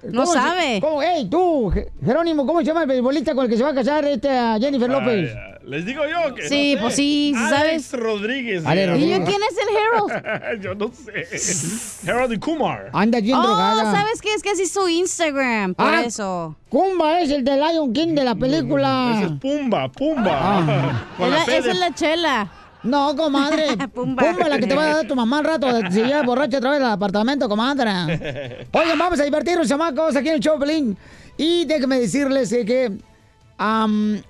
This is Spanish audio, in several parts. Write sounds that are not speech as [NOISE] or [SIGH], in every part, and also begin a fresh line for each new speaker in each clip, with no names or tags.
No
¿Cómo se-
sabe.
¿Cómo? Ey, tú, Ge- Jerónimo, ¿cómo se llama el beisbolista con el que se va a casar este, a Jennifer López?
Vaya, Les digo yo que.
Sí,
no sé.
pues sí, sí
Alex
sabes.
Rodríguez.
Alex
mira.
¿Y yo
Rodríguez.
quién es el Harold?
[LAUGHS] yo no sé. Harold y Kumar.
Anda bien
Oh,
drogada.
¿sabes qué? Es que así es su Instagram, por
Ah.
eso.
Kumba es el de Lion King de la
Mm, Ese es
película.
Pumba, Pumba.
Ah.
[LAUGHS] Con la
Esa-
P
esa
de-
es la chela.
No, comadre.
[LAUGHS] Pumba.
Pumba, la que te va a dar tu mamá al rato de si llega borracha otra vez al apartamento,
[LAUGHS]
comadre. Oigan, vamos a divertirnos, chamacos, aquí en el show, Pelín. Y déjenme decirles eh, que... am,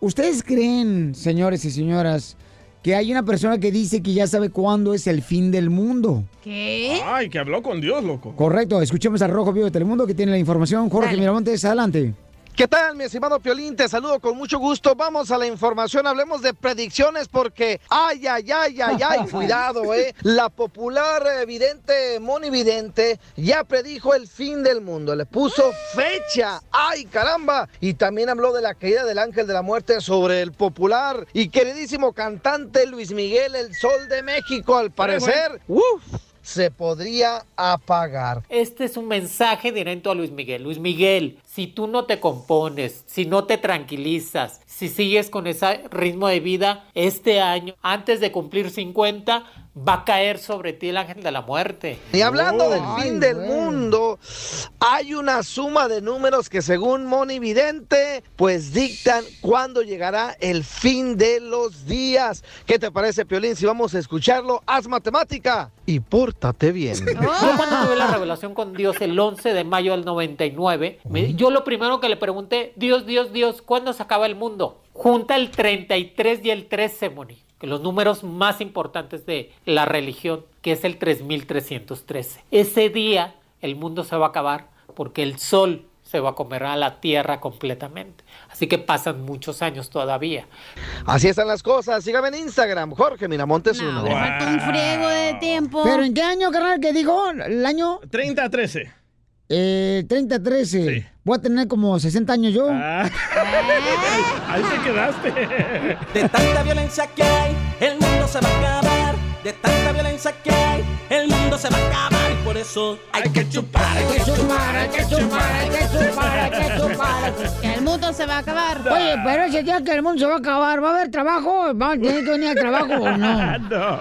¿Ustedes creen, señores y señoras, que hay una persona que dice que ya sabe cuándo es el fin del mundo?
¿Qué?
Ay, que habló con Dios, loco.
Correcto, escuchemos al Rojo Vivo de Telemundo que tiene la información. Jorge
Dale.
Miramontes, adelante.
¿Qué tal, mi estimado Piolín? Te saludo con mucho gusto. Vamos a la información, hablemos de predicciones porque, ay, ay, ay, ay, ay, cuidado, ¿eh? La popular eh, vidente Moni Vidente ya predijo el fin del mundo, le puso fecha, ay, caramba. Y también habló de la caída del ángel de la muerte sobre el popular y queridísimo cantante Luis Miguel, el sol de México, al parecer, uf, se podría apagar.
Este es un mensaje directo a Luis Miguel. Luis Miguel, si tú no te compones, si no te tranquilizas, si sigues con ese ritmo de vida, este año, antes de cumplir 50, va a caer sobre ti el ángel de la muerte.
Y hablando
Oh.
del
Ay,
fin del
güey.
mundo, hay una suma de números que según Moni Vidente, pues dictan cuándo llegará el fin de los días. ¿Qué te parece, Piolín? Si vamos a escucharlo, haz matemática y
[LAUGHS]
pórtate bien.
Yo cuando tuve la revelación con Dios el 11 de mayo del 99, me- yo lo primero que le pregunté, Dios, Dios, Dios, ¿cuándo se acaba el mundo? Junta el 33 y el 13, Moni, que los números más importantes de la religión, que es el 3313. Ese día el mundo se va a acabar porque el sol se va a comer a la tierra completamente. Así que pasan muchos
[LAUGHS]
años todavía.
Así están las cosas. Sígame en Instagram, Jorge Miramontes
No,
uno.
me falta un friego de tiempo.
Ah. ¿Pero en qué año, carnal, que dijo? ¿El año
30 a 13.
eh, 3013?
Sí.
Voy a tener como 60 años yo.
Ah, ahí te quedaste.
De tanta violencia que hay, el mundo se va a acabar. De tanta violencia que hay, el mundo se va a acabar. Y por eso hay que chupar, hay que chupar, hay que chupar.
hay que chupar, hay que chupar.
Que [LAUGHS] el mundo se va a acabar.
Ah.
Oye, pero ese día que el mundo se va a acabar, ¿va a haber trabajo? ¿Vamos a tener que venir al trabajo o no?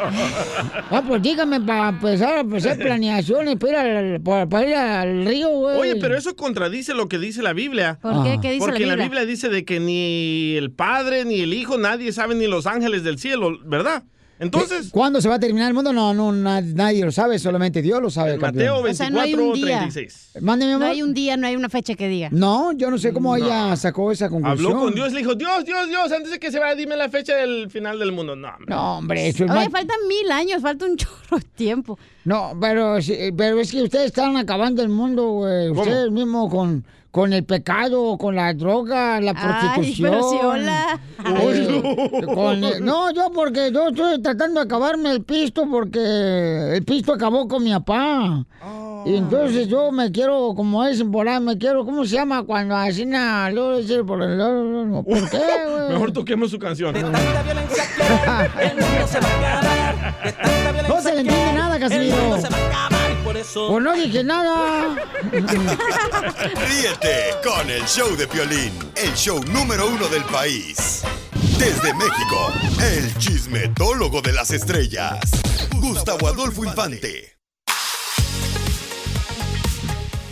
[LAUGHS]
Ah, pues dígame para empezar a hacer planeaciones para ir al, para- para ir al río, güey.
Oye, pero eso contradice lo que dice la Biblia.
¿Por qué?
Ah.
¿Qué dice
Porque
la
la
Biblia?
Biblia dice de que ni el Padre ni el Hijo, nadie sabe ni los ángeles del cielo, ¿verdad? Entonces,
¿Cuándo se va a terminar el mundo? No, no, na- nadie lo sabe, solamente Dios lo sabe,
Mateo
campeón.
O sea, no hay un
24,
día.
36.
Mándeme,
No
amor.
hay un día, no hay una fecha que diga.
No, yo no sé cómo ella sacó esa conclusión.
Habló con Dios, le dijo, Dios, Dios, Dios, antes de que se vaya, dime la fecha del final del mundo. No, hombre.
No, hombre, eso es
Oye,
más...
faltan mil años, falta un [LAUGHS] chorro de tiempo.
No, pero, sí- pero es que ustedes están acabando el mundo, güey. Ustedes mismos con, con el pecado, con la droga, la
Ay,
prostitución.
pero si hola.
Eh, con el- no, yo porque yo estoy tratando de acabarme el pisto porque el pisto acabó con mi papá. Y entonces yo me quiero, como dicen por ahí, me quiero, ¿cómo se llama? Cuando así nada, luego decir por el... ¿Por qué, güey?
Mejor toquemos su canción.
De tanta violencia que hay, el mundo se va a acabar. De tanta violencia
No se le entiende
que hay,
nada, Casimiro.
El mundo se va a acabar. Y por eso
Pues no dije nada.
[LAUGHS]
Ríete con el show de Piolín, el show número uno del país. Desde México, el chismetólogo de las estrellas, Gustavo Adolfo Infante.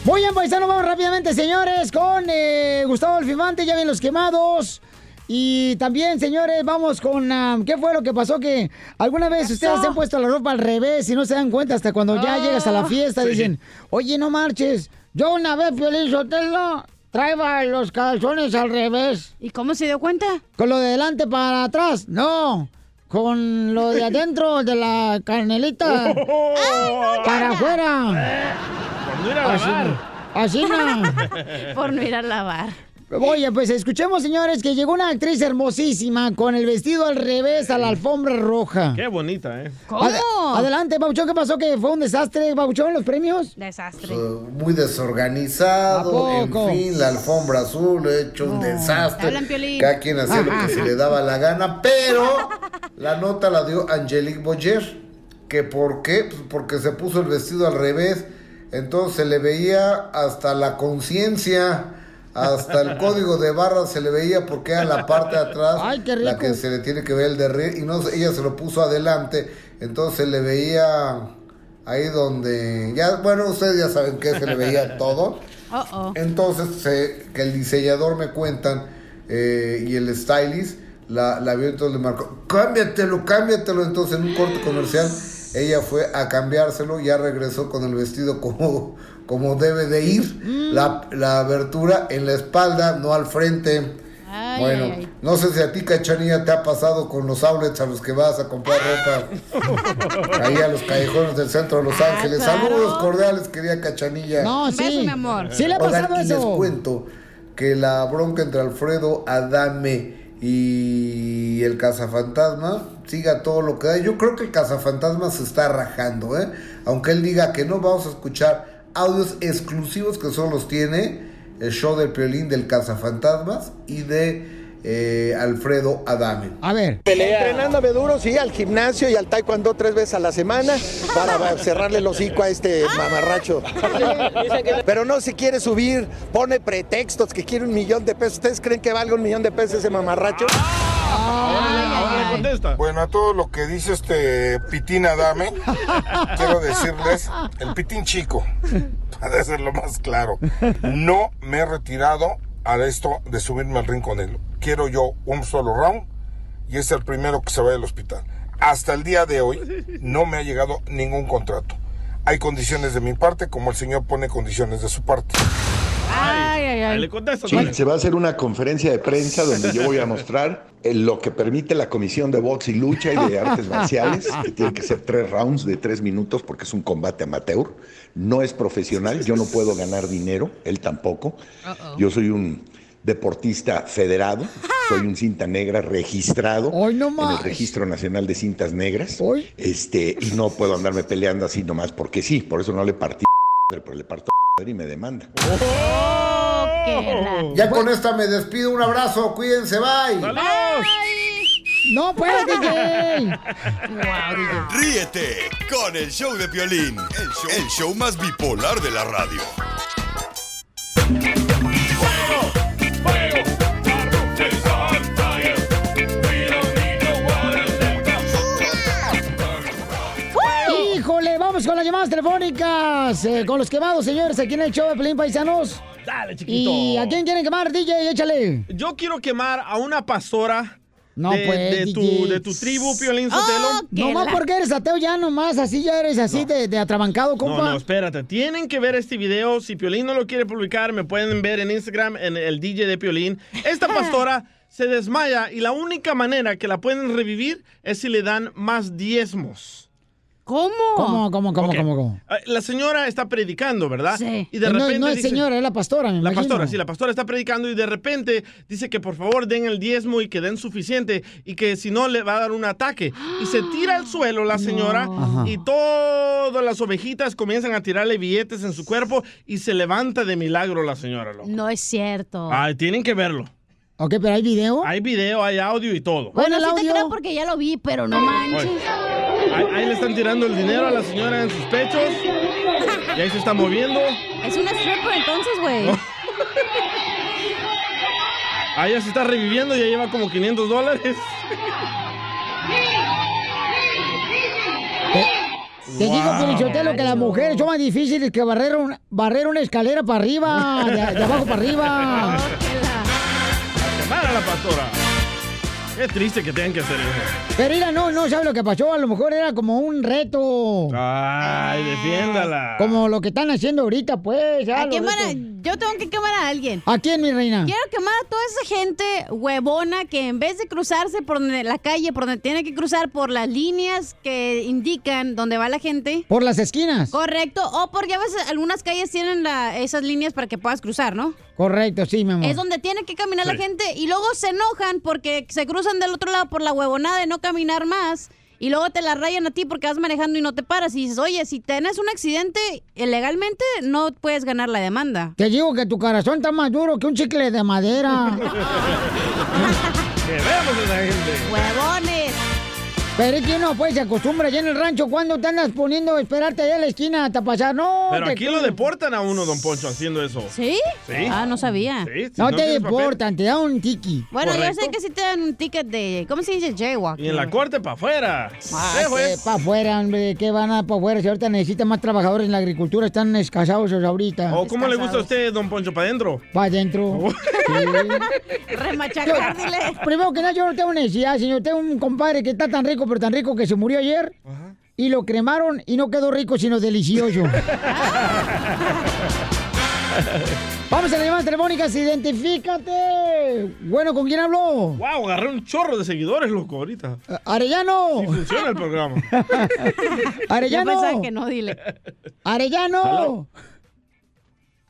Muy bien, paisano, vamos rápidamente, señores, con eh, Gustavo Alfimante, ya ven los quemados. Y también, señores, vamos con... ah, ¿Qué fue lo que pasó? Que alguna vez ustedes se han puesto la ropa al revés y no se dan cuenta hasta cuando ya
Ah.
llegas a la fiesta.
Sí.
Dicen, oye, no marches. Yo una vez, Piolín Sotelo, traía los calzones al revés. ¿Y cómo se dio cuenta? Con lo de delante para atrás. No, con lo [LAUGHS] de adentro de la carnelita para afuera.
Por no ir
[LAUGHS]
a lavar.
Así no.
Por no ir a lavar.
Oye, pues escuchemos, señores, que llegó una actriz hermosísima con el vestido al revés a la alfombra roja.
Qué bonita, ¿eh?
Ad- adelante, Pabuchón, ¿qué pasó? ¿Que fue un desastre, Pabuchón, los premios?
Desastre.
Eh, muy desorganizado,
¿A
en
poco?
fin, la alfombra azul, he hecho un desastre.
Hablan, Piolín.
Cada quien hacía lo
Ajá.
que se le daba la gana, pero la nota la dio Angelique Boyer. ¿Que por qué? Pues porque se puso el vestido al revés, entonces se le veía hasta la conciencia. Hasta el código de barra se le veía porque era la parte de atrás la que se le tiene que ver el de arriba y no ella se lo puso adelante, entonces se le veía ahí donde ya bueno ustedes ya saben que se le veía todo
Oh, oh.
Eh.
entonces se- que el diseñador me cuentan eh, y el stylist la, la vio entonces le marcó cámbiatelo cámbiatelo entonces en un corte comercial ella fue a cambiárselo ya regresó con el vestido como como debe de ir la, la abertura en la espalda no al frente
Ay,
bueno,
ay, ay.
no sé si a ti, Cachanilla, te ha pasado con los outlets a los que vas a comprar
Ah.
ropa. Ahí a los callejones del centro de Los Ángeles.
claro.
Saludos cordiales, querida Cachanilla.
No,
Un sí. beso, mi amor.
Sí le ha
Oigan,
pasado
y les
eso.
cuento que la bronca entre Alfredo Adame y el cazafantasma siga todo lo que da. Yo creo que el cazafantasma se está rajando, ¿eh? Aunque él diga que no, vamos a escuchar audios exclusivos que solo los tiene el show del Piolín del cazafantasmas y de eh, Alfredo Adame.
A ver.
Entrenándome duro, sí, al gimnasio y al taekwondo tres veces a la semana para cerrarle el hocico a este mamarracho. Pero no se quiere subir, pone pretextos que quiere un millón de pesos. ¿Ustedes creen que valga un millón de pesos ese mamarracho?
Bueno, a todo lo que dice este Pitín Adame, quiero decirles, el Pitín chico, para hacerlo más claro, no me he retirado a esto de subirme al ring con él. Quiero yo un solo round y es el primero que se vaya al hospital. Hasta el día de hoy no me ha llegado ningún contrato. Hay condiciones de mi parte, como el señor pone condiciones de su parte.
Ay, ay, ay.
Sí, se va a hacer una conferencia de prensa donde yo voy a mostrar eh, lo que permite la Comisión de Box y Lucha y de Artes Marciales, que tiene que ser tres rounds de tres minutos porque es un combate amateur, no es profesional, yo no puedo ganar dinero, él tampoco. Yo soy un deportista federado, soy un cinta negra registrado en el Registro Nacional de Cintas Negras, este y no puedo andarme peleando así nomás porque sí, por eso no le partí, pero le parto y me demanda.
Ya con esta me despido, un abrazo, cuídense, bye.
No, pues, DJ.
Ríete con el show de Piolín, el show, el show más bipolar de la radio.
Híjole, vamos con las llamadas telefónicas, eh, con los quemados, señores, aquí en el show de Pelín Paisanos.
Dale, chiquito.
¿Y a quién quieren quemar, DJ? Échale.
Yo quiero quemar a una pastora
No,
de,
pues,
de tu,
DJ.
de tu tribu, Piolín Sotelo.
Oh,
No más porque eres ateo ya nomás, así ya eres así de, de atrabancado,
No,
compa.
no, espérate. Tienen que ver este video. Si Piolín no lo quiere publicar, me pueden ver en Instagram, en el DJ de Piolín.
[LAUGHS]
Esta pastora se desmaya y la única manera que la pueden revivir es si le dan más diezmos.
¿Cómo?
¿Cómo, cómo, cómo,
Ok.
cómo, cómo?
Eh, La señora está predicando, ¿verdad?
Sí. Eh,
Y de
No-
repente
no, es
dice-
señora, es la pastora, me
La
imagino.
pastora, sí, la pastora está predicando y de repente dice que por favor den el diezmo y que den suficiente y que si no le va a dar un ataque. Y se tira al suelo la señora
Ajá.
y todas las ovejitas comienzan a tirarle billetes en su cuerpo y se levanta de milagro la señora. loco.
No es cierto.
Ay, tienen que verlo.
Ok, pero hay video.
Hay video, hay audio y todo.
Bueno, sí te creo porque ya lo vi, pero no manches.
Ahí, ahí le están tirando el dinero a la señora en sus pechos y ahí se está moviendo.
[LAUGHS] Es una stripper entonces, güey.
Ahí Ah, ya se está reviviendo, ya lleva como 500 dólares.
Te digo, Pelichotelo, que las mujeres son más difíciles que barrer, un- barrer una escalera para
[LAUGHS]
arriba, Ah, de, de abajo para arriba.
Quemar a la pastora. Qué triste que tengan que hacer eso.
Pero mira, no, no sabe lo que pasó. A lo mejor era como un reto. Eh,
Ay, defiéndala.
Como lo que están haciendo ahorita, pues. ya,
¿A
los
quién van a-
retos.
Yo tengo que quemar a alguien.
¿A quién, mi reina?
Quiero quemar a toda esa gente huevona que en vez de cruzarse por donde- la calle, por donde tiene que cruzar, por las líneas que indican dónde va la gente.
Por las esquinas.
Correcto, o porque a veces algunas calles tienen la- esas líneas para que puedas cruzar, ¿no?
Correcto, sí, mi amor.
Es donde tiene que caminar
Sí.
la gente y luego se enojan porque se cruzan del otro lado por la huevonada de no caminar más y luego te la rayan a ti porque vas manejando y no te paras y dices, oye, si tenés un accidente eh, legalmente no puedes ganar la demanda.
Te digo que tu corazón está más duro que un chicle
[LAUGHS]
de madera.
Que veamos a esa gente.
¡Huevones!
Pero es que uno pues se acostumbra allá en el rancho. ¿Cuándo te andas poniendo a esperarte allá en la esquina hasta pasar? No,
Pero
te-
aquí lo deportan a uno, don Poncho, haciendo eso.
¿Sí?
Sí.
Ah, no sabía.
Sí, si
no, te
tienes papel.
deportan, te dan un tiki.
Bueno, yo sé que sí te dan un ticket de, ¿cómo se dice? Jaywalk.
Y en la corte para afuera.
Ah,
Eh,
que
juez.
pa' afuera, hombre, que van a pa' afuera. Si ahorita necesitan más trabajadores en la agricultura, están escasados ahorita.
¿O Oh, cómo le gusta Oh. a usted, don Poncho, para adentro?
Para
[LAUGHS]
adentro. Yo-
Remachacar, dile.
Primero que nada, yo no tengo necesidad, señor. Tengo un compadre que está tan rico, pero tan rico que se murió ayer. Y lo cremaron y no quedó rico, sino
[LAUGHS]
delicioso. Vamos a las llamadas telefónicas, identifícate. Bueno, ¿con quién habló?
Wow, agarré un chorro de seguidores, loco, ahorita.
Arellano.
Y funciona el programa.
[LAUGHS] Arellano.
Yo pensaba que no, dile.
Arellano.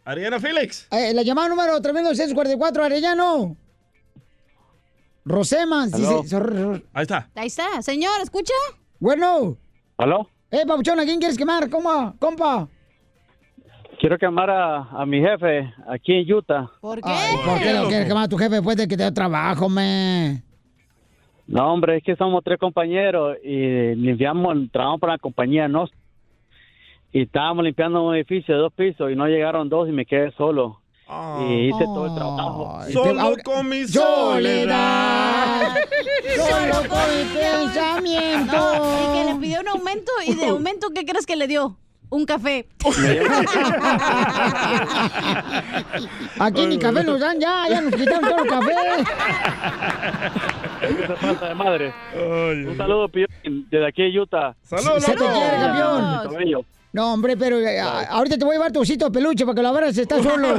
Ariana Félix.
Eh, la llamada número 3944, Arellano. Rosemas,
Aló.
dice. so- ro-
Ahí está.
Ahí está, señor, ¿escucha?
Bueno.
¿Aló?
Eh, Pabuchón, ¿a quién quieres quemar? ¿Cómo? Compa.
Quiero llamar a, a mi jefe aquí en Utah.
¿Por
qué? ¿Por qué lo quieres quemar a tu jefe después de que te dio trabajo, me?
No, hombre, es que somos tres compañeros y limpiamos, trabajamos para la compañía ¿no? Y estábamos limpiando un edificio de dos pisos y no llegaron dos y me quedé solo.
Ah.
Y hice todo el trabajo.
Solo con mi soledad.
[LAUGHS] Solo con mi pensamiento.
[LAUGHS] No, y que le pidió un aumento y
[LAUGHS]
de aumento, ¿qué crees que le dio? Un café.
Aquí ni café nos dan ya, ya nos quitaron todo el
[LAUGHS]
café.
Esa falta de madre. Un saludo, Piolín, desde aquí de Utah.
Saludos, Se te loco. quiere, campeón.
Cabello.
No, hombre, pero eh, a- ahorita te voy a llevar tu osito de peluche para que lo abras, está solo.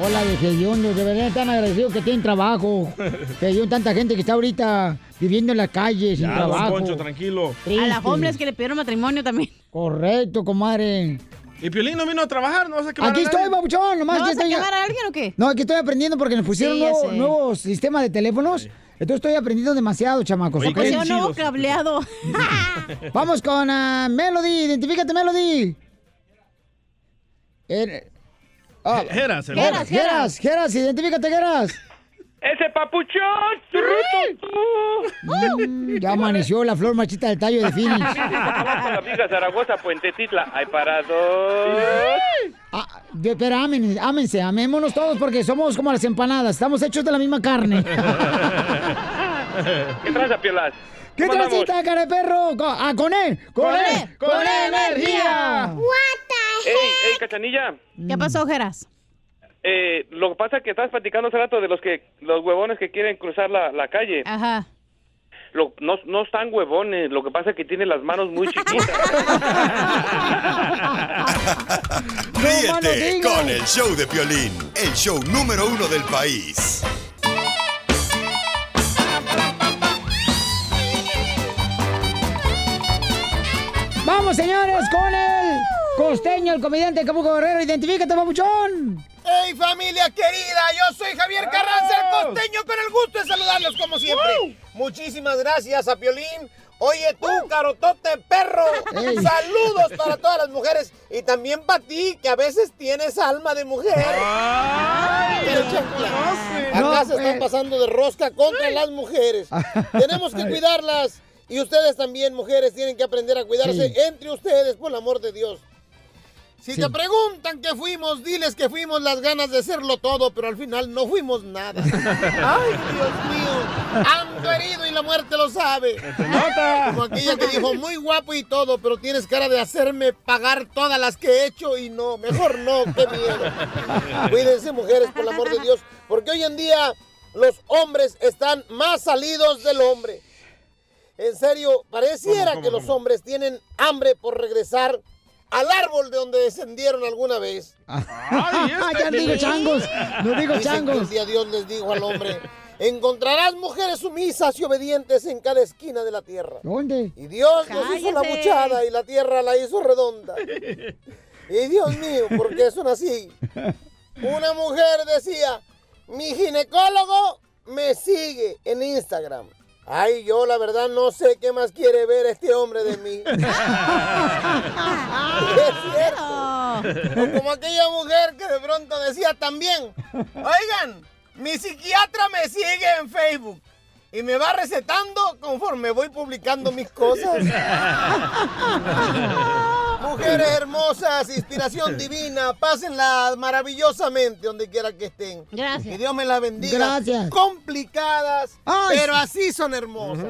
Hola de Gediondo, de verdad tan agradecido que tienen
[LAUGHS]
trabajo. Que hay tanta gente que está ahorita viviendo en la calle sin
Ya, don
trabajo.
Poncho, tranquilo.
A la homeless que le pidieron matrimonio también.
Correcto, comadre.
Y Piolín no vino a trabajar, no vas a quemar
Aquí
a nadie?
estoy, babuchón, nomás
¿No
que
vas a
estoy-
quemar a alguien o qué?
No, aquí estoy aprendiendo porque nos pusieron
Sí, ya
nuevo,
sé.
nuevo sistema de teléfonos. Entonces estoy aprendiendo demasiado, chamacos.
Oye,
¿ok?
qué Pusieron nuevo chidos. cableado.
Vamos con ah, Melody. Identifícate, Melody. Er- ah,
Geras, el
Geras,
Geras.
Geras, Geras, identifícate, Geras.
¡Ese papuchón!
Mm, ya amaneció la flor machita del tallo de Phoenix.
la amiga Zaragoza, Puente Titla. ¡Hay para dos!
Ah, De- Pero ámen- ámense, amémonos todos porque somos como las empanadas, estamos hechos de la misma [LAUGHS] carne.
¿Qué tranza, Piolas?
¿Qué
¿Cómo andamos?
transita, cara de perro? Co- ah, con él, con
e,
él, con él, energía.
¡Ey, ey, cachanilla!
¿Qué pasó, Geras?
Eh, lo que pasa es que estabas platicando hace rato de los que los huevones que quieren cruzar la, la calle.
Ah.
Ajá.
Lo- no, no están huevones, lo que pasa es que tienen las manos
[LAUGHS]
muy chiquitas.
mano,
Ríete
digo.
con el show de Piolín, el show número uno del país.
Vamos, señores, con el costeño, el comediante Capuco Guerrero. Identifícate, papuchón.
¡Hey familia querida! Yo soy Javier Carranza, el costeño, con el gusto de saludarlos como siempre. Muchísimas gracias a Piolín. Oye tú, carotote perro,
Ey. [LAUGHS]
saludos para todas las mujeres y también para ti, que a veces tienes alma de mujer. Pero, chacal,
No,
Acá se
pues.
están pasando de rosca contra
[LAUGHS]
las mujeres. Tenemos que cuidarlas y ustedes también, mujeres, tienen que aprender a cuidarse
Sí.
entre ustedes, por el amor de Dios. Si
Sí.
te preguntan que fuimos, diles que fuimos las ganas de hacerlo todo, pero al final no fuimos nada. Ay, Dios mío. Ando herido y la muerte lo sabe. Como aquella que dijo, muy guapo y todo, pero tienes cara de hacerme pagar todas las que he hecho y no, mejor no, qué miedo. Cuídense, mujeres, por el amor de Dios, porque hoy en día los hombres están más salidos del hombre. En serio, pareciera que los hombres tienen hambre por regresar al árbol de donde descendieron alguna vez. [LAUGHS]
Ay, este Ya digo changos, no digo
Dicen que
changos.
un día Dios les dijo al hombre, encontrarás mujeres sumisas y obedientes en cada esquina de la tierra.
¿Dónde?
Y Dios nos hizo la
Cállese.
buchada y la tierra la hizo redonda. Y Dios mío, ¿por qué son así? Una mujer decía, mi ginecólogo me sigue en Instagram. Ay, yo la verdad no sé qué más quiere ver este hombre de mí. [LAUGHS]
Ah.
es cierto. O como aquella mujer que de pronto decía también, oigan, mi psiquiatra me sigue en Facebook y me va recetando conforme voy publicando mis cosas. Mujeres hermosas, inspiración divina, pásenla maravillosamente donde quiera que estén. Gracias. Que Dios me las bendiga.
Gracias.
Complicadas,
Ay.
pero así son hermosas.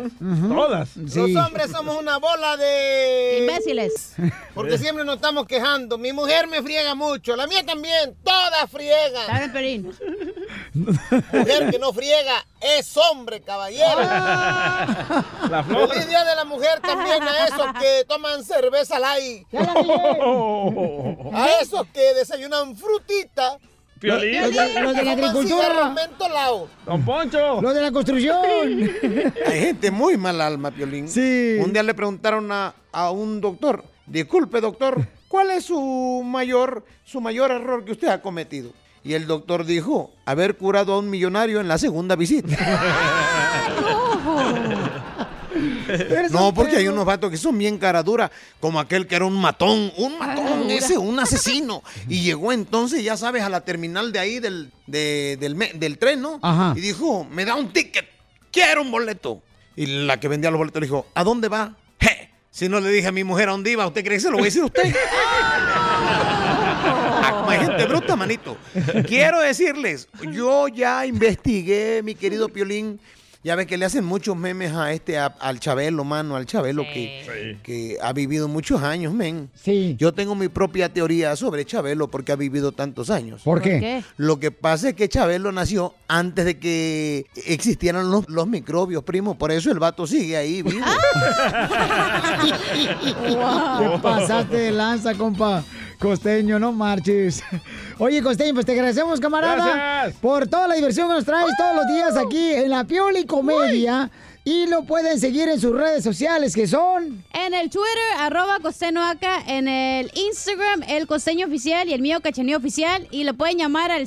Todas. Sí.
Los hombres somos una bola de... Imbéciles. Porque
Sí.
siempre nos estamos quejando. Mi mujer me friega mucho, la mía también, todas friegan. Mujer que no friega es hombre, caballero.
Ah.
La flor.
Feliz Día de la Mujer también a esos que toman cerveza light.
¡Oh!
A esos que desayunan frutita.
Piolín.
Los de- los de la
Toman
agricultura.
cigarro mentolado.
Don Poncho.
Lo de la construcción.
Hay gente muy mal alma, Piolín. Sí. Un día le preguntaron a, a un doctor, disculpe doctor, ¿cuál es su mayor, su mayor error que usted ha cometido? Y el doctor dijo, haber curado a un millonario en la segunda
[LAUGHS]
visita. No, porque hay unos vatos que son bien caraduras, como aquel que era un matón, un matón,
Caradura.
ese, un asesino. Y llegó entonces, ya sabes, a la terminal de ahí del, de- del, me- del tren, ¿no?
Ajá.
Y dijo, me da un ticket, quiero un boleto. Y la que vendía los boletos le dijo, ¿a dónde va? Je, si no le dije a mi mujer a dónde iba, ¿usted cree que se lo voy a decir a usted? Ah, como hay gente bruta, manito. Quiero decirles, yo ya investigué, mi querido Piolín. Ya ves que le hacen muchos memes a este, a- al Chabelo, mano, al Chabelo que, que ha vivido muchos años, men.
Sí.
Yo tengo mi propia teoría sobre Chabelo porque ha vivido tantos años.
¿Por qué? ¿Por qué?
Lo que pasa es que Chabelo nació antes de que existieran los, los microbios, primo. Por eso el vato sigue ahí vivo.
Te pasaste de lanza, compa. Costeño, no marches. Oye, Costeño, pues te agradecemos, camarada, por toda la diversión que nos traes todos los días aquí en la Pioli Comedia. Y lo pueden seguir en sus redes sociales, que son...
En el Twitter, arroba costeño acá. En el Instagram, el costeño oficial y el mío cachanillo oficial. Y le pueden llamar al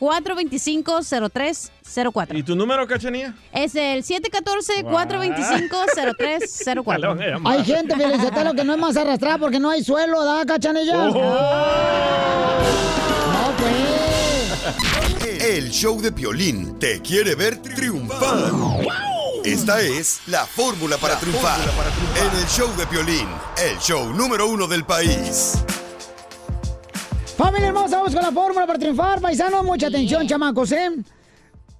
714-425-0304.
¿Y tu número, Cachanía?
Es el 714-425-0304.
Hay gente, lo que no es más arrastrada porque no hay suelo, ¿da, cachanilla? No, pues.
El show de Piolín te quiere ver triunfar. Esta es la fórmula para, triunfar. En el show de Piolín, el show número uno del país.
Familia hermosa, vamos con la fórmula para triunfar, paisanos. Mucha atención, chamacos, ¿eh?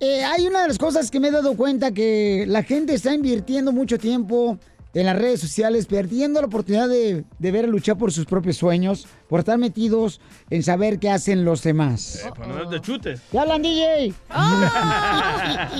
Eh, Hay una de las cosas que me he dado cuenta que la gente está invirtiendo mucho tiempo en las redes sociales, perdiendo la oportunidad de, de ver luchar por sus propios sueños, por estar metidos en saber qué hacen los demás.
oh.
Eh, para no darte chutes.
¡Ya hablan, DJ!
¡Ah!
[LAUGHS]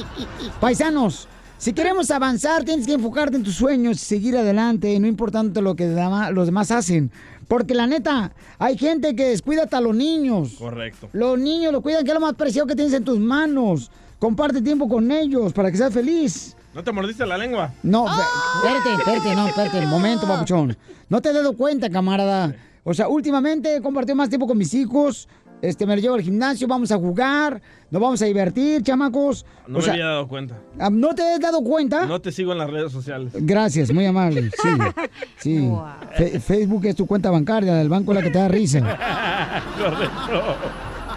Paisanos, si queremos avanzar, tienes que enfocarte en tus sueños y seguir adelante, no importando lo que dama- los demás hacen. Porque la neta, hay gente que descuida hasta los niños.
Correcto.
Los niños los cuidan, que es lo más preciado que tienes en tus manos. Comparte tiempo con ellos para que seas feliz.
¿No te mordiste la lengua?
No, espérate, espérate, no, espérate, un momento, papuchón. No te has dado cuenta, camarada. O sea, últimamente he compartido más tiempo con mis hijos. Este, me lo llevo al gimnasio, vamos a jugar, nos vamos a divertir, chamacos.
No
o
me
sea,
había dado cuenta.
ah, ¿no te has dado cuenta?
No te sigo en las redes sociales.
Gracias, muy amable. Sí,
[LAUGHS]
sí. Fe- Facebook es tu cuenta bancaria, del banco es la que te da risa.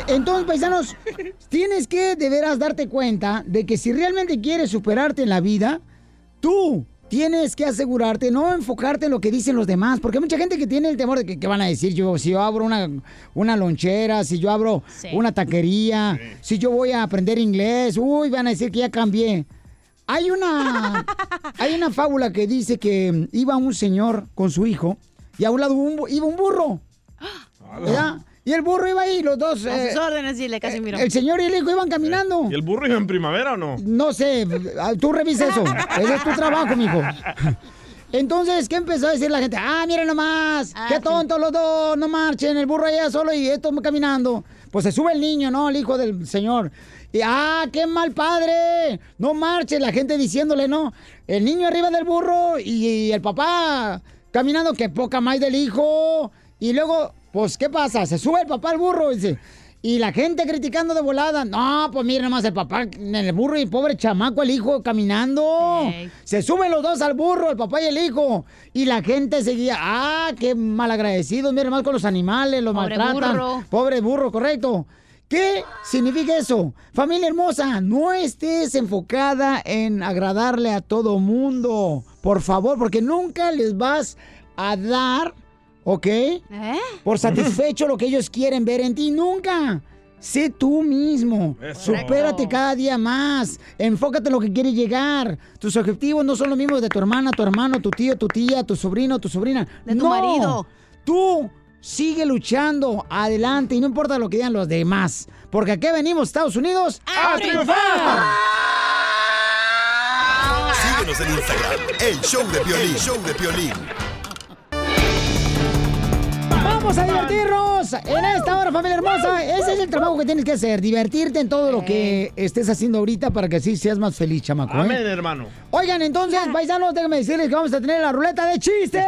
Entonces, paisanos, tienes que de veras darte cuenta de que si realmente quieres superarte en la vida, tú tienes que asegurarte, no enfocarte en lo que dicen los demás, porque hay mucha gente que tiene el temor de que, ¿qué van a decir yo, si yo abro una, una lonchera, si yo abro
Sí.
una taquería, si yo voy a aprender inglés, uy, van a decir que ya cambié. Hay una, hay una fábula que dice que iba un señor con su hijo y a un lado un bu- iba un burro. ¿verdad? Y el burro iba ahí, los dos.
A
eh,
sus órdenes, dile, Casimiro.
el señor y el hijo iban caminando.
Eh, ¿Y el burro iba en primavera o no?
No sé, ah, tú revisa
[LAUGHS]
eso. Ese es tu trabajo, mijo. Entonces, ¿qué empezó a decir la gente? Ah, miren nomás, qué tontos los dos, no marchen, el burro allá solo y esto caminando. Pues se sube el niño, ¿no? El hijo del señor. Y, ah, qué mal padre, no marchen, la gente diciéndole, no. El niño arriba del burro y, el papá caminando, que poca más del hijo. Y luego, pues, ¿qué pasa? Se sube el papá al burro y dice, y la gente criticando de volada. No, pues miren nomás el papá en el burro y pobre chamaco, el hijo caminando. Se suben los dos al burro, el papá y el hijo. Y la gente seguía. Ah, qué malagradecidos. Miren más con los animales, los
Pobre
maltratan.
burro.
Pobre burro, correcto. ¿Qué significa eso? Familia hermosa, no estés enfocada en agradarle a todo mundo. Por favor, porque nunca les vas a dar, ¿ok? Por satisfecho lo que ellos quieren ver en ti. Nunca. Sé tú mismo.
Eso.
Supérate cada día más. Enfócate en lo que quieres llegar. Tus objetivos no son los mismos de tu hermana, tu hermano, tu tío, tu tía, tu sobrino, tu sobrina.
De tu
No.
marido.
Tú sigue luchando adelante y no importa lo que digan los demás. Porque aquí venimos, Estados Unidos,
¡A triunfar!
Síguenos en Instagram, el show de Piolín, show de Piolín.
Vamos a divertirnos en esta hora, familia hermosa. Ese es el trabajo que tienes que hacer, divertirte en todo lo que estés haciendo ahorita para que así seas más feliz, chamaco. ¿eh?
Amén, hermano.
Oigan, entonces, paisanos, déjenme decirles que vamos a tener la ruleta de chistes.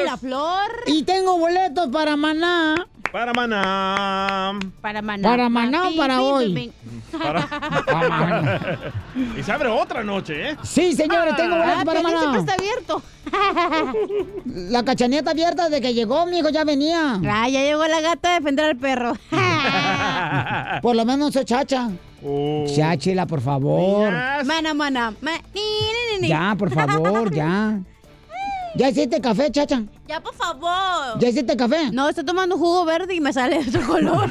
¡Y la flor!
Y tengo boletos para Maná.
Para maná.
Para maná.
Para Maná,
Pi,
para
pi, pi,
hoy.
pi.
[LAUGHS]
[LAUGHS] y se abre otra noche, ¿eh?
Ah, Sí, señores, tengo boletos
Ah,
para
Piolín
Maná.
siempre está abierto.
[LAUGHS] La cachanía está abierta desde que llegó, mi hijo ya venía.
Ah, ya llegó la gata a defender al perro.
[LAUGHS]
Por lo menos soy chacha.
Oh.
Cháchela, por favor.
Mana, mana. ma- ni, ni, ni, ni.
Ya, por favor, ya. ¿Ya hiciste café, chacha?
[LAUGHS] Ya, por favor.
¿Ya hiciste café?
No, estoy tomando jugo verde y me sale de otro color.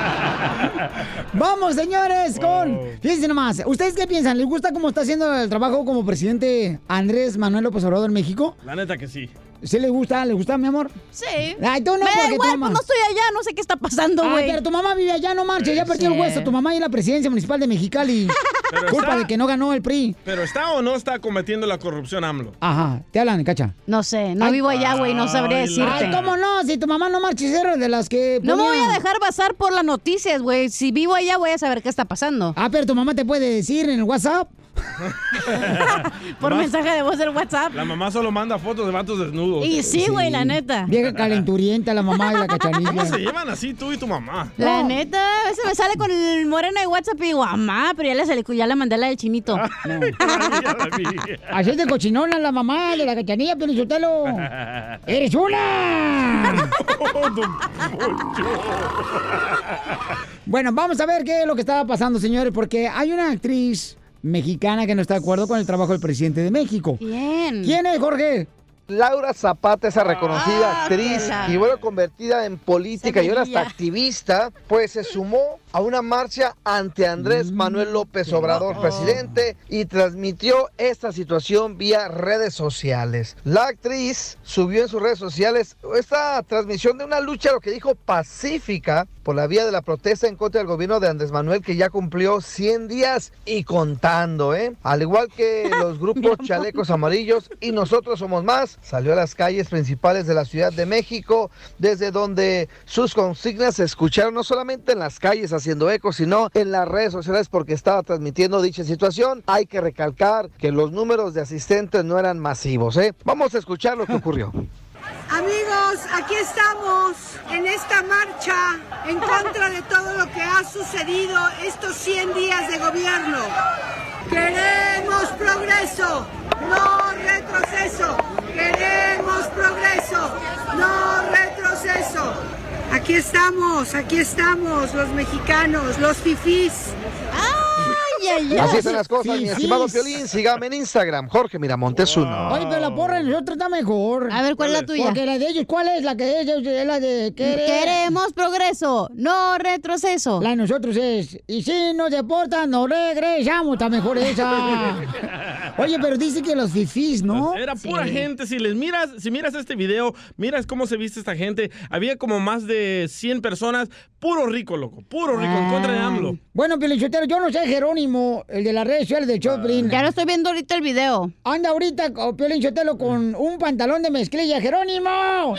[LAUGHS] Vamos, señores, con... Fíjense nomás, ¿ustedes qué piensan? ¿Les gusta cómo está haciendo el trabajo como presidente Andrés Manuel López Obrador en México?
La neta que sí.
¿Sí les gusta? ¿Les gusta, mi amor?
Sí.
Ay, tú no,
me da
porque
igual,
tu
pues
mamá-
no estoy allá, no sé qué está pasando,
Ay,
güey.
pero tu mamá vive allá, no marches,
Eh,
ya perdió
Sí.
el hueso. Tu mamá y la presidencia municipal de Mexicali.
[LAUGHS] Pero
Culpa
está-
de que no ganó el PRI.
Pero está o no está cometiendo la corrupción AMLO.
Ajá, te hablan, cacha.
No sé, no vivo allá, güey, no sabré
Ay, la-
decirte.
Ay, ¿cómo no? Si tu mamá no marches, era de las que...
No me voy
ponía-
a dejar basar por las noticias, güey. Si vivo allá, voy a saber qué está pasando.
Ah, pero tu mamá te puede decir en el WhatsApp.
Por
Nomás-
mensaje de voz del WhatsApp.
La mamá solo manda fotos de vatos desnudos.
Y sí, güey, la neta.
Vieja calenturienta, la mamá y la cachanilla.
¿Cómo se llevan así tú y tu mamá?
La neta, a veces me sale con el moreno de WhatsApp y digo, mamá, pero ya le, salí- ya le mandé la del chinito.
Ah, [LAUGHS] Así es de cochinona la mamá de la cachanilla, Pelichotelo. ¡Eres una! Bueno, vamos a ver qué es lo que estaba pasando, señores, porque hay una actriz mexicana que no está de acuerdo con el trabajo del presidente de México.
¿Quién?
¿Quién es, Jorge?
Laura Zapata, esa reconocida
Ah,
actriz
qué la-
y bueno, convertida en política y ahora hasta activista, pues se sumó a una marcha ante Andrés Manuel López Obrador, presidente, y transmitió esta situación vía redes sociales. La actriz subió en sus redes sociales esta transmisión de una lucha, lo que dijo pacífica, por la vía de la protesta en contra del gobierno de Andrés Manuel, que ya cumplió 100 días y contando, ¿eh? Al igual que los grupos chalecos amarillos y nosotros somos más, salió a las calles principales de la Ciudad de México, desde donde sus consignas se escucharon no solamente en las calles haciendo eco, sino en las redes sociales porque estaba transmitiendo dicha situación. Hay que recalcar que los números de asistentes no eran masivos, ¿eh? Vamos a escuchar lo que
[LAUGHS]
ocurrió.
Amigos, aquí estamos en esta marcha en contra de todo lo que ha sucedido estos 100 días de gobierno. Queremos progreso, no retroceso. Queremos progreso, no retroceso. Aquí estamos, aquí estamos los mexicanos, los fifís.
¡Ay,
ay, ay.
Así están las cosas,
Sí,
mi
sí.
estimado Piolín. Sígame en Instagram, Jorge Miramontes uno.
Oye, pero la porra de nosotros está mejor. A ver,
Oh. ¿cuál es la tuya?
Porque la de ellos, ¿cuál es? La que de ellos es la de...
Queremos progreso, no retroceso.
La de nosotros es... Y si nos deportan, nos regresamos. Está mejor esa.
[LAUGHS]
Oye, pero dice que los fifís, ¿no?
Pues Era pura gente. Si les miras, si miras este video, miras cómo se viste esta gente. Había como más de 100 personas. Puro rico, loco. Puro rico. En contra de AMLO.
Bueno, Pelichotero, yo no sé Jerónimo, el de las redes sociales del
Ah.
Choplin. Ya lo estoy viendo ahorita el video. Anda ahorita, oh, Pelichotero, con un pantalón de mezclilla. ¡Jerónimo!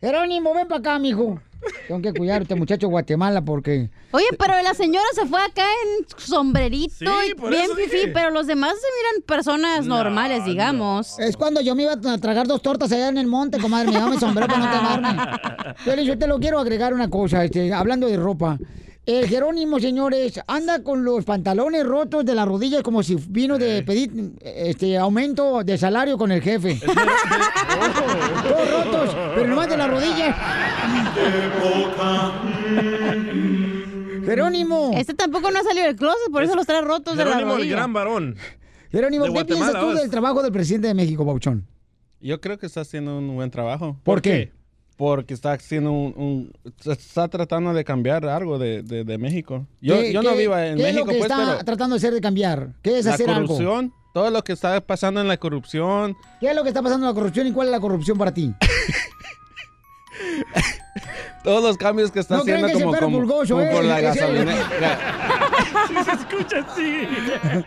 Jerónimo, ven para acá, mijo. Tengo que cuidarte, muchacho Guatemala, porque...
Oye, pero la señora se fue acá Ah, en sombrerito
Sí,
y
por
bien
eso
fifí,
dije.
pero los demás se miran personas normales, digamos.
Es cuando yo me iba a tragar dos tortas allá en el monte, comadre, me llevaba mi sombrero para no quemarme.
[LAUGHS]
Pero yo te lo quiero agregar una cosa, este, hablando de ropa. El Jerónimo, señores, anda con los pantalones rotos de las rodillas como si vino de pedir este aumento de salario con el jefe. [LAUGHS] Todos rotos, pero nomás de las rodillas. [LAUGHS] Jerónimo.
Este tampoco no ha salido del closet, por eso los trae rotos de la
Jerónimo, el
rodilla.
gran varón.
Jerónimo,
De
¿qué
Guatemala,
piensas tú
vas.
del trabajo del presidente de México, Bauchón?
Yo creo que está haciendo un buen trabajo.
¿Por qué?
Porque está haciendo un, un- está- está tratando de cambiar algo de, de- de México. Yo,
¿Qué-
yo no
qué-
vivo en
¿Qué es
México,
lo que
pues,
está
pero
tratando de hacer de cambiar? ¿Qué es
la
hacer algo?
corrupción, todo lo que está pasando en la corrupción,
¿Qué es lo que está pasando en la corrupción y cuál es la corrupción para
[LAUGHS]
ti?
todos los cambios que está
No crean
haciendo
que ese
como,
perro
como-
pulgoso,
como
¿eh?
con la
Ese-
gasolina.
Sí se escucha así.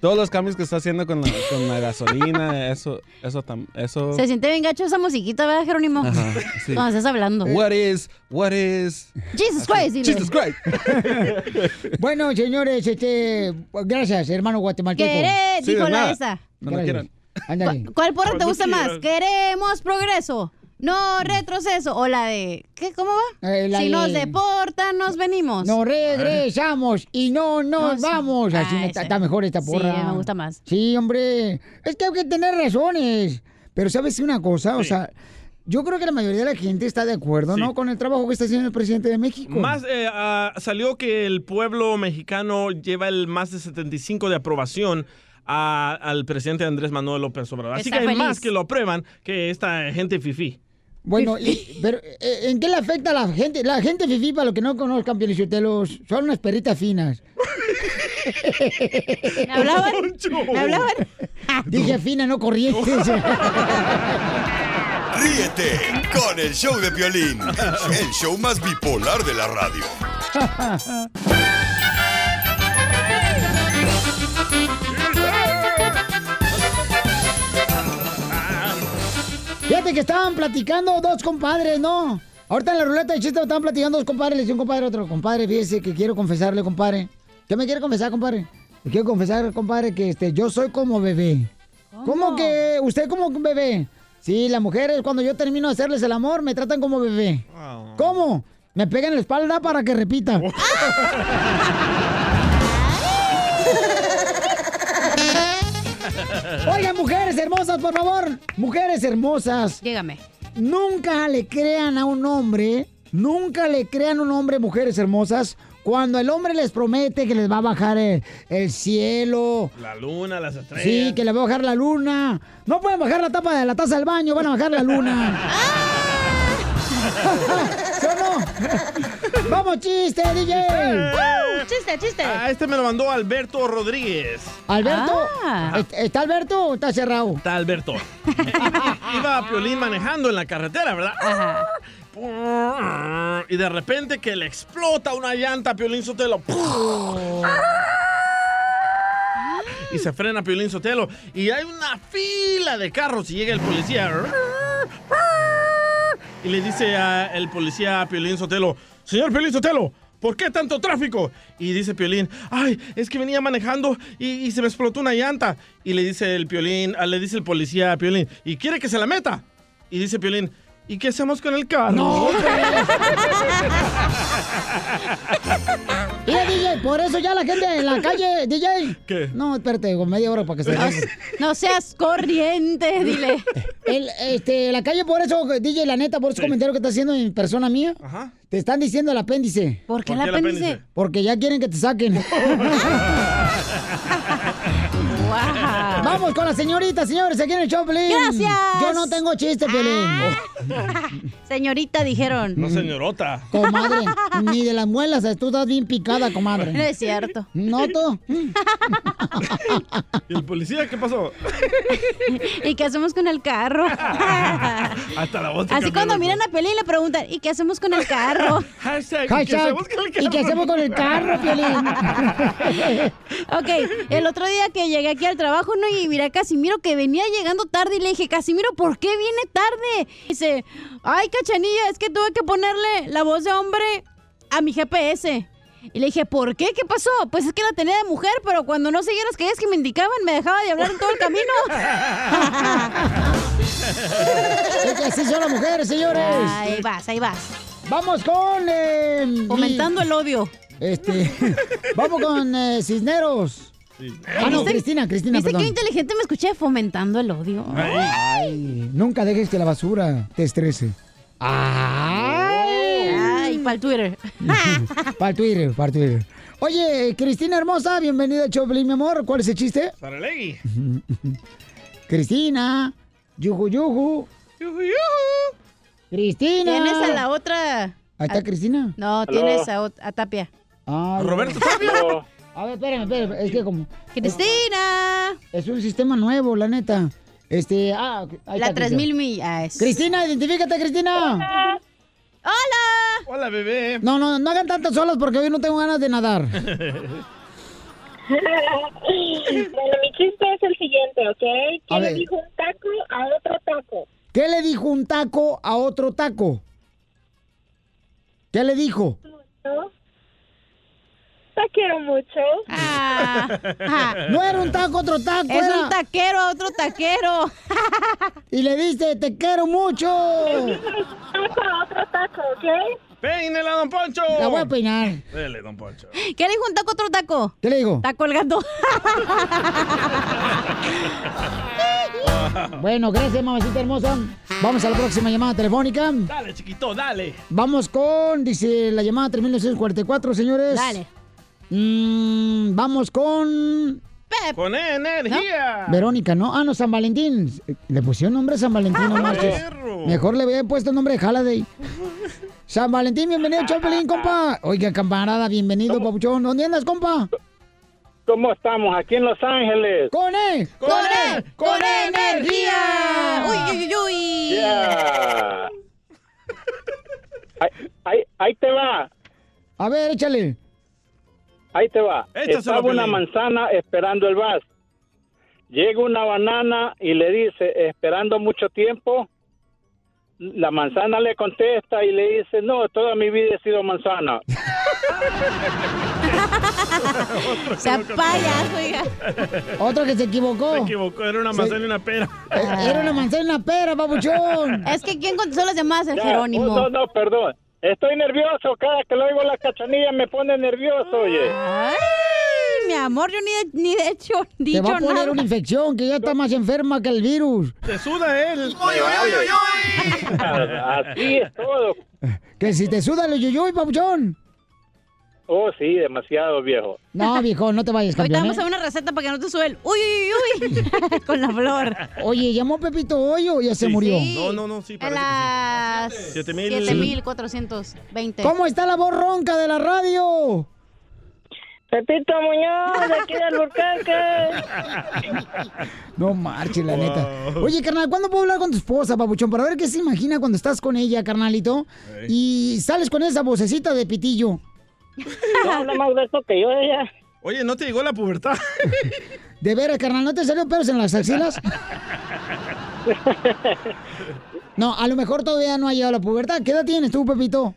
Todos los cambios que está haciendo con la, con la gasolina, eso, eso, tam- eso.
Se siente bien gacho esa musiquita, ¿verdad, Jerónimo? [LAUGHS]
Ajá, sí.
Cuando estás hablando.
What is, what is.
Jesus Christ, dile.
Jesus Christ.
Bueno, señores, este, gracias, hermano guatemalteco.
Queré, Sí, de dijo la nada. esa.
Cuando quieran.
Ándale.
¿Cuál porra te
Cuando
gusta más?
quieras.
Queremos progreso, no retroceso. O la de... ¿Qué? ¿Cómo va?
Eh, la
si
de-
nos deportan, nos venimos.
Nos regresamos y no nos
No, sí.
vamos. Así
Ah,
me- está,
ese.
está mejor esta
Sí,
porra.
me gusta más.
Sí, hombre. Es que hay que tener razones. Pero ¿sabes una cosa? O sea, yo creo que la mayoría de la gente está de acuerdo, ¿no? Con el trabajo que está haciendo el presidente de México.
Más eh, ah, salió que el pueblo mexicano lleva el más de 75 de aprobación a- al presidente Andrés Manuel López Obrador. Así
Está
que hay
feliz.
más que lo aprueban que esta gente fifí.
Bueno, y- pero eh, ¿en qué le afecta a la gente? La gente fifí, para los que no conozcan, Pielichotelos, son unas perritas finas.
[LAUGHS] ¿Me hablaban? ¿Me hablaban?
Dije fina,
[LAUGHS]
no corrientes.
Ríete con el show de Piolín, el show más bipolar de la radio.
Fíjate que estaban platicando dos compadres, ¿no? Ahorita en la ruleta de chistes estaban platicando dos compadres. Le decía un compadre a otro, compadre, fíjese que quiero confesarle, compadre. ¿Qué me quiere confesar, compadre? Le quiero confesar, compadre, que este, yo soy como bebé. ¿Cómo? que usted como un bebé? Sí, las mujeres cuando yo termino de hacerles el amor me tratan como bebé. ¿Cómo? Me pegan la espalda para que repita.
Ah.
Oigan, mujeres hermosas, por favor. Mujeres hermosas.
Dígame.
Nunca le crean a un hombre, nunca le crean a un hombre, mujeres hermosas, cuando el hombre les promete que les va a bajar el, el cielo.
La luna, las estrellas.
Sí, que les va a bajar la luna. No pueden bajar la tapa de la taza del baño, van a bajar la luna. ¿Sí o no? ¡Vamos, chiste, DJ!
¡Chiste, chiste!
Ah, este me lo mandó Alberto Rodríguez.
¿Alberto? ¿est- ¿Está Alberto o está cerrado?
Está Alberto. Ah. Iba a Piolín manejando en la carretera, ¿verdad? Y de repente que le explota una llanta a Piolín Sotelo.
Ah.
Y se frena Piolín Sotelo. Y hay una fila de carros y llega el policía. Y le dice a el policía a Piolín Sotelo, señor Piolín Sotelo, ¿por qué tanto tráfico? Y dice Piolín, ay, es que venía manejando y, y se me explotó una llanta. Y le dice el Piolín, ah, le dice el policía a Piolín, ¿y quiere que se la meta? Y dice Piolín, ¿Y qué hacemos con el carro?
No, Mira, DJ, por eso ya la gente en la calle, DJ.
¿Qué?
No, espérate, con media hora para que se pase.
Ah, No seas corriente, dile.
El, este, la calle, por eso, DJ, la neta, por ese comentario que está haciendo en persona mía, te están diciendo el apéndice.
¿Por
qué
el ¿Por qué el apéndice? apéndice?
Porque ya quieren que
[LAUGHS]
te saquen. Vamos con la señorita, señores, aquí en el Choplin.
Gracias. Ah.
Yo no tengo chiste, Piolín.
[LAUGHS] Señorita, dijeron.
[LAUGHS] No, señorota.
Comadre, ni de las muelas, tú estás bien picada, comadre.
No es cierto.
No, tú.
¿Y el policía qué pasó?
[LAUGHS]
[LAUGHS]
¿Y qué hacemos con el
[LAUGHS]
carro?
Hasta la voz. se
Así
cambió,
cuando
loco.
miran a Pelín le preguntan, ¿y qué hacemos con el carro?
Hashtag,
¿y qué hacemos
con el
¿y qué hacemos con el carro, Piolín?
[LAUGHS] ok, el otro día que llegué aquí al trabajo, ¿no? Y mira, Casimiro que venía llegando tarde y le dije, Casimiro, ¿por qué viene tarde? Dice, ay, cachanilla, es que tuve que ponerle la voz de hombre a mi GPS. Y le dije, ¿por qué? ¿Qué pasó? Pues es que la tenía de mujer, pero cuando no seguía las calles que me indicaban, me dejaba de hablar en todo el camino.
Es que así son las mujeres, señores.
Ahí vas, ahí vas.
Vamos con. eh,
Fomentando el odio.
Este. [LAUGHS] vamos con eh, Cisneros. Ah, no,
¿Viste?
Cristina, Cristina,
¿Viste qué
perdón.
inteligente me escuché fomentando el odio?
Ay, nunca dejes que la basura te estrese.
Ay, Ay para el Twitter.
Para Twitter, para Twitter. Oye, Cristina hermosa, bienvenida a Choplin, mi amor. ¿Cuál es el chiste?
Saralegui.
Cristina, yuju yuju. Cristina.
Tienes a la otra.
Ahí está
a-
Cristina.
No,
Aló.
tienes a, ot- a Tapia.
Ay,
Roberto
A ver, espérame, espérame. Es que como.
Cristina.
Es un sistema nuevo, la neta. Este, ah, ahí
La
está
3000
Cristina.
millas.
Cristina, identifícate, Cristina.
¡Hola!
Hola, bebé.
No, no, no hagan tantas olas porque hoy no tengo ganas de
[LAUGHS]
nadar.
bueno, mi chiste es el siguiente, ¿ok? ¿Qué
A
le
ver.
dijo un taco a otro taco?
¿Qué le dijo un taco a otro taco? ¿Qué le dijo?
[LAUGHS]
¿No? Te quiero mucho.
Ah.
No era un taco, otro taco.
Es
era-
un taquero, otro taquero.
Y le dice, te quiero mucho.
Taco a otro taco, ¿ok?
¡Peínela, don Poncho!
La voy a peinar.
Dele, don Poncho.
¿Qué le dijo un taco a otro taco?
¿Qué le digo?
Está colgando.
Bueno, gracias, mamacita hermosa. Vamos a la próxima llamada telefónica.
Dale, chiquito, dale.
Vamos con, dice la llamada 3944, señores.
Dale.
Mm, vamos con
Con energía.
Verónica, ¿no? Ah, no, San Valentín. Le pusieron nombre a San Valentín, no
Ah,
marches.
perro.
Mejor le había puesto el nombre de
[LAUGHS]
Haladay. San Valentín, bienvenido, Chopelín, compa. Oiga, camarada, bienvenido, papuchón. ¿Dónde andas, compa?
¿Cómo estamos? Aquí en Los Ángeles.
¡Con él!
¡Con él! ¡Con energía! ¡Uy, uy, uy!
Yeah. [LAUGHS] ahí, ahí- ahí te va,
A ver, échale.
ahí te va.
Échaselo,
Estaba una
Piolín.
manzana esperando el bus. Llega una banana y le dice, esperando mucho tiempo. La manzana le contesta y le dice, no, toda mi vida he sido manzana.
[LAUGHS] Se apaya, oiga.
Otro que se equivocó.
Se equivocó, era una
Se-
manzana y una pera.
Ah.
Eh, Era una manzana y una pera, papuchón.
Es que ¿quién contestó las llamadas? El
Ya,
Jerónimo.
oh, no, no, perdón. Estoy nervioso. Cada que lo oigo la cachanilla me pone nervioso, oye.
Ay, mi amor, yo ni de, ni de hecho,
Te
dicho
va a poner
nada.
una infección que ya está más enferma que el virus.
Te suda él.
Así es todo.
Que si te suda el yoyoy, papuchón.
Oh, sí, demasiado viejo.
[LAUGHS]
No, viejo, no te vayas,
Ahorita
campeón.
vamos a
¿eh?
ver una receta para que no te sube el... ¡Uy, uy, uy! uy. [LAUGHS] Con la flor.
Oye, ¿llamó Pepito hoy o ya se
Sí,
murió?
sí. No, no, no, sí, parece
Las...
Siete mil.
7,420.
¿Cómo está la voz ronca de la radio?
Pepito Muñoz, de aquí del Burcaque.
No marche, la
Wow.
neta.
[LAUGHS]
Oye, carnal, ¿cuándo puedo hablar con tu esposa, papuchón? Para ver qué se imagina cuando estás con ella, carnalito. Y sales con esa vocecita de pitillo.
No habla más de eso que yo, ella.
Oye, ¿no te llegó la pubertad? [LAUGHS]
De veras, carnal, ¿no te salió pelos en
[LAUGHS]
las axilas? No, a lo mejor todavía no ha llegado la pubertad. ¿Qué edad tienes tú, Pepito?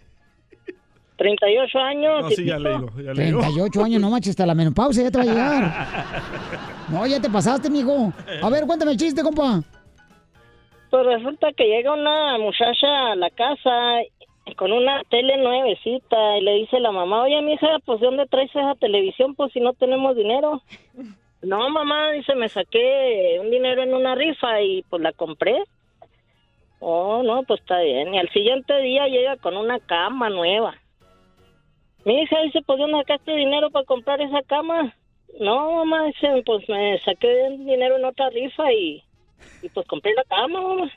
38 años.
No, sí, ya le digo, ya le digo.
38 años, no manches, hasta la menopausia ya te va a llegar. No, ya te pasaste, mijo. A ver, cuéntame el chiste, compa.
[LAUGHS] Pues resulta que llega una muchacha a la casa con una tele nuevecita y le dice la mamá, oye, mija, pues ¿de dónde traes esa televisión? Pues si no tenemos dinero. No, mamá, dice, me saqué un dinero en una rifa y pues la compré. Oh, no, pues está bien. Y al siguiente día llega con una cama nueva. Mi hija dice, pues ¿de dónde sacaste dinero para comprar esa cama? No, mamá, dice, pues me saqué dinero en otra rifa y, y pues compré la cama, mamá.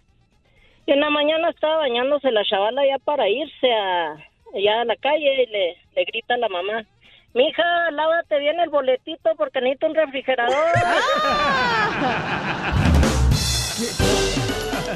Y en la mañana estaba bañándose la chavala ya para irse a, allá a la calle y le, le grita a la mamá. Mija, lávate bien el boletito porque necesito un refrigerador.
[LAUGHS]
Ah.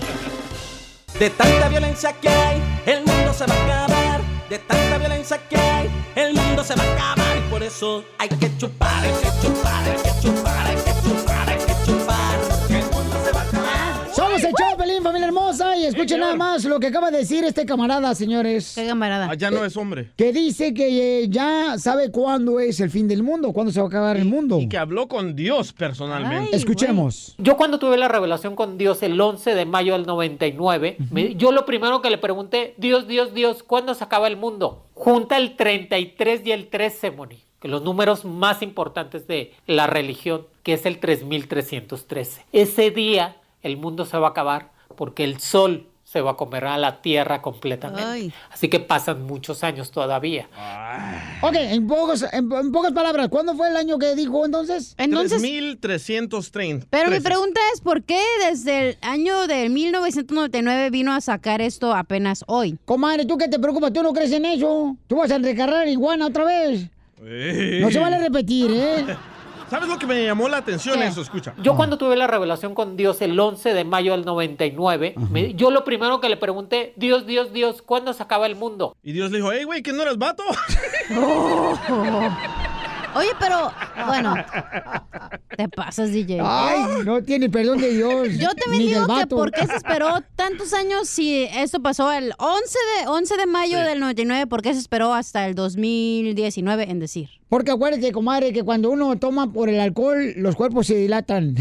De tanta violencia que hay, el mundo se va a acabar. De tanta violencia que hay, el mundo se va a acabar. Y por eso hay que chupar, hay que chupar, hay que chupar, hay que chupar, hay que chupar. Que el mundo se va a acabar.
Somos el show, Pelín, familia hermosa. Y escuchen nada más lo que acaba de decir este camarada, señores. ¿Qué camarada?
Allá Ah, no es hombre.
Que dice que eh, ya sabe cuándo es el fin del mundo, cuándo se va a acabar el mundo.
Que habló con Dios personalmente.
Escuchemos.
Yo cuando tuve la revelación con Dios el 11 de mayo del 99, me- yo lo primero que le pregunté, Dios, Dios, Dios, ¿cuándo se acaba el mundo? Junta el 33 y el 13, Moni, que los números más importantes de la religión, que es el 3313. Ese día el mundo se va a acabar porque el sol se va a comer a la tierra completamente. Así que pasan muchos años todavía.
Ok, en, pocos, en, en pocas palabras, ¿cuándo fue el año que dijo entonces?
[LAUGHS] 3330.
Pero mi pregunta es, ¿por qué desde el año de 1999 vino a sacar esto apenas hoy?
Comadre, ¿tú qué te preocupas? ¿Tú no crees en eso? ¿Tú vas a recargar iguana otra vez? No se vale repetir, ¿eh?
¿Sabes Eh, lo que me llamó la atención? Eso, escucha.
Yo cuando tuve la revelación con Dios el 11 de mayo del 99, me- yo lo primero que le pregunté, Dios, Dios, Dios, ¿cuándo se acaba el mundo?
Y Dios le dijo, hey, güey, que no
[LAUGHS]
eres vato.
Oye, pero, bueno, te pasas, DJ.
Ay, no tiene perdón de Dios.
Yo también
ni del
digo que
vato.
por qué se esperó tantos años si esto pasó el 11 de, 11 de mayo
Sí.
del 99, ¿por qué se esperó hasta el 2019 en decir?
Porque acuérdate, comadre, que cuando uno toma por el alcohol, los cuerpos se
[LAUGHS]
dilatan.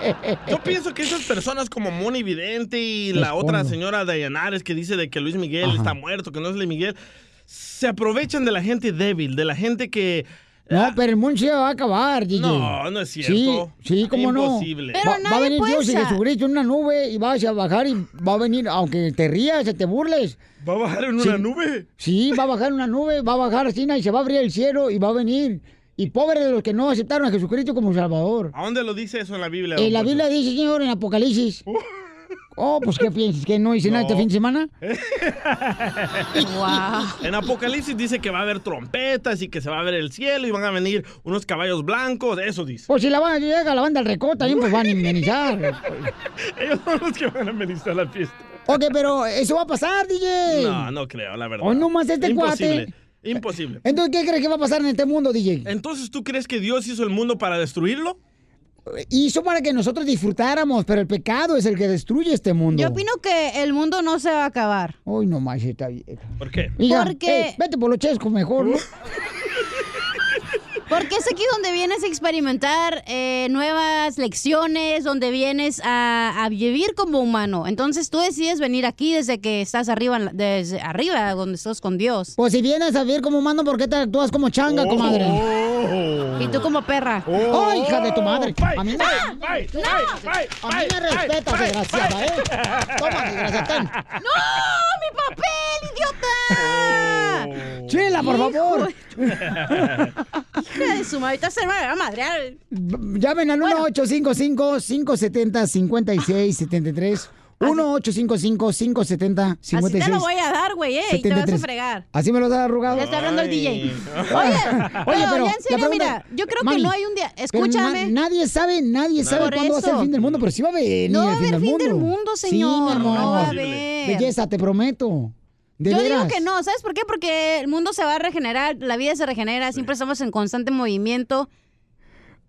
eh,
Yo pienso que esas personas como Moni Vidente y la
Pues,
otra señora Dayanares que dice de que Luis Miguel está muerto, que no es Luis Miguel, se aprovechan de la gente débil, de la gente que...
No, pero el mundo se va a acabar, DJ.
No, no es cierto.
Sí, sí, cómo
Imposible.
no.
Pero
va, va a
nadie
venir
puede
Dios y
sa-
Jesucristo en una nube y vas a bajar y va a venir, aunque te rías, se te burles.
¿Va a bajar en una nube?
Sí, va a bajar en una nube, va a bajar así y se va a abrir el cielo y va a venir. Y pobre de los que no aceptaron a Jesucristo como Salvador.
¿A dónde lo dice eso en la Biblia?
Eh,
don
la
Poncho?
Biblia dice, señor, en
[LAUGHS]
Apocalipsis. Oh, pues ¿qué piensas? ¿Que no hice nada este
No.
fin de semana?
[LAUGHS] En Apocalipsis dice que va a haber trompetas y que se va a ver el cielo y van a venir unos caballos blancos, eso dice. [LAUGHS]
Pues si la banda llega la banda al recota, también pues van a indemnizar.
Ellos son los que van a amenizar la fiesta.
ok, pero eso va a pasar, DJ.
No, no creo, la verdad.
Hoy nomás este
Imposible.
cuate.
Imposible.
Entonces, ¿qué crees que va a pasar en este mundo, DJ?
Entonces, ¿tú crees que Dios hizo el mundo para destruirlo?
Hizo para que nosotros disfrutáramos, pero el pecado es el que destruye este mundo.
Yo opino que el mundo no se va a acabar.
Uy, no más, está vieja.
¿Por qué?
Mija,
Porque-
ey, vete por los chescos mejor,
[LAUGHS]
¿no?
Porque es aquí donde vienes a experimentar eh, nuevas lecciones, donde vienes a, a vivir como humano. Entonces tú decides venir aquí desde que estás arriba, en la- desde arriba, donde estás con Dios. Oh.
Pues si vienes a vivir como humano, ¿por qué te actúas como changa, comadre?
Y tú como perra.
¡Oh, hija de tu madre! A mí me,
¡Ay! ¡No!
a mí me respetas, desgraciada, ¿eh? Toma,
[LAUGHS] [LAUGHS]
desgraciatán.
¡No! ¡Mi papel, idiota!
Chela, por
Hijo
favor. Oh.
Hija de su madre, ahorita se me va a madrear.
Llamen al 1-855-570-5673. 1-855-570-5673.
Ah, Así te lo voy a dar, güey, eh, y te vas a fregar.
Así me lo da arrugado.
Ya está hablando el DJ. Oye,
[LAUGHS] Oye,
pero
pero
ya en serio,
la pregunta-
mira, yo creo
Mami,
que no hay un día.
pero na-
Escúchame.
nadie sabe, nadie sabe
Por
cuándo va a ser
eso.
el fin del mundo, pero sí va a venir
No va a
el fin
haber
del
fin
mundo.
del mundo,
Sí, mi
señor,
amor.
no va a haber.
Belleza, te prometo. De
yo
veras.
digo que no, ¿sabes por qué? Porque el mundo se va a regenerar, la vida se regenera, siempre estamos en constante movimiento.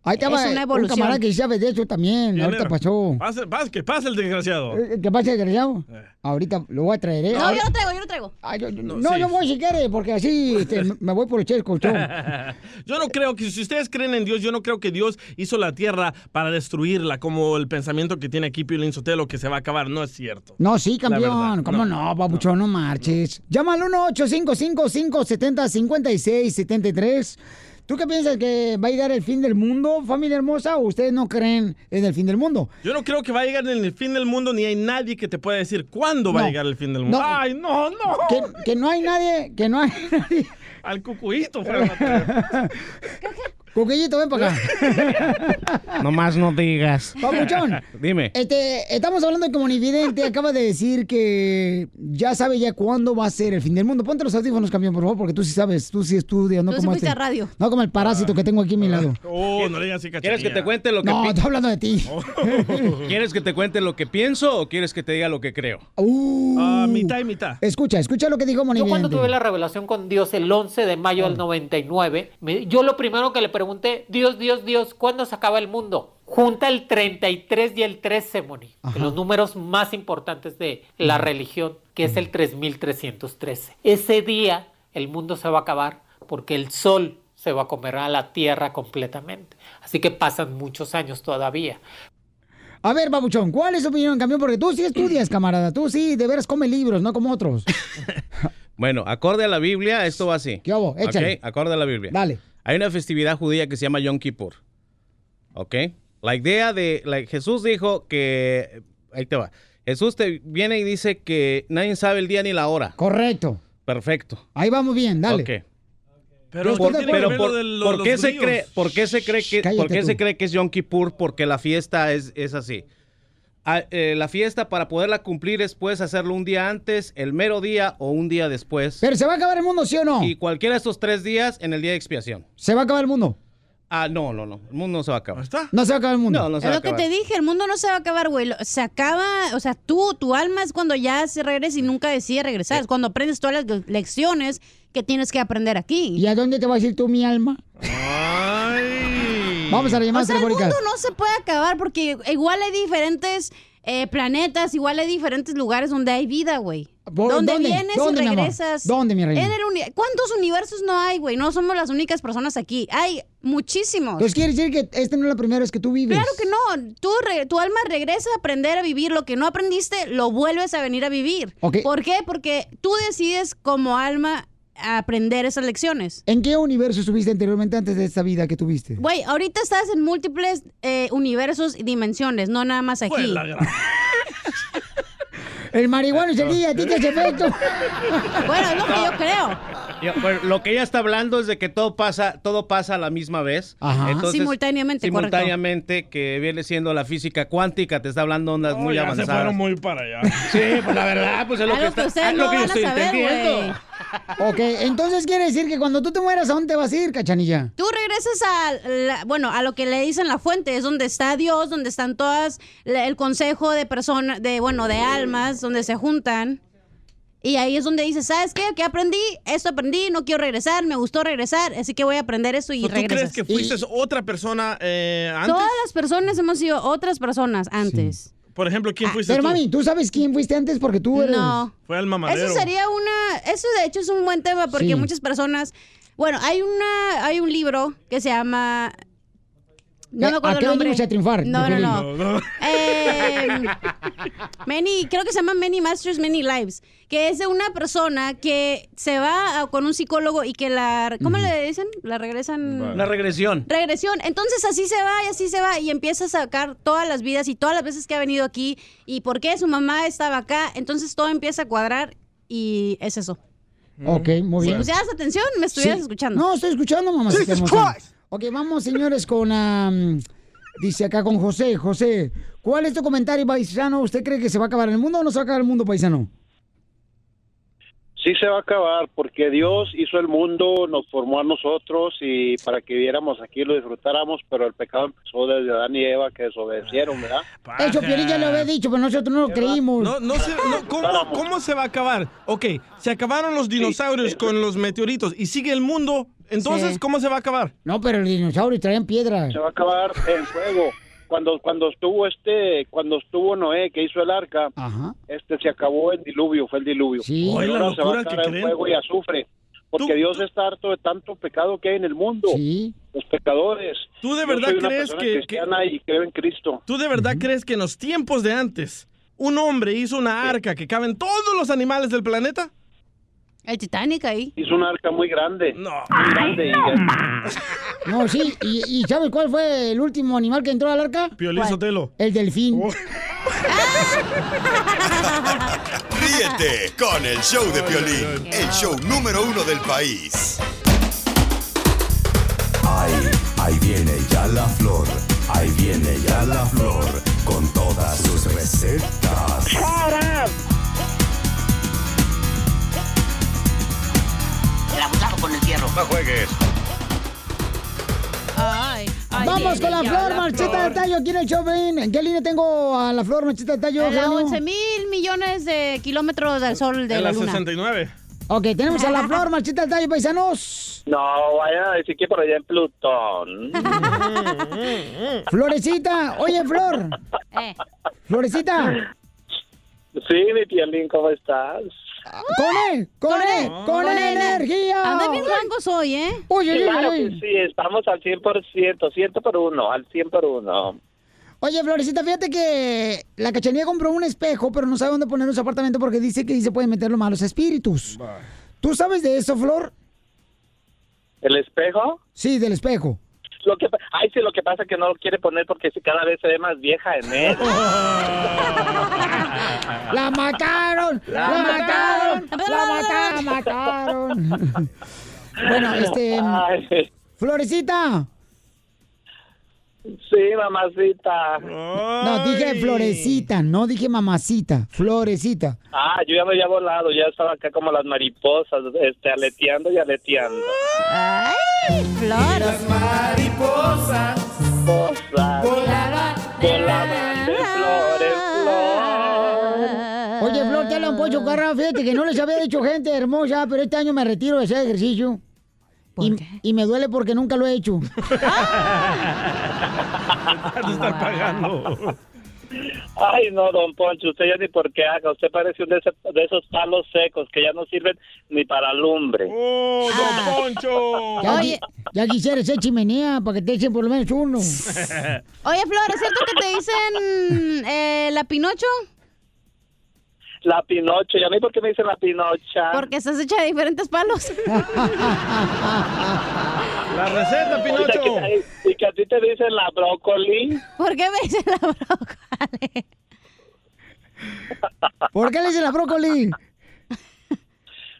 Ahí estaba
Es una
un
evolución.
camarada que hacía de hecho también. Ahorita
Viene-
pasó.
Pase, pase- que pase
[LAUGHS]
el desgraciado.
Eh, ¿Qué pasa, desgraciado? Ahorita lo voy a traer. ¿eh?
No,
Ahorita-
yo lo traigo, yo lo traigo.
No, yo voy si quiere, porque así
[LAUGHS]
este, me- me voy por el che del colchón.
Yo no creo que, si ustedes creen en Dios, yo no creo que Dios hizo la tierra para destruirla, como el pensamiento que tiene aquí Piolín Sotelo, que se va a acabar. No es cierto.
No, sí,
La verdad,
campeón. ¿Cómo no, papuchón? No, marches. Llama al 1-855-570-5673. ¿Tú qué piensas que va a llegar el fin del mundo, familia hermosa? ¿O ustedes no creen en el fin del mundo?
Yo no creo que va a llegar el fin del mundo, ni hay nadie que te pueda decir cuándo va a
No.
llegar el fin del mundo. Ah, ¡Ay, no, no!
Que, que no hay nadie, que no hay nadie.
Al cucuito, Fran.
[LAUGHS] Cuquillito, ven para acá.
Nomás no digas.
Papuchón.
Dime.
Este, estamos hablando de que
[LAUGHS]
Monividente acaba de decir que ya sabe ya cuándo va a ser el fin del mundo. Ponte los audífonos, campeón, por favor, porque tú sí sabes, tú sí estudias. No
Tú sí
como
fuiste
este-
a radio.
No como el parásito que tengo aquí a mi
[LAUGHS]
lado.
Oh, no le digas así,
¿Quieres que te cuente lo que
No,
pi-
estoy hablando de ti.
[LAUGHS] Oh. ¿Quieres que te cuente lo que pienso o quieres que te diga lo que creo? Ah,
mitad y mitad.
Escucha, escucha lo que dijo
Yo cuando
Monividente.
tuve la revelación con Dios el 11 de mayo del 99, me- yo lo primero que le pregunté, Dios, Dios, Dios, ¿cuándo se acaba el mundo? Junta el 33 y el 13, Moni,
Ajá.
los números más importantes de la religión, que es el 3313. Ese día el mundo se va a acabar porque el sol se va a comer a la tierra completamente. Así que pasan muchos años todavía.
A ver, Babuchón, ¿cuál es tu opinión, campeón? Porque tú sí estudias, camarada. Tú sí, de veras, come libros, no como otros.
Bueno, acorde a la Biblia, esto va así.
¿Qué hubo?
Ok,
Échale.
acorde a la Biblia.
Dale.
Hay una festividad judía que se llama Yom Kippur. ¿Ok? La idea de... la- Jesús dijo que... Ahí te va. Jesús te viene y dice que nadie sabe el día ni la hora.
Correcto.
Perfecto.
Ahí vamos bien, dale.
Ok.
Pero
¿por,
¿qué tiene que
pero
ver
por-
lo de lo-
por
los
qué se
judíos?
cree, por qué se cree que,
Cállate
por qué
tú.
se cree que es Yom Kippur? Porque la fiesta es, es así. A- eh, la fiesta para poderla cumplir es puedes hacerlo un día antes, el mero día o un día después.
Pero se va a acabar el mundo, ¿sí o no?
Y cualquiera de estos tres días en el día de expiación.
Se va a acabar el mundo.
Ah, no, no, no. El mundo no se va a
¿Ah,
acabar.
No se va a acabar el mundo.
No, no se
es
va a
lo que
acabar.
te dije, el mundo no se va a acabar, güey. Lo- Se acaba, o sea, tú, tu alma es cuando ya se regresa y nunca decide
Eh.
regresar. Es cuando aprendes todas las le- lecciones que tienes que aprender aquí.
¿Y a dónde te vas a ir tú, mi alma? Vamos a las
O
llamadas
sea, el mundo
telefónicas.
no se puede acabar porque igual hay diferentes eh, planetas, igual hay diferentes lugares donde hay vida, güey.
¿Dó-
Donde
dónde?
vienes
¿Dónde,
y
mi amor?
regresas.
¿Dónde, mi reina?
En el uni- ¿Cuántos universos no hay, güey? No somos las únicas personas aquí. Hay muchísimos.
Entonces quiere decir que este no es la primera vez que tú vives.
Claro que no. Tú re- tu alma regresa a aprender a vivir lo que no aprendiste, lo vuelves a venir a vivir.
Ok.
¿Por qué? Porque tú decides como alma aprender esas lecciones.
¿En qué universo estuviste anteriormente antes de esta vida que tuviste?
Güey, ahorita estás en múltiples eh, universos y dimensiones, no nada más aquí.
El marihuano es el día, a ti te hace efecto.
[LAUGHS] Bueno, es lo que yo creo.
Yo- pero lo que ella está hablando es de que todo pasa, todo pasa a la misma vez.
Ajá.
Simultáneamente, correcto.
Simultáneamente, que viene siendo la física cuántica, te está hablando ondas muy
ya se
avanzadas.
fueron muy para allá.
Sí, pues la verdad, pues es lo
Algo
que,
que
está,
ustedes
es lo
no
que yo
van a
estoy
saber,
entendiendo.
güey. Ok, entonces quiere decir que cuando tú te mueras, ¿a dónde vas a ir, cachanilla?
Tú regresas a, la- bueno, a lo que le dicen la fuente, es donde está Dios, donde están todas la- el consejo de personas, de bueno, de almas, donde se juntan. Y ahí es donde dices, ¿sabes qué? ¿Qué aprendí? Esto aprendí, no quiero regresar, me gustó regresar, así que voy a aprender eso y
[LAUGHS] ¿Tú crees
regresas.
que fuiste otra persona eh, antes?
Todas las personas hemos sido otras personas antes.
Por ejemplo, ¿quién fuiste
Pero
tú?
mami, ¿tú sabes quién fuiste antes? Porque tú eres...
No.
Fue al mamadero.
Eso sería una, eso de hecho es un buen tema porque
Sí.
muchas personas, bueno, hay una, hay un libro que se llama, [LAUGHS] no
Eh,
me acuerdo
¿A qué
el nombre.
venimos a triunfar?
No, no, no.
no.
Eh,
[LAUGHS]
many, creo que se llama Many Masters, Many Lives, que es de una persona que se va a- con un psicólogo y que la, ¿cómo le dicen? La regresan.
La regresión.
Regresión. Entonces así se va y así se va y empieza a sacar todas las vidas y todas las veces que ha venido aquí y por qué su mamá estaba acá. Entonces todo empieza a cuadrar y es eso.
Ok, muy
Si
bien.
pusieras Pues atención, me estuvieras
Sí.
escuchando.
No, estoy escuchando, mamá.
Jesus
Ok, vamos, señores, con... am, dice acá con José. José, ¿cuál es tu comentario, paisano? ¿Usted cree que se va a acabar el mundo o no se va a acabar el mundo, paisano?
Sí se va a acabar porque Dios hizo el mundo, nos formó a nosotros y para que viéramos aquí y lo disfrutáramos, pero el pecado empezó desde Adán y Eva que desobedecieron, ¿verdad?
Eso, Piolín ya lo había dicho, pero nosotros no lo creímos.
No, no sé, no, ¿cómo, cómo se va a acabar? Ok, se acabaron los dinosaurios con los meteoritos y sigue el mundo Entonces,
Sí.
¿cómo se va a acabar?
No, pero los dinosaurios traían piedras.
Se va a acabar en fuego. Cuando, cuando estuvo este, cuando estuvo Noé que hizo el arca, este se acabó el diluvio, fue el diluvio.
Sí. Ay,
Y
la
ahora se va
locura
a
que
acabar en
creen.
fuego y azufre, porque Dios está harto de tanto pecado que hay en el mundo. Los pecadores.
¿Tú de
Yo
verdad
soy una
crees
persona
que-
cristiana y creo en Cristo?
¿Tú de verdad crees que en los tiempos de antes un hombre hizo una arca que caben todos los animales del planeta?
El Titanic ahí.
Hizo un arca muy grande.
No.
Muy grande y-
No, sí. ¿Y, y sabes cuál fue el último animal que entró al arca?
Piolín
¿Cuál?
Sotelo.
El delfín.
Ríete con el show de Piolín, el show número uno del país.
Ay, ahí viene ya la flor, ahí viene ya la flor, con todas sus recetas.
El abusado con el fierro. No juegues.
Vamos con la flor, Marchita de Tallo. ¿Quién es el Choplin? ¿En qué línea tengo a la flor, Marchita de Tallo?
A la
Genio?
11 mil millones de kilómetros del sol de
en
la
la
luna.
69.
Ok, tenemos
[LAUGHS]
a la flor, Marchita de Tallo, paisanos.
No, vaya a decir que por allá en
[LAUGHS]
Plutón.
Florecita, oye, Flor.
Eh.
Florecita,
Sí, mi Piolín, ¿cómo estás?
con él, con él, con él, energía.
Anda bien blancos hoy, ¿eh?
Oye, oye,
Claro
oye.
que sí, estamos al 100%, 100 por uno, al 100 por uno.
Oye, Florecita, fíjate que la cachanilla compró un espejo, pero no sabe dónde poner en su apartamento porque dice que ahí se pueden meter los malos espíritus. ¿Tú sabes de eso, Flor?
¿El espejo?
Sí, del
[LAUGHS]
espejo.
Lo que, pa- ay, sí, lo que pasa es que no lo quiere poner porque si cada vez se ve más vieja
[LAUGHS]
en él.
¡La mataron! ¡La,
La
mataron! ¡La mataron! ¡La mataron! bueno, este...
Ay,
Florecita.
sí, mamacita.
No, dije florecita, no dije mamacita. Florecita.
Ah, yo ya me había volado, ya estaba acá como las mariposas, este, aleteando y aleteando.
¡Ay, flor!
Las mariposas. Cosas. Volaban de flor
[LAUGHS]
en flor.
Oye, Flor, te hablan Poncho Carra. Fíjate que no les había dicho gente hermosa, pero este año me retiro de ese ejercicio. y, y me duele porque nunca lo he hecho.
de estar pagando. Ay, no, don Poncho, usted ya ni por qué haga. Usted parece un de, ese- de esos palos secos que ya no sirven ni para lumbre.
[LAUGHS]
¡Oh,
Ah.
don Poncho!
Ya, qui- ya quisiera ser chimenea para que te echen por lo menos uno.
Oye, Flor, ¿es cierto que te dicen eh, la Pinocho?
La Pinocho, ¿y a mí por qué me dicen la Pinocha?
Porque estás hecha de diferentes
[LAUGHS]
palos.
La receta, Pinocho. ¿Y que a ti te dicen la brócoli?
¿Por qué me dicen la broma?
¿Por qué le dicen la brócoli?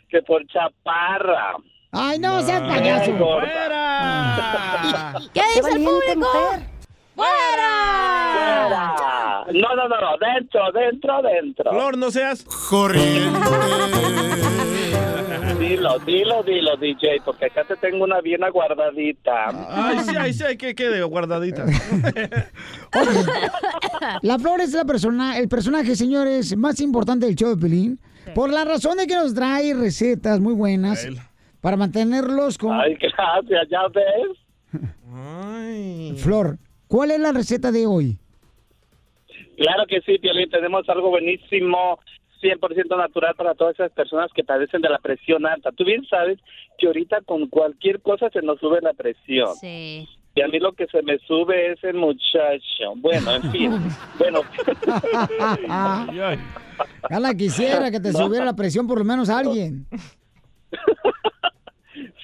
Que por chaparra.
Ay, no, seas payaso.
Ay, gorda.
[LAUGHS] ¿Qué dice el público?
¡Fuera! No, no, no, no, dentro, dentro, dentro.
Flor, no seas.
Dilo, dilo, dilo, DJ, porque acá te tengo una bien aguardadita.
Ay, sí, ay, sí, hay que quede
[LAUGHS]
guardadita.
[LAUGHS] La Flor es la persona, el personaje, señores, más importante del show de Pelín. Por la razón de que nos trae recetas muy buenas para mantenerlos con
Ay, gracias, ya ves.
Flor. ¿Cuál es la receta de hoy?
[LAUGHS]
Claro que sí, Piolín, tenemos algo buenísimo, 100% natural para todas esas personas que padecen de la presión alta. Tú bien sabes que ahorita con cualquier cosa se nos sube la presión.
Sí.
Y a mí lo que se me sube es el muchacho. Bueno, en fin. bueno.
Ah,
Ya la quisiera que te
No.
subiera la presión por lo menos a alguien.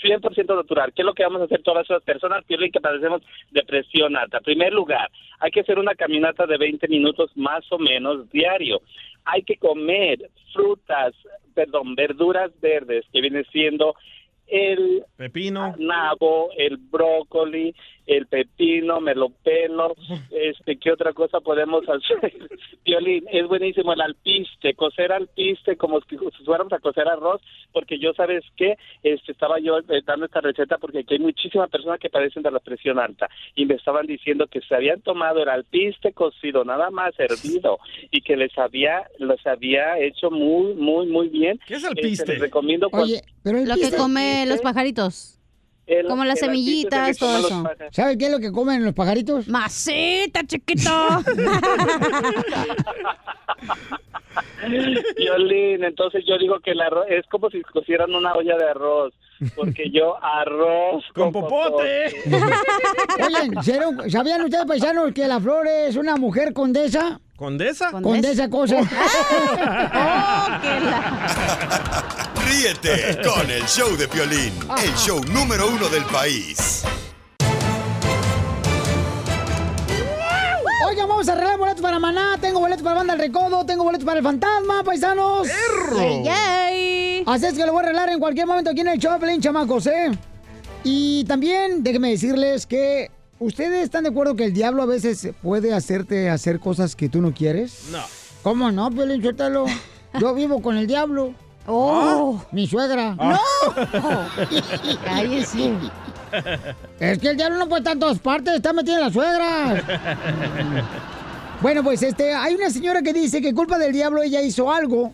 100% natural. ¿Qué es lo que vamos a hacer todas esas personas Piolín, que padecemos de presión alta? En primer lugar, hay que hacer una caminata de 20 minutos más o menos diario. Hay que comer frutas, perdón, verduras verdes, que viene siendo el
Pepino.
nabo, el brócoli, el pepino, [LAUGHS] melopelo, este, ¿qué otra cosa podemos hacer? [LAUGHS] Violín, es buenísimo el alpiste, cocer alpiste como si fuéramos a cocer arroz, porque yo, ¿sabes qué? Este, estaba yo eh, dando esta receta porque aquí hay muchísimas personas que padecen de la presión alta y me estaban diciendo que se habían tomado el alpiste cocido, nada más hervido, y que les había, los había hecho muy, muy, muy bien. ¿Qué es
alpiste?
les recomiendo cual-
Oye, pero el
Lo que
piste-
come los pajaritos.
El-
Como las
el
semillitas,
artista
todo
se
eso.
llama
¿Sabes qué es lo que comen los pajaritos?
Maceta, chiquito.
[LAUGHS] Violín, entonces yo digo que el arroz es como si cocieran una olla de arroz, porque yo arroz con, popote.
[LAUGHS] [LAUGHS] Oigan, ¿sieron- ¿sabían ustedes, paisanos, que la flor es una mujer condesa?
¿Condesa? Oh.
Condesa
[LAUGHS]
cosa.
Ah.
Ríete con el show de Piolín, el show número uno del país.
[LAUGHS] Oigan, vamos a arreglar boletos para Maná, tengo boletos para Banda El Recodo, tengo boletos para El Fantasma, paisanos.
Yay, yay.
Así es que lo voy a arreglar en cualquier momento aquí en el Choplin, chamacos, ¿eh? Y también déjenme decirles que ustedes están de acuerdo que el diablo a veces puede hacerte hacer cosas que tú no quieres.
[LAUGHS]
No.
¿Cómo no, Piolín Sotelo? Yo vivo con el diablo.
Oh.
Mi suegra.
Ah.
¡No! Cállese. Es que el diablo no puede estar en todas partes, está metido en la suegra. Bueno, pues este, hay una señora que dice que culpa del diablo ella hizo algo.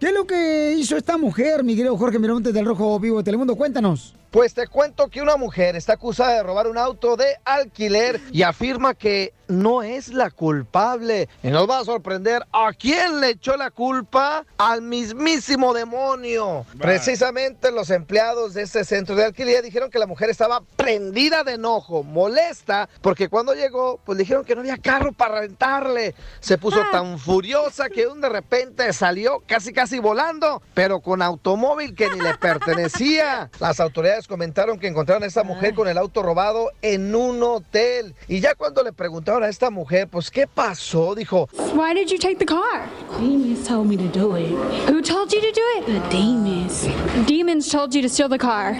¿Qué es lo que hizo esta mujer, mi querido Jorge Miramontes del Rojo Vivo de Telemundo? Cuéntanos.
Pues te cuento que una mujer está acusada de robar un auto de alquiler y afirma que no es la culpable. Y nos va a sorprender a quién le echó la culpa al mismísimo demonio. Precisamente los empleados de este centro de alquiler dijeron que la mujer estaba prendida de enojo, molesta, porque cuando llegó, pues le dijeron que no había carro para rentarle. Se puso tan furiosa que un de repente salió casi casi volando, pero con automóvil que ni le pertenecía. Las autoridades comentaron que encontraron a esta mujer con el auto robado en un hotel. Y ya cuando le preguntaron a esta mujer, pues, ¿qué pasó? Dijo,
Why did you take the car? Demons told me to do it. Who told you to do it? The demons. Demons told you to steal
[LAUGHS]
the car.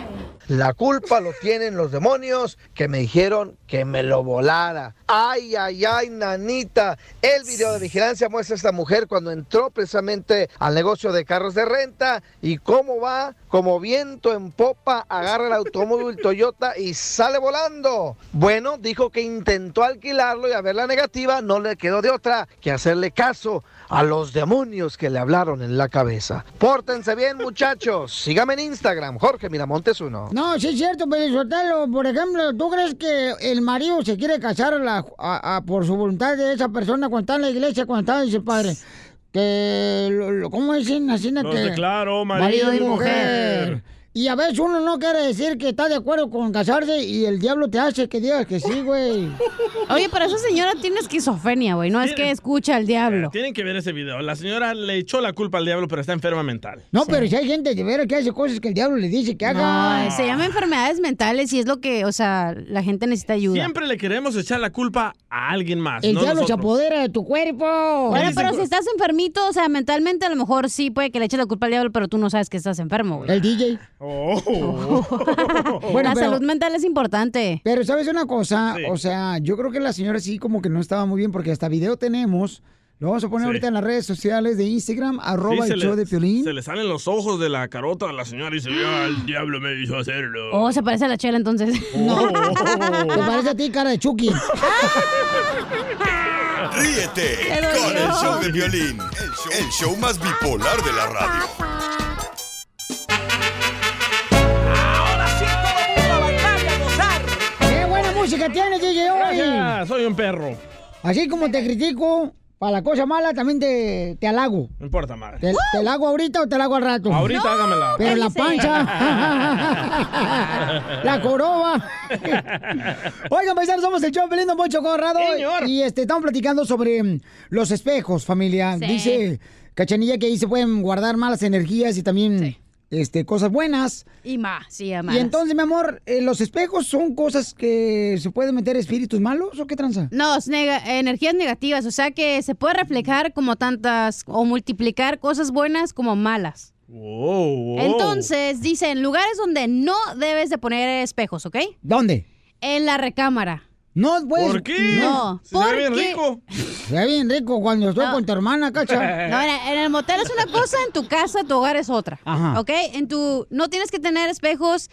La culpa lo tienen los demonios que me dijeron que me lo volara. Ay, ay, ay, nanita. El video de vigilancia muestra a esta mujer cuando entró precisamente al negocio de carros de renta y cómo va, como viento en popa, agarra el automóvil Toyota y sale volando. Bueno, dijo que intentó alquilarlo y a ver la negativa no le quedó de otra que hacerle caso a los demonios que le hablaron en la cabeza. Pórtense bien, muchachos. Sígame en Instagram, Jorge Miramontes 1.
No, sí es cierto, pues, pero Sotelo, por ejemplo, ¿tú crees que el marido se quiere casar a la- a- a- por su voluntad de esa persona cuando está en la iglesia, cuando está, dice el padre? Que, lo- lo- ¿cómo dicen? Así, ¿no?
Los
que
declaro marido y mujer.
Y a veces uno no quiere decir que está de acuerdo con casarse y el diablo te hace que digas que sí,
[LAUGHS]
güey.
Oye, pero esa señora tiene esquizofrenia, güey. No es que escucha al diablo.
Tienen que ver ese video. La señora le echó la culpa al diablo, pero está enferma mental.
No, pero si hay gente de veras que hace cosas que el diablo le dice que haga.
No, se llama enfermedades mentales y es lo que, o sea, la gente necesita ayuda.
Siempre le queremos echar la culpa a alguien más.
El
no
diablo se
nosotros.
apodera de tu cuerpo.
Bueno,
Dicen
pero
que-
si estás enfermito, o sea, mentalmente a lo mejor sí puede que le eches la culpa al diablo, pero tú no sabes que estás enfermo, güey. Oh.
El DJ.
[LAUGHS]
Bueno,
la
pero-
salud mental es importante.
Pero sabes una cosa,
Sí.
o sea, yo creo que la señora sí como que no estaba muy bien porque hasta video tenemos. Lo vamos a poner
Sí.
ahorita en las redes sociales de Instagram, arroba
Sí,
el
se
show
le-
de Piolín.
Se le salen los ojos de la carota a la señora y se ve, "Ah, el diablo me hizo hacerlo.
Oh, se parece a la chela entonces.
Oh.
No. Te parece a ti, cara de Chucky.
Ríete
Te dolió.
con el show de Piolín, el show, el show más bipolar de la radio.
¡Qué buena música tienes, DJ, hoy!
Gracias, soy un perro.
Así como te critico, para la cosa mala también te, te halago.
No importa, madre.
¿Te, te la hago ahorita o te la hago al rato?
Ahorita No, hágamela.
Pero la
cállese.
pancha. [LAUGHS] la coroba.
[LAUGHS]
Oigan, paisanos, somos el show Pelín Poncho Corrado. Y este, estamos platicando sobre mm, los espejos, familia. Dice Cachanilla que ahí se pueden guardar malas energías y también este, cosas buenas.
Y más, sí, a
Y
malas.
entonces, mi amor, eh, ¿los espejos son cosas que se pueden meter espíritus malos o qué tranza?
No, es nega- energías negativas, o sea que se puede reflejar como tantas o multiplicar cosas buenas como malas.
Wow,
Oh.
wow.
Entonces, dice, en lugares donde no debes de poner espejos, ¿ok?
¿Dónde?
En la recámara.
No, pues.
¿Por qué? No,
Se ve bien
porque-
rico. Se ve bien rico cuando estoy
No.
con tu hermana,
[LAUGHS]
cacha.
No, en, en el motel es una cosa, en tu casa, tu hogar es otra.
Ajá.
¿Ok? En tu, no tienes que tener espejos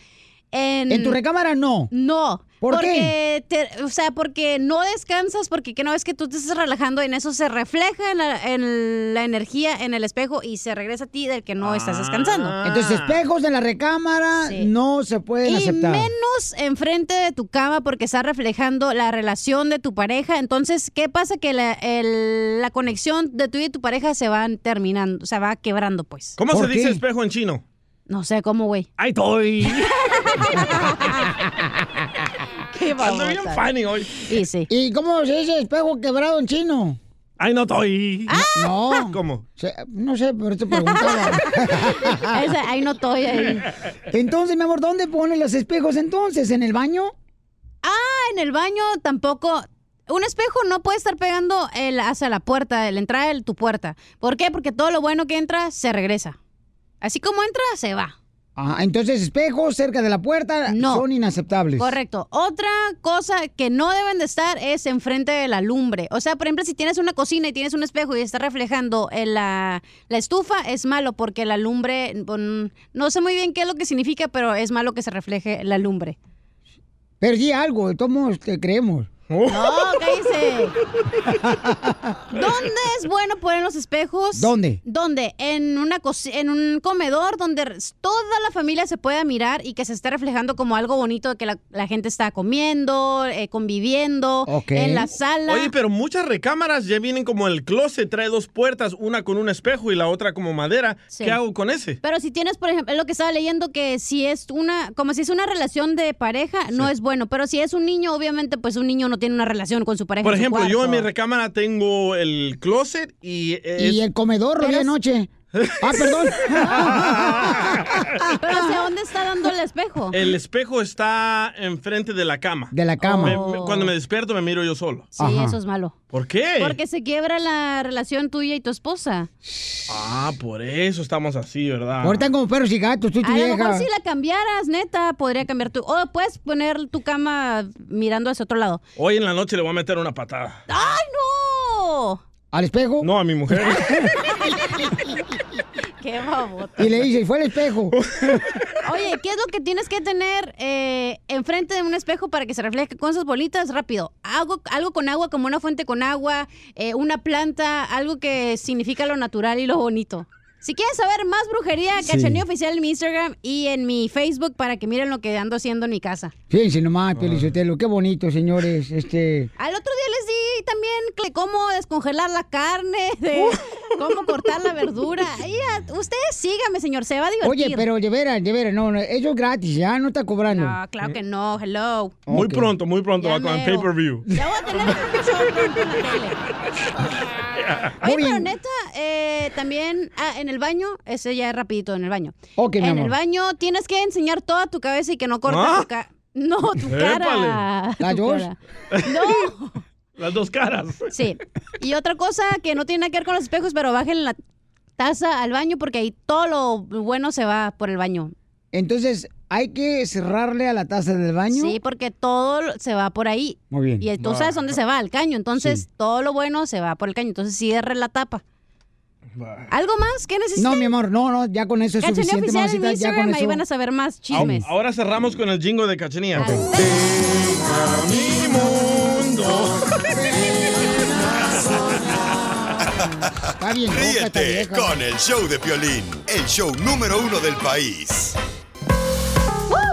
en...
¿En tu recámara no?
No.
¿Por
porque te- o sea, porque no descansas, porque que no ves que tú te estás relajando, en eso se refleja en la, en la energía en el espejo y se regresa a ti del que no
Ah,
estás descansando.
Entonces, espejos en la recámara no se pueden
Y
aceptar.
menos enfrente de tu cama porque está reflejando la relación de tu pareja. Entonces, ¿qué pasa? Que la, el- la conexión de tú y tu pareja se van terminando, o sea, va quebrando, pues.
¿Cómo se dice espejo en chino?
No sé cómo, güey.
¡Ay, estoy!
Qué
Ando bien
babosa.
funny hoy.
Y sí.
¿Y cómo se dice espejo quebrado en chino?
¡Ay, no estoy!
Ah.
No.
[LAUGHS] ¿Cómo?
Se- No sé, pero te
[LAUGHS]
preguntaba.
Esa, ahí no estoy ahí.
Entonces, mi amor, ¿dónde pones los espejos entonces? ¿En el baño?
Ah, en el baño tampoco. Un espejo no puede estar pegando el, hacia la puerta, la entrada de tu puerta. ¿Por qué? Porque todo lo bueno que entra se regresa. Así como entra, se va.
Ah, entonces espejos cerca de la puerta son inaceptables.
Correcto. Otra cosa que no deben de estar es enfrente de la lumbre. O sea, por ejemplo, si tienes una cocina y tienes un espejo y está reflejando en la, la estufa, es malo porque la lumbre, mm, no sé muy bien qué es lo que significa, pero es malo que se refleje la lumbre.
Pero di algo, de todos modos te creemos.
No, cállese. ¿Dónde es bueno poner los espejos?
¿Dónde?
¿Dónde? En, una cosi- en un comedor donde r- toda la familia se pueda mirar y que se esté reflejando como algo bonito de que la, la gente está comiendo, eh, conviviendo, en la sala.
Oye, pero muchas recámaras ya vienen como el closet, trae dos puertas, una con un espejo y la otra como madera.
Sí.
¿Qué hago con ese?
Pero si tienes, por ejemplo, es lo que estaba leyendo, que si es una, como si es una relación de pareja, no es bueno. Pero si es un niño, obviamente, pues un niño no tiene una relación con su pareja.
Por
en su
ejemplo, yo en mi
cuarto.
recámara tengo el closet y... es-
Y [LAUGHS] el
[LAUGHS]
comedor lo vi anoche. Ah, perdón.
[LAUGHS]
Pero ¿hacia dónde está dando el espejo?
El espejo está enfrente de la cama.
De la cama.
Me- me- cuando me despierto me miro yo solo.
Sí, eso es malo.
¿Por qué?
Porque se quiebra la relación tuya y tu esposa.
Ah, por eso estamos así, ¿verdad?
Ahorita como perros y gatos, tú y tu
A lo mejor
vieja.
si la cambiaras, neta, podría cambiar tu... O puedes poner tu cama mirando hacia otro lado.
Hoy en la noche le voy a meter una patada.
¡Ay, no!
¿Al espejo?
No, a mi mujer.
¡Qué babota!
[LAUGHS] Y le dice, y fue el
[LAUGHS]
espejo.
Oye, ¿qué es lo que tienes que tener eh, enfrente de un espejo para que se refleje con sus bolitas? Rápido. Algo, algo con agua, como una fuente con agua, eh, una planta, algo que significa lo natural y lo bonito. Si quieres saber más brujería,
Sí.
cachaneo oficial en mi Instagram y en mi Facebook para que miren lo que ando haciendo en mi casa.
Fíjense nomás, Pelizotelo, qué bonito, señores. Este.
Al otro día les di también que cómo descongelar la carne, [LAUGHS] de
[LAUGHS]
cómo cortar la verdura. Ahí a- ustedes síganme, señor, se va a divertir.
Oye, pero de veras, de veras, no, no, eso es gratis, ya no Eh. está cobrando.
No, claro que no, hello.
Muy pronto, muy pronto
Ya
va con el
mero.
pay-per-view.
Ya voy a tener un show pronto en la tele. Oye, pero neta, eh, también ah, en el baño, ese ya es rapidito, en el baño.
Ok, mi
en
amor.
el baño tienes que enseñar toda tu cabeza y que no cortes
¿Ah?
tu cara. [LAUGHS] No, tu cara.
Épale. ¿La
Tu
George?
cara. No.
[LAUGHS] Las dos caras.
Sí. Y otra cosa que no tiene nada que ver con los espejos, pero bajen la taza al baño porque ahí todo lo bueno se va por el baño.
Entonces, hay que cerrarle a la taza del baño.
Sí, porque todo lo- se va por ahí.
Muy bien.
Y tú
Va.
sabes dónde se va, el caño. Entonces, todo lo bueno se va por el caño. Entonces, cierre la tapa. ¿Algo más? ¿Qué necesitas?
No, mi amor, no, no, ya con eso es
Cachaneo
suficiente,
oficial en mi
mamacita, ya con
Instagram, ahí
eso.
van a saber más
Au-
chismes.
Ahora cerramos con el jingo de Cachenía.
Ríete con el show de Piolín, el show número uno del país.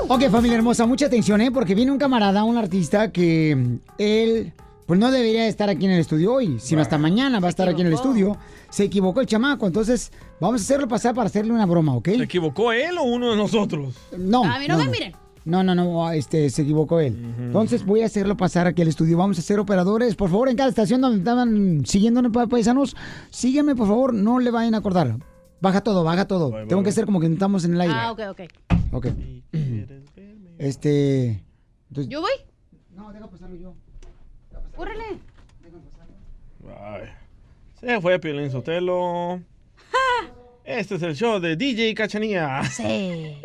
Ok, familia hermosa, mucha atención, ¿eh? Porque viene un camarada, un artista que mm, él, pues no debería estar aquí en el estudio hoy, sino hasta mañana va a estar aquí en el estudio. Se equivocó el chamaco, entonces vamos a hacerlo pasar para hacerle una broma, ¿ok?
¿Se equivocó él o uno de nosotros?
No.
A mí no me miren.
No, no, no, este, se equivocó él. Entonces voy a hacerlo pasar aquí al estudio. Vamos a ser operadores. Por favor, en cada estación donde estaban siguiéndonos, pa- paisanos, sígueme, por favor, no le vayan a acordar. Baja todo, baja todo. Tengo que hacer como que estamos en el aire.
Ah, ok, ok.
Ok. [CLEARS THROAT] Este. entonces-
¿Yo voy?
No, deja pasarlo yo.
¡Córrele!
Ay. Se fue Piolín Sotelo. Este es el show de DJ Cachanía.
Sí. Eh,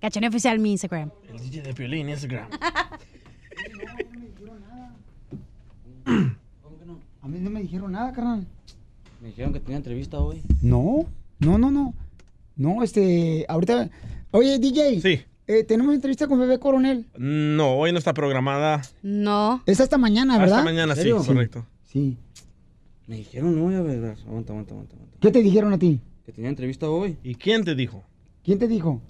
Cachaneo oficial en mi Instagram.
El DJ de Piolín Instagram.
A mí no me dijeron nada, carnal.
Me dijeron que tenía entrevista
Ah,
Ah,
hoy.
No, no, no, no. No, este, ahorita. Oye, DJ. Sí. eh, tenemos entrevista con Bebé Coronel.
No, hoy no está programada.
No.
Es hasta mañana, ¿verdad?
Hasta mañana, sí, correcto.
Sí.
Me dijeron, no voy a ver. Aguanta, aguanta, aguanta, aguanta.
¿Qué te dijeron a ti?
Que tenía entrevista hoy.
¿Y quién te dijo?
¿Quién te dijo?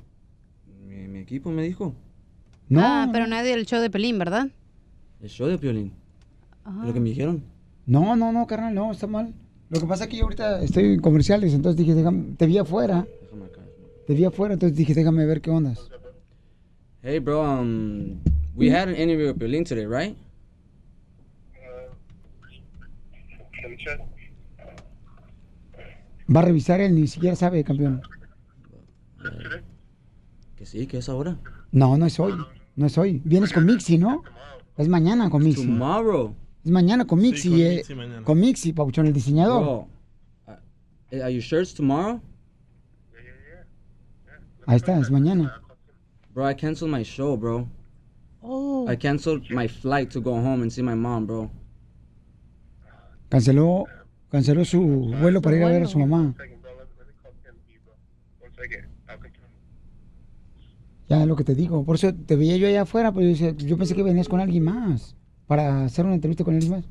Mi, mi equipo me dijo.
No.
Ah, pero nadie del show de Pelín, ¿verdad?
El show de Piolín. Es lo que me dijeron.
No, no, no, carnal, no, está mal. Ah. Lo que pasa es que yo ahorita estoy en comerciales, entonces dije, déjame, te vi afuera. Te vi afuera, entonces dije, déjame ver qué ondas.
Hey, bro, um, we had an interview with Piolín today, right?
Va a revisar él, ni siquiera sabe, campeón.
Que sí, que es ahora.
No, no es hoy, no es hoy. Vienes con Mixi, ¿no? Es mañana con Mixi.
Tomorrow.
Es mañana con Mixi,
con
eh,
Mixi mañana.
con Mixi, Pabuchón, el diseñador.
Bro, uh, are you sure it's tomorrow?
Ahí está, es mañana.
Bro, I canceled my show, bro.
Oh.
I canceled my flight to go home and see my mom, bro.
Canceló, canceló su vuelo para ir a ver a su mamá. Ya es lo que te digo. Por eso te veía yo allá afuera, pero yo, decía, yo pensé que venías con alguien más. Para hacer una entrevista con alguien más.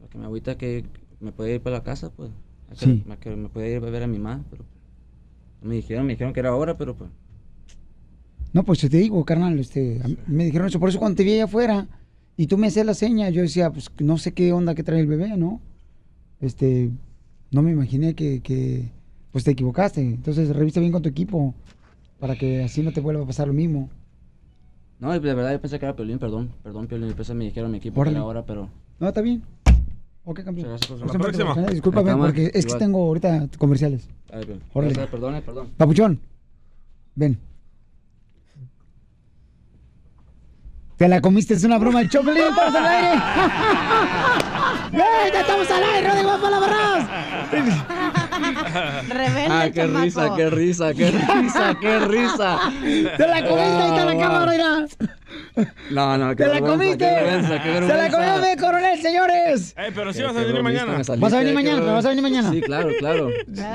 Lo que me agüita que me podía ir para la casa, pues. A que-
Sí.
a que me podía ir a ver a mi mamá, pero... pues, Me dijeron, me dijeron que era ahora, pero pues...
No, pues te digo, carnal, este, a mí- me dijeron eso. Por eso cuando te vi allá afuera y tú me hacías la seña, yo decía, pues no sé qué onda que trae el bebé, ¿no? Este, no me imaginé que, que pues te equivocaste. Entonces revisa bien con tu equipo para que así no te vuelva a pasar lo mismo.
No, de verdad yo pensé que era Piolín, perdón. Perdón, Piolín. Yo pensé que me dijeron mi equipo
Órale.
que era ahora, pero...
No, está bien. Ok, campeón.
Muchas gracias,
Pues,
la próxima.
Carnal, Discúlpame
Ahí está,
porque es que
igual.
tengo ahorita comerciales.
Dale, Piolín.
Órale.
Perdón, Perdón, perdón.
Papuchón, ven. Te la comiste, es una broma. El Choplin, estamos al aire.
[LAUGHS]
¡Ey, ya estamos al aire, Rodrigo Palabarras!
Rebelde,
Ah, qué
chamaco.
risa, qué risa, qué risa, qué risa.
[LAUGHS] Te la comiste, ahí está la
Wow,
cámara,
wow.
mira.
No, no, qué
Te la
vergüenza,
comiste.
qué vergüenza, qué
Se la
vergüenza.
comió de coronel, señores.
Eh, pero sí
Qué-
vas a
qué
venir
bromista
mañana.
me saliste,
Vas a venir
qué
mañana,
broma.
vas a venir mañana.
Sí, claro, claro.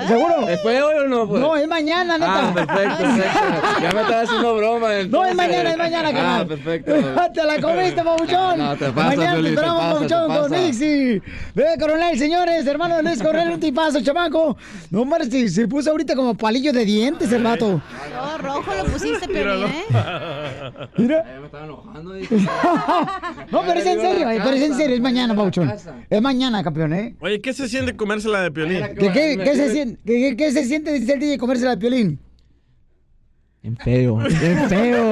¿Seguro?
¿Es fue hoy o no? Pues?
No, es mañana, neta.
Ah, perfecto, perfecto. Ya me estaba haciendo broma.
No, es
entonces.
mañana, es mañana, carnal.
Ah, perfecto.
te la comiste, papuchón.
No, te pasa,
mañana
Piolín,
te
te
esperamos,
pasa, te
papuchón, con
pasa.
Mixi. Ve, coronel, señores, hermano de Luis Coronel, un tipazo, chamaco. No, hombre, se, se puso ahorita como palillo de dientes el vato.
No, rojo lo pusiste, Pelín, ¿eh?
Mira. [LAUGHS]
Ya me estaba enojando. dije.
no, pero es en serio, eh, pero es en serio, es mañana, papuchón. Es mañana, campeón, ¿eh?
Oye, ¿qué se siente comerse la de Piolín?
¿De qué, qué se siente, qué, qué- qué se siente, dice el DJ, comerse la de piolín?
En feo,
[LAUGHS] en feo.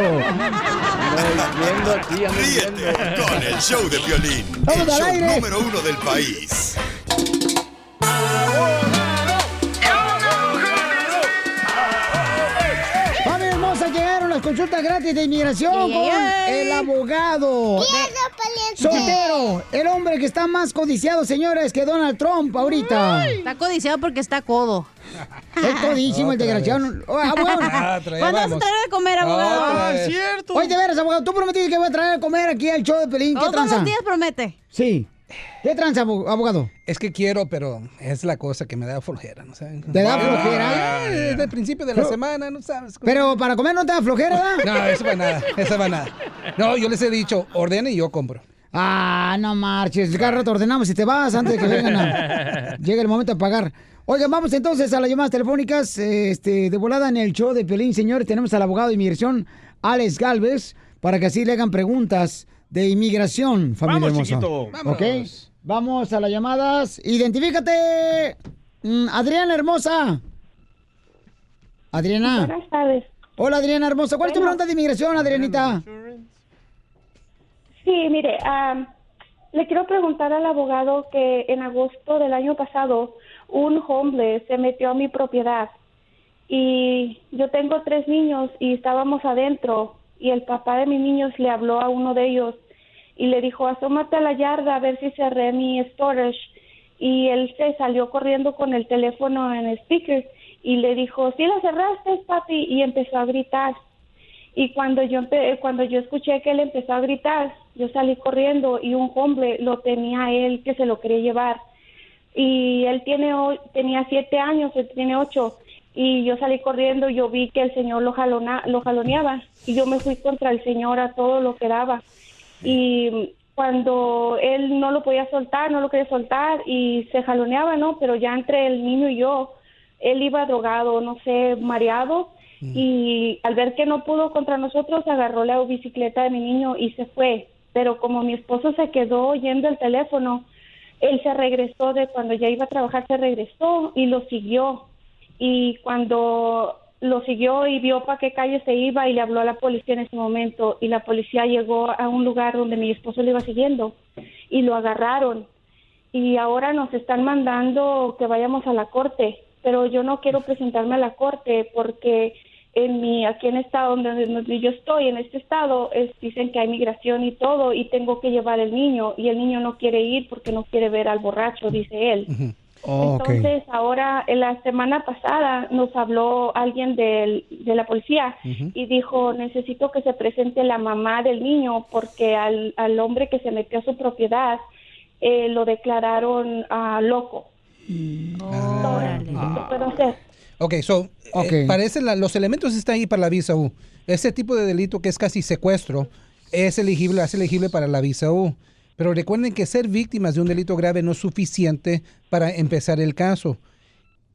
Ríete con el show de Piolín,
Vamos
el
al
show
aire.
número uno del país.
Ah,
Familia hermosa, llegaron las consultas gratis de inmigración con
Yay.
el abogado. Soltero, el hombre que está más codiciado, señores, que Donald Trump ahorita.
Está codiciado porque está codo.
[LAUGHS] Es codísimo el
Otra
desgraciado.
vez.
Oh, abogado.
[LAUGHS] Otra vez, ¿Cuándo Pues vas a vamos. traer a comer, abogado?
Otra
Ah,
vez.
cierto.
Oye, de veras, abogado, tú prometiste que voy a traer a comer aquí al show de Pelín. ¿Qué
Oh, Todos
tranza?
los días promete.
Sí. ¿Qué tranza, abo- abogado?
Es que quiero, pero es la cosa que me da flojera, ¿no saben?
¿Te da flojera?
Ah, Desde el principio de la
Pero-
semana, ¿no sabes?
Pero para comer no te da flojera, ¿verdad?
No, eso para nada, eso para nada. No, yo les he dicho, ordene y yo compro.
Ah, no marches. Cada rato ordenamos y te vas antes de que vengan a... Llega el momento de pagar. Oigan, vamos entonces a las llamadas telefónicas. eh, Este, de volada en el show de Pelín, señores, tenemos al abogado de inmigración, Alex Galvez, para que así le hagan preguntas de inmigración, familia
Vamos,
hermosa.
chiquito. Vamos.
Ok, vamos a las llamadas. Identifícate, mm, Adriana hermosa. Adriana.
Buenas tardes.
Hola, Adriana hermosa. ¿Cuál es tu
Bueno.
pregunta de inmigración, Adrianita?
Sí, mire, am, le quiero preguntar al abogado que en agosto del año pasado un homeless se metió a mi propiedad y yo tengo tres niños y estábamos adentro y el papá de mis niños le habló a uno de ellos y le dijo asómate a la yarda a ver si cerré mi storage y él se salió corriendo con el teléfono en el speaker y le dijo sí la cerraste papi y empezó a gritar y cuando yo empe- cuando yo escuché que él empezó a gritar, yo salí corriendo y un hombre lo tenía a él que se lo quería llevar. Y él tiene o- tenía siete años, él tiene ocho. y yo salí corriendo, yo vi que el Señor lo, jalona, lo jaloneaba y yo me fui contra el Señor a todo lo que daba. Y cuando él no lo podía soltar, no lo quería soltar y se jaloneaba, ¿no? Pero ya entre el niño y yo, él iba drogado, no sé, mareado y al ver que no pudo contra nosotros, agarró la bicicleta de mi niño y se fue. Pero como mi esposo se quedó oyendo el teléfono, él se regresó de cuando ya iba a trabajar, se regresó y lo siguió. Y cuando lo siguió y vio para qué calle se iba y le habló a la policía en ese momento y la policía llegó a un lugar donde mi esposo lo iba siguiendo y lo agarraron. Y ahora nos están mandando que vayamos a la corte, pero yo no quiero presentarme a la corte porque en mi aquí en estado donde, donde yo estoy en este estado es- dicen que hay migración y todo y tengo que llevar el niño y el niño no quiere ir porque no quiere ver al borracho dice él
oh.
entonces ahora en la semana pasada nos habló alguien del- de la policía
Ujú.
y dijo necesito que se presente la mamá del niño porque al, al hombre que se metió a su propiedad eh, lo declararon ah, loco ¿Qué puedo hacer?
Ah. Ok, so, eh, parece la- los elementos están ahí para la visa U. Ese tipo de delito que es casi secuestro es elegible, es elegible para la visa U. Pero recuerden que ser víctimas de un delito grave no es suficiente para empezar el caso.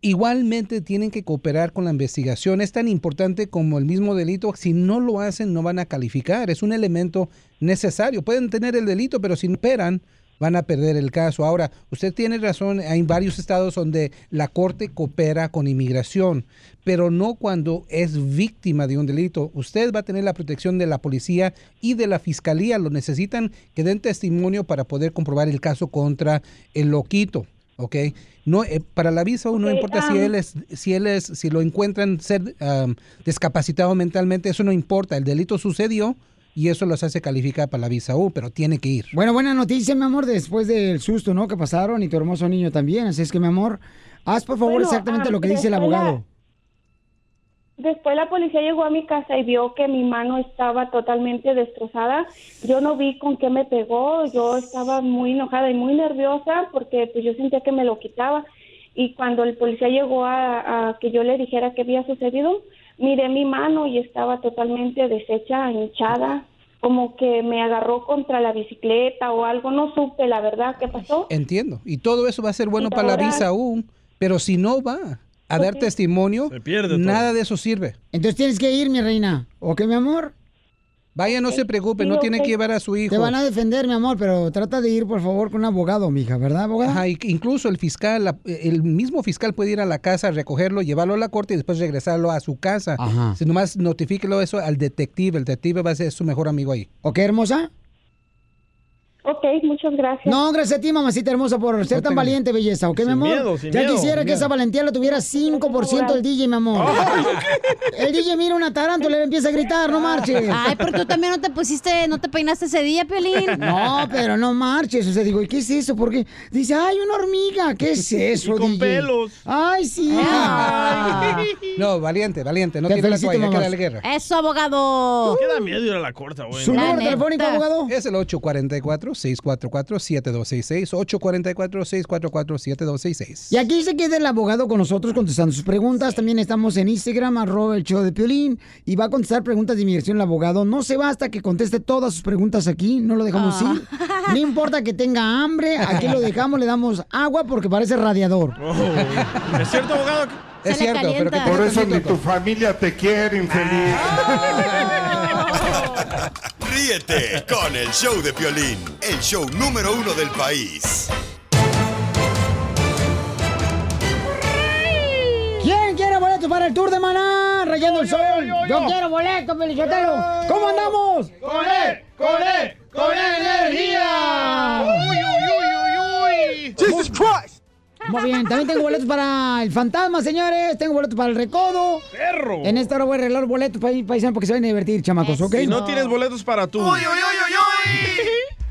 Igualmente tienen que cooperar con la investigación. Es tan importante como el mismo delito. Si no lo hacen, no van a calificar. Es un elemento necesario. Pueden tener el delito, pero si no operan, van a perder el caso. Ahora, usted tiene razón. Hay varios estados donde la corte coopera con inmigración, pero no cuando es víctima de un delito. Usted va a tener la protección de la policía y de la fiscalía. Lo necesitan que den testimonio para poder comprobar el caso contra el loquito. ¿ok? No, eh, para la visa U no
Ok,
importa si
ah.
él es, si él es, si lo encuentran ser am, discapacitado mentalmente, eso no importa. El delito sucedió y eso los hace calificar para la visa U, pero tiene que ir.
Bueno, buena noticia, mi amor, después Pues del susto, ¿no? Que pasaron y tu hermoso niño también. Así es que, mi amor, haz por favor
Bueno,
exactamente
ah,
lo que dice el
después la-
abogado.
Después la policía llegó a mi casa y vio que mi mano estaba totalmente destrozada. Yo no vi con qué me pegó, yo estaba muy enojada y muy nerviosa porque pues yo sentía que me lo quitaba. Y cuando el policía llegó a, a que yo le dijera qué había sucedido, miré mi mano y estaba totalmente deshecha, hinchada, como que me agarró contra la bicicleta o algo, no supe la verdad qué pasó.
Entiendo. Y todo eso va a ser bueno
Y
para la
ahora-
visa U, pero si no va a dar testimonio, nada de eso sirve.
Entonces tienes que ir, mi reina. ¿Ok, mi amor?
Vaya, no se preocupe, no tiene que llevar a su hijo.
Te van a defender, mi amor, pero trata de ir, por favor, con un abogado, mija, ¿verdad, abogada?
Ajá, y que incluso el fiscal, la- el mismo fiscal puede ir a la casa, recogerlo, llevarlo a la corte y después regresarlo a su casa. Si nomás notifíquelo eso al detective, el detective va a ser su mejor amigo ahí.
¿Ok, hermosa?
Ok, muchas gracias.
No, gracias a ti, mamacita hermosa, por ser tan valiente, belleza, ¿ok, mi amor?
miedo, sin
ya
miedo,
quisiera
sin
que
miedo.
esa valentía la tuviera 5% el DJ, mi amor. [LAUGHS] El DJ mira una tarántula y le empieza a gritar, no marches.
Ay, pero tú también no te pusiste, no te peinaste ese día, Piolín.
No, pero no marches. O sea, digo, ¿y qué es eso? Porque dice, ay, una hormiga,
[LAUGHS]
¿qué es eso?
con
DJ?
pelos.
Ay, sí.
Ah.
No, valiente, valiente, no
Te
tiene la
felicito,
toalla, hay que
mamá.
darle guerra.
Eso, abogado.
Queda miedo ir a la corte, güey.
¿Su número
telefónico, abogado?
Es el 844-644-7266. 844-644-7266.
Y aquí se queda el abogado con nosotros contestando sus preguntas. También estamos en Instagram, arroba el show de Piolín. Y va a contestar preguntas de inmigración el abogado. No se va hasta que conteste todas sus preguntas aquí. No lo dejamos
Ah.
ir. No importa que tenga hambre, aquí lo dejamos, le damos agua porque parece radiador.
¿Es cierto, abogado?
Es Se le cierto, pero que calienta.
Por
tenga
eso ni
tantito.
tu familia te quiere, infeliz.
Ah,
Ah,
Ríete con el show de Piolín, el show número uno del país.
¿Quién quiere boleto para el Tour de Maná? Rayando el sol. Yo,
yo.
quiero boleto, Pelichotelo. ¿Cómo andamos?
¡Con él! ¡Con él! ¡Con energía! ¡Uy, uy, uy, uy, uy!
¡Jesus Christ! Muy bien, también tengo boletos para el fantasma, señores. Tengo boletos para el recodo.
Perro.
En esta hora voy a arreglar boletos para paisanos porque se van a divertir, chamacos, ¿ok?
Y no tienes boletos para tú.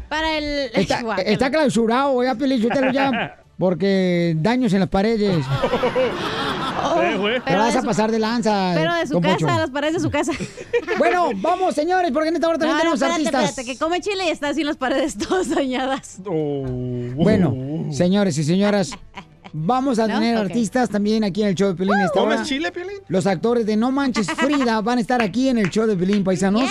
Para el.
Está, está clausurado, ya, Pelichotelo, ya. Porque daños en
[LAUGHS]
las paredes. Te
Oh, Pero
vas
de
a
su-
pasar de lanza.
Pero de su
don
casa,
Poncho.
las paredes de su casa.
Bueno, vamos, señores, porque en esta hora también tenemos
espérate,
artistas.
espérate, que come chile y [LAUGHS]
Oh.
está así las paredes todas dañadas.
Bueno, señores y señoras, Vamos a
¿No?
tener
Ok.
artistas también aquí en el show de Pelín. esta
Uh, ¿Comes
hora.
chile, Piolín?
Los actores de No Manches Frida van a estar aquí en el show de Pelín Paisanos.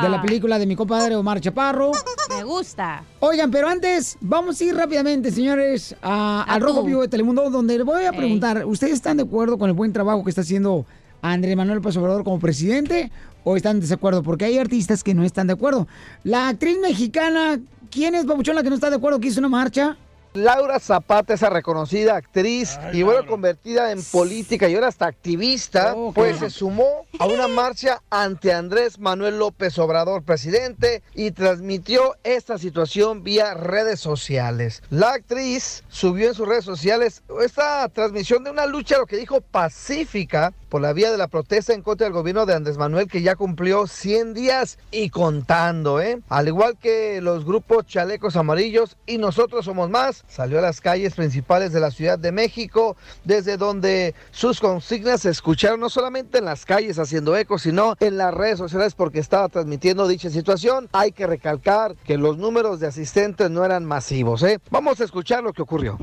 De la película de mi compadre Omar Chaparro.
Me gusta.
Oigan, pero antes, vamos a ir rápidamente, señores, a- al Rojo Vivo de Telemundo, donde le voy a preguntar, ¿ustedes están de acuerdo con el buen trabajo que está haciendo Andrés Manuel López Obrador como presidente o están en desacuerdo? Porque hay artistas que no están de acuerdo. La actriz mexicana, ¿quién es, Babuchón, la que no está de acuerdo que hizo una marcha?
Laura Zapata, esa reconocida actriz y bueno, convertida en política y ahora hasta activista, pues se sumó a una marcha ante Andrés Manuel López Obrador, presidente, y transmitió esta situación vía redes sociales. La actriz subió en sus redes sociales esta transmisión de una lucha, lo que dijo pacífica, por la vía de la protesta en contra del gobierno de Andrés Manuel, que ya cumplió 100 días y contando, ¿eh? Al igual que los grupos Chalecos Amarillos y Nosotros Somos Más, salió a las calles principales de la Ciudad de México, desde donde sus consignas se escucharon no solamente en las calles haciendo eco, sino en las redes sociales porque estaba transmitiendo dicha situación. Hay que recalcar que los números de asistentes no eran masivos, ¿eh? Vamos a escuchar lo que ocurrió.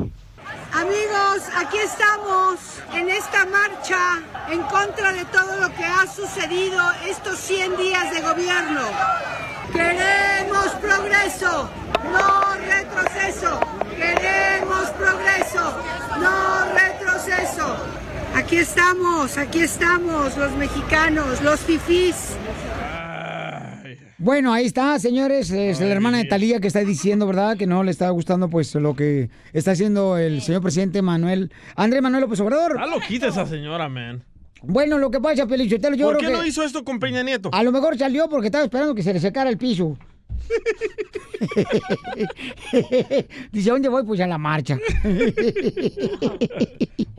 Amigos, aquí estamos en esta marcha en contra de todo lo que ha sucedido estos 100 días de gobierno. Queremos progreso, no retroceso. Queremos progreso, no retroceso. Aquí estamos, aquí estamos los mexicanos, los fifís.
Bueno, ahí está, señores, es la hermana de Talía que está diciendo, ¿verdad? Que no le está gustando pues lo que está haciendo el señor presidente Manuel, Andrés Manuel López Obrador.
Está loquita esa señora, man.
Bueno, lo que pasa, Pelichotelo, yo
¿Por
creo
qué
que...
no hizo esto con Peña Nieto?
A lo mejor salió porque estaba esperando que se le secara el piso. Dice, ¿a dónde voy? Pues a la marcha.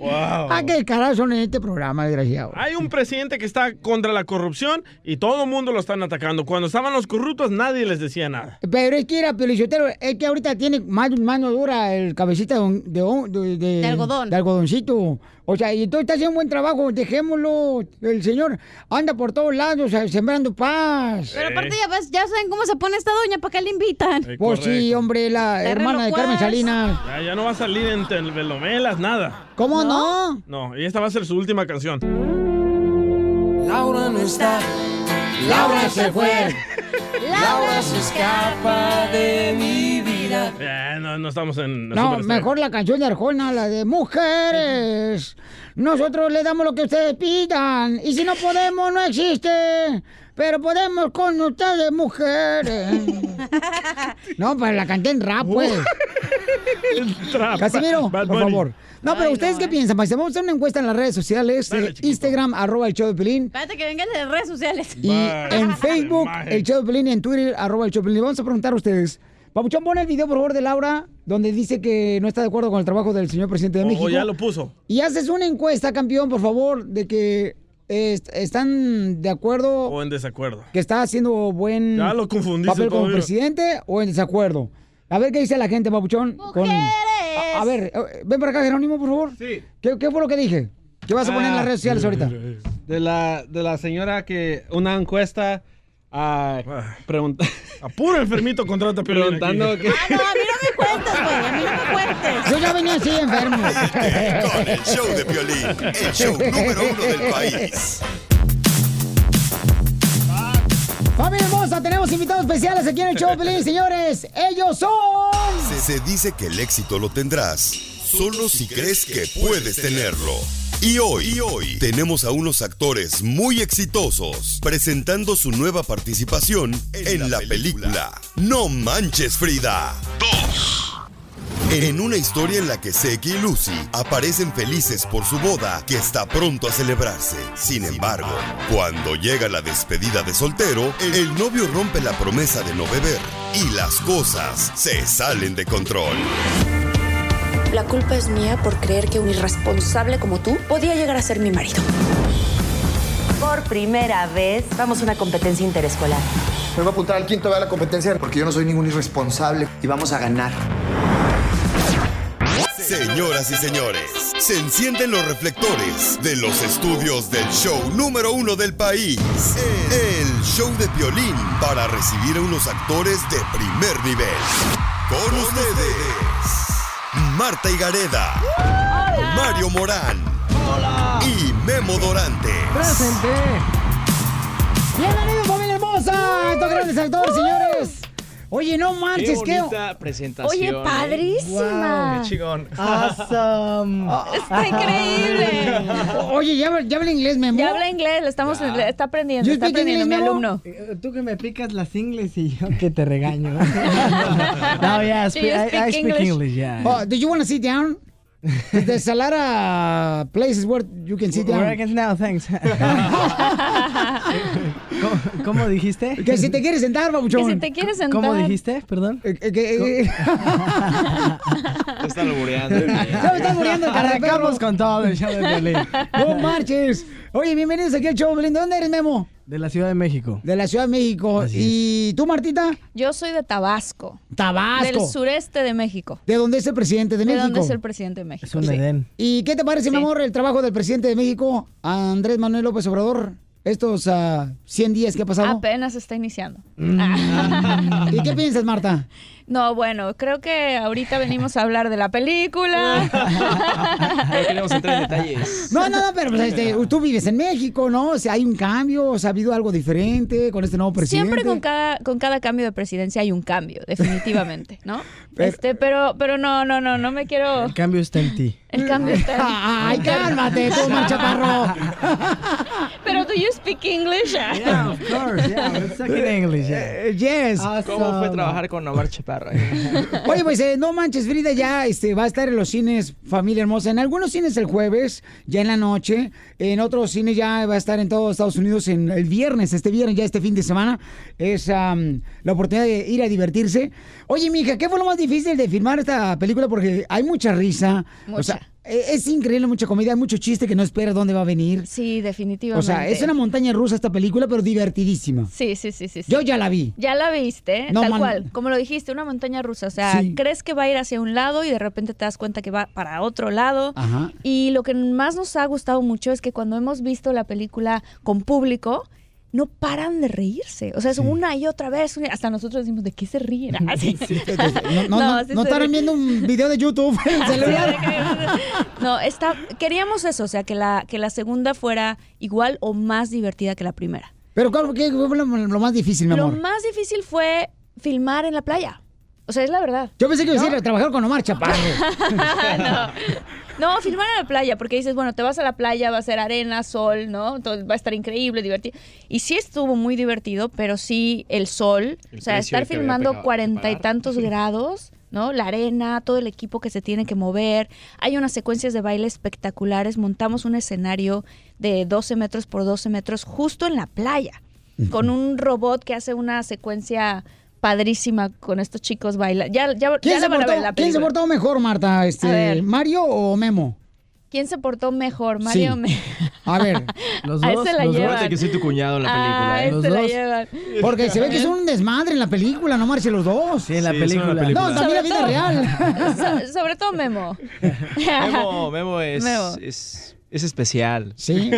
Ah, qué carajo son en este programa, desgraciado.
Hay un presidente que está contra la corrupción y todo el mundo lo están atacando. Cuando estaban los corruptos nadie les decía nada.
Pero es que era Pelichotero, es que ahorita tiene más mano dura el cabecita de, un- de un- de- de-
De algodón.
de algodoncito. O sea, y todo está haciendo un buen trabajo, dejémoslo. El señor anda por todos lados, o sea, sembrando paz.
Pero aparte ya ves, ya saben cómo se pone esta doña, ¿para qué le invitan?
Pues sí, hombre, la
Está re
hermana de Carmen
locuaz.
Salinas.
Ya, ya no va a salir en telenovelas, nada.
¿Cómo no?
No, y esta va a ser su última canción.
Laura no está, Laura se fue, Laura se escapa de mi vida.
Eh, no, no estamos en...
No,
Superstar.
mejor la canción de Arjona, la de mujeres. Nosotros le damos lo que ustedes pidan. Y si no podemos, no existe. Pero podemos con ustedes, mujeres. No, pero la canté en rap, pues. Casimiro, por favor. No, pero ¿ustedes qué piensan? Maestro? Vamos a hacer una encuesta en las redes sociales. eh, Instagram, arroba el show de Pelín.
Espérate que vengan de redes sociales.
Y en Facebook, el show de Pelín, y en Twitter, arroba el show de Pelín. Le Vamos a preguntar a ustedes. Papuchón, pon el video, por favor, de Laura, donde dice que no está de acuerdo con el trabajo del señor presidente de
O-
México.
o ya lo puso.
Y haces una encuesta, campeón, por favor, de que est- están de acuerdo
O en desacuerdo.
que está haciendo buen
Ya lo confundiste
papel como
todavía.
presidente o en desacuerdo. A ver qué dice la gente, papuchón. con- A, a ver, eh, ven para acá, Jerónimo, por favor. Sí. ¿Qué, qué fue lo que dije? ¿Qué vas a poner en las redes sociales ahorita?
De la, de la señora que una encuesta ah, a preguntar.
Ah. A puro enfermito contrata Piolín aquí.
preguntando que
Yo ya venía así enfermo.
Con el show de Piolín,
[LAUGHS]
el show número uno del
[LAUGHS]
país.
Familia hermosa, tenemos invitados especiales aquí en el show, Pelín, señores. Ellos son...
Se, se dice que el éxito lo tendrás solo si crees que puedes tenerlo. Y hoy, y hoy tenemos a unos actores muy exitosos presentando su nueva participación en la película No Manches Frida. En una historia en la que Seki y Lucy aparecen felices por su boda que está pronto a celebrarse. Sin embargo, cuando llega la despedida de soltero, el novio rompe la promesa de no beber y las cosas se salen de control.
La culpa es mía por creer que un irresponsable como tú podía llegar a ser mi marido.
Por primera vez, vamos a una competencia interescolar.
Me voy a apuntar al quinto de la competencia porque yo no soy ningún irresponsable y vamos a ganar.
Señoras y señores, se encienden los reflectores de los estudios del show número uno del país, el show de violín, para recibir a unos actores de primer nivel. Con ustedes, Marta Higareda, Mario Morán y Memo Dorantes.
Presente. Bienvenidos, familia hermosa. Estos grandes actores, señores. Oye, no manches,
qué
qué.
bonita presentación.
Oye,
¿eh? Ah,
padrísima.
Qué [LAUGHS] chingón.
[LAUGHS]
Um,
Awesome.
Ah.
Está
increíble. Oye, ya, ya habla inglés, Memo.
Ya habla inglés, le estamos, le está aprendiendo, está aprendiendo mi alumno.
Eh, Tú que me picas las ingles y yo que te regaño. [LAUGHS] no, Oh, yeah, I
Do
speak,
you
I, I
speak
speak
English?
English, yeah.
Oh, do you want to sit down? There's a lot of places where you can sit down.
Where I can- no, thanks. ¿Cómo, cómo [LAUGHS] dijiste?
[LAUGHS] Que si te quieres sentar, Eh, babuchón.
Que
si te quieres
¿Cómo
sentar.
dijiste? Perdón. [LAUGHS]
Te están albureando.
me estás muriendo el carraperro.
Arrancamos con todo el show [LAUGHS] de Piolín.
No marches. Oye, bienvenidos aquí al show, Belén. ¿De dónde eres, Memo?
De la Ciudad de México.
De la Ciudad de México. ¿Y tú, Martita?
Yo soy de Tabasco.
Tabasco.
Del sureste de México.
¿De dónde es el presidente de
¿De
México?
dónde es el presidente de México? sí.
¿Y qué te parece,
Sí.
mi amor, el trabajo del presidente de México, Andrés Manuel López Obrador, estos ah, 100 días que ha pasado? Ah.
Apenas está iniciando. Ah.
¿Y qué piensas, Marta?
[LAUGHS] No, bueno, creo que ahorita venimos a hablar de la película.
No queríamos entrar en detalles.
[LAUGHS] No, no, no, pero pues, este, tú vives en México, ¿no? O sea, hay un cambio, o sea, ha habido algo diferente con este nuevo presidente.
[LAUGHS] Siempre con cada, con cada cambio de presidencia hay un cambio, definitivamente, ¿no?
[LAUGHS] Pero-
este, pero, pero no, no, no, no me quiero.
El cambio está en ti.
El cambio está.
Mm. [LAUGHS] Ay,
[LAUGHS]
cálmate, tú, Omar Chaparro.
Pero do you speak English?
of
[LAUGHS]
course, yeah. It's like in English, yeah.
Yes.
¿Cómo fue trabajar con Omar Chaparro?
Oye, pues eh, no manches, Frida ya este, va a estar en los cines, familia hermosa. En algunos cines el jueves, ya en la noche. En otros cines ya va a estar en todos Estados Unidos en el viernes, este viernes, ya este fin de semana. Es am, la oportunidad de ir a divertirse. Oye, mija, ¿qué fue lo más difícil de filmar esta película? Porque hay mucha risa. O sea, e- es increíble, mucha comedia, hay mucho chiste que no esperas dónde va a venir.
Sí, definitivamente.
O sea, es una montaña rusa esta película, pero divertidísima.
Sí, sí, sí, sí. sí.
Yo ya la vi.
Ya la viste,
No,
tal
man-
cual. Como lo dijiste, una montaña rusa. O sea,
Sí.
crees que va a ir hacia un lado y de repente te das cuenta que va para otro lado.
Ajá.
Y lo que más nos ha gustado mucho es que cuando hemos visto la película con público, no paran de reírse. O sea, es una y otra vez. una- Hasta nosotros decimos, ¿de qué se
[LAUGHS]
ríen? [LAUGHS] Así.
No, no, no,
Ah, sí se
no
Ah,
estarán
ríen.
viendo un video
[LAUGHS]
de YouTube en el celular.
No, está, queríamos eso, o sea, que la, que la segunda fuera igual o más divertida que la primera.
Pero ¿cuál- ¿qué fue lo, lo más difícil, mi
Lo
amor?
más difícil fue filmar en la playa. O sea, es la verdad.
Yo pensé que iba a
¿No?
decir trabajar con Omar
[LAUGHS]
Chaparro.
No, filmar en la playa, porque dices, bueno, te vas a la playa, va a ser arena, sol, ¿no? Entonces va a estar increíble, divertido. Y sí estuvo muy divertido, pero sí el sol,
El
o sea,
precio
estar
que había
filmando
pagado-
cuarenta y
[LAUGHS]
tantos grados, ¿no? La arena, todo el equipo que se tiene que mover. Hay unas secuencias de baile espectaculares. Montamos un escenario de 12 metros por 12 metros justo en la playa, con un robot que hace una secuencia padrísima con estos chicos bailando. Ya, ya,
¿Quién,
ya la
se
van a
portó,
ver la
quién se
película.
portó mejor, Marta?
A
Este,
ver.
¿Mario o Memo?
¿Quién se portó mejor, Mario? o
Sí.
me-
A ver.
Los [LAUGHS] A dos, ese la los dos. llevan. Acuérdate que soy
tu cuñado
[LAUGHS]
en la película,
Ah,
¿eh?
ese
Los
la
dos.
llevan.
Porque se ve que
[LAUGHS]
es un desmadre en la película, no marche los dos. Sí, en
la Sí, eso en la película. película.
No, también la
Sobre [LAUGHS]
vida
todo-
real.
so- sobre todo Memo.
Memo, Memo es,
Memo.
es, es especial. [LAUGHS]
Sí.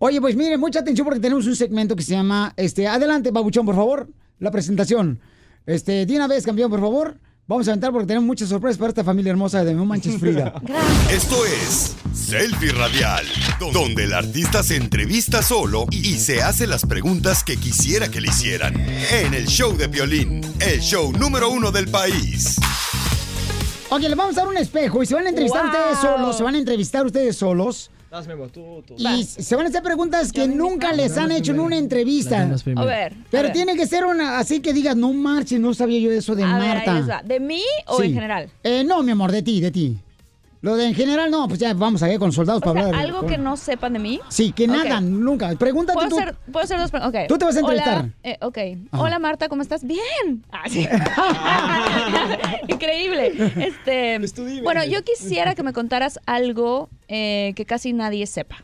Oye, pues miren, mucha atención porque tenemos un segmento que se llama, este, adelante, babuchón, por favor, la presentación. Este, de una vez, campeón, por favor. Vamos a aventar porque tenemos muchas sorpresas para esta familia hermosa de No Manches
[LAUGHS]
Frida.
Esto es Selfie Radial, donde el artista se entrevista solo y se hace las preguntas que quisiera que le hicieran. En el show de violín, el show número uno del país.
Ok, les vamos a dar un espejo y se van a entrevistar
Wow.
ustedes solos, se van a entrevistar ustedes solos
Das, Memo, tú, tú.
y se van a hacer preguntas que nunca les han hecho en una entrevista.
Las mismas
A ver, a
Pero
ver.
tiene que ser una, así que digas, no marches, no sabía yo eso de
A ver, ahí
Marta.
les va. ¿De mí o
Sí.
en general?
Eh, no, mi amor, de ti, de ti. Lo de en general, no, pues ya vamos allá con soldados
O
para
sea,
hablar.
algo
con-
que no sepan de mí.
Sí, que
Ok.
nada, nunca. Pregúntate
¿Puedo
tú.
hacer, puedo hacer dos preguntas.
Tú te vas a entrevistar.
Hola, eh, ok.
Ajá.
Hola Marta, ¿cómo estás?
[LAUGHS]
Bien. Ah, sí. [LAUGHS] Increíble. Este, bueno, yo quisiera que me contaras algo eh, que casi nadie sepa.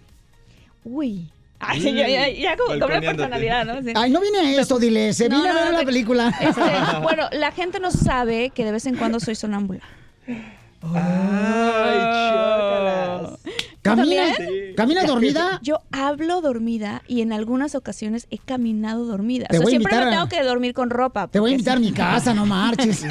Uy. Ah, sí, ya, ya, ya como, como una
Balconeándote.
personalidad, ¿no? Sí.
Ay, no vine a esto, dile. Se
No,
vino
no,
a ver
no,
la
te-
película. [LAUGHS]
Este, bueno, la gente no sabe que de vez en cuando soy sonámbula.
Ay, chócalas.
Camina,
Ah. también?
¿Eh? ¿Camina dormida?
Yo hablo dormida y en algunas ocasiones he caminado dormida.
Te
o sea,
voy a
siempre me
invitar
tengo
a-
que dormir con ropa.
Te voy a
porque
invitar a
si
mi
no-
casa, no
[LAUGHS]
marches.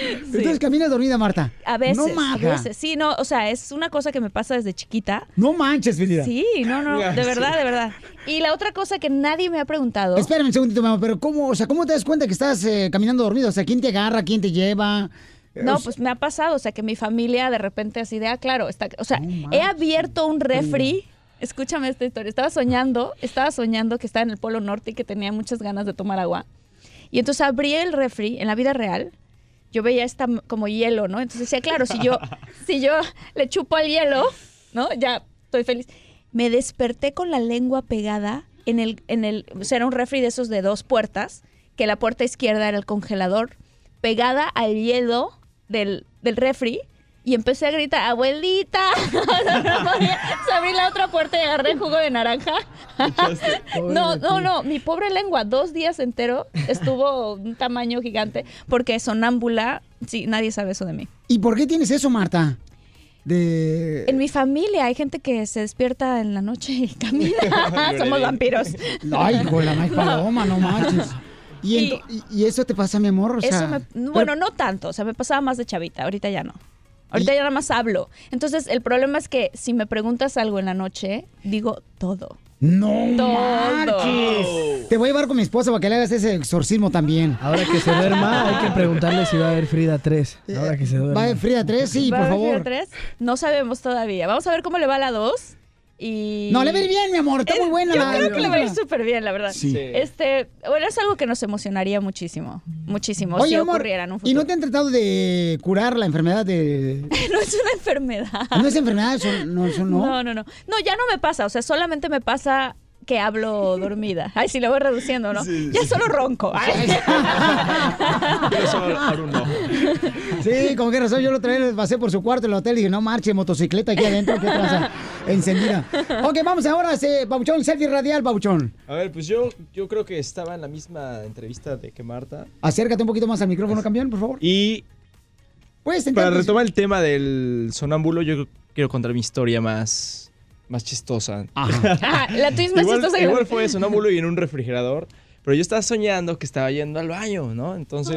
Entonces camina dormida, Marta.
A veces,
No
a
maja.
veces. Sí, no, o sea, es una cosa que me pasa desde chiquita.
No manches, Felida.
Sí, no,
[LAUGHS]
no,
Ya,
de
sí.
verdad, de verdad. Y la otra cosa que nadie me ha preguntado.
Espérame un segundito, mamá, pero ¿cómo, o sea, ¿cómo te das cuenta que estás eh, caminando dormido? O sea, ¿quién te agarra? ¿Quién te lleva? Eh, o
No,
sea,
pues me ha pasado, o sea, que mi familia de repente así de, ah, claro, está, o sea, he abierto un refri. Escúchame esta historia. Estaba soñando, estaba soñando que estaba en el Polo Norte y que tenía muchas ganas de tomar agua. Y entonces abrí el refri en la vida real. Yo veía esta m- como hielo, ¿no? Entonces decía, claro, si yo si yo le chupo al hielo, ¿no? Ya estoy feliz. Me desperté con la lengua pegada en el, en el, o sea, era un refri de esos de dos puertas, que la puerta izquierda era el congelador, pegada al hielo del, del refri. Y empecé a gritar, abuelita. [LAUGHS] O sea, no podía. O sea, abrí la otra puerta y agarré el jugo de naranja. [LAUGHS] No, no, no. Mi pobre lengua, dos días entero, estuvo un tamaño gigante. Porque sonámbula, sí, nadie sabe eso de mí.
¿Y por qué tienes eso, Marta? De...
[LAUGHS] En mi familia hay gente que se despierta en la noche y
[LAUGHS]
[LAUGHS]
camina. Somos vampiros.
Ay, con
[LAUGHS]
la más paloma, no manches. ¿Y, ento- y- y eso te pasa, mi amor? O sea,
Eso me- bueno, no tanto. O sea, me pasaba más de chavita. Ahorita ya no. Ahorita ya nada más hablo. Entonces, el problema es que si me preguntas algo en la noche, digo todo.
¡No
Todo.
manches! Te voy a llevar con mi esposa para que le hagas ese exorcismo también.
Ahora que se duerma,
[LAUGHS]
hay que preguntarle si va a haber Frida 3. Ahora que se duerma.
Eh, ¿Va a Frida 3? Sí,
¿Va
por
a haber
favor.
Frida tres? No sabemos todavía. Vamos a ver cómo le va a la 2. Y...
No, le va a ir bien, mi amor. Está muy buena
Yo
la-
creo
la
que le va a ir
película.
súper bien, la verdad.
Sí. Sí.
Este, bueno, es algo que nos emocionaría muchísimo. Muchísimo.
Oye,
si
amor,
ocurriera en un
¿y
futuro. [LAUGHS]
no te han tratado de curar la enfermedad de...?
no es una enfermedad.
No es enfermedad, eso no. Eso no.
No, no, no. No, ya no me pasa. O sea, solamente me pasa que hablo dormida. Ay, si lo voy reduciendo, ¿no? ya solo ronco. Ay.
Sí, con qué razón. Yo lo traía, pasé por su cuarto en el hotel y dije, no marche, motocicleta aquí adentro, qué tranza encendida. Ok, vamos ahora, eh, Pauchón, selfie radial, Pauchón.
A ver, pues yo, yo creo que estaba en la misma entrevista de que Marta.
Acércate un poquito más al micrófono, campeón, por favor. Pues,
Y
Puedes
para
sentarte.
retomar el tema del sonámbulo, yo quiero contar mi historia más, más chistosa. [LAUGHS]
Ah, la tuya es más
igual,
chistosa que la
igual
mía.
fue sonámbulo y en un refrigerador. Pero yo estaba soñando que estaba yendo al baño, ¿no? Entonces,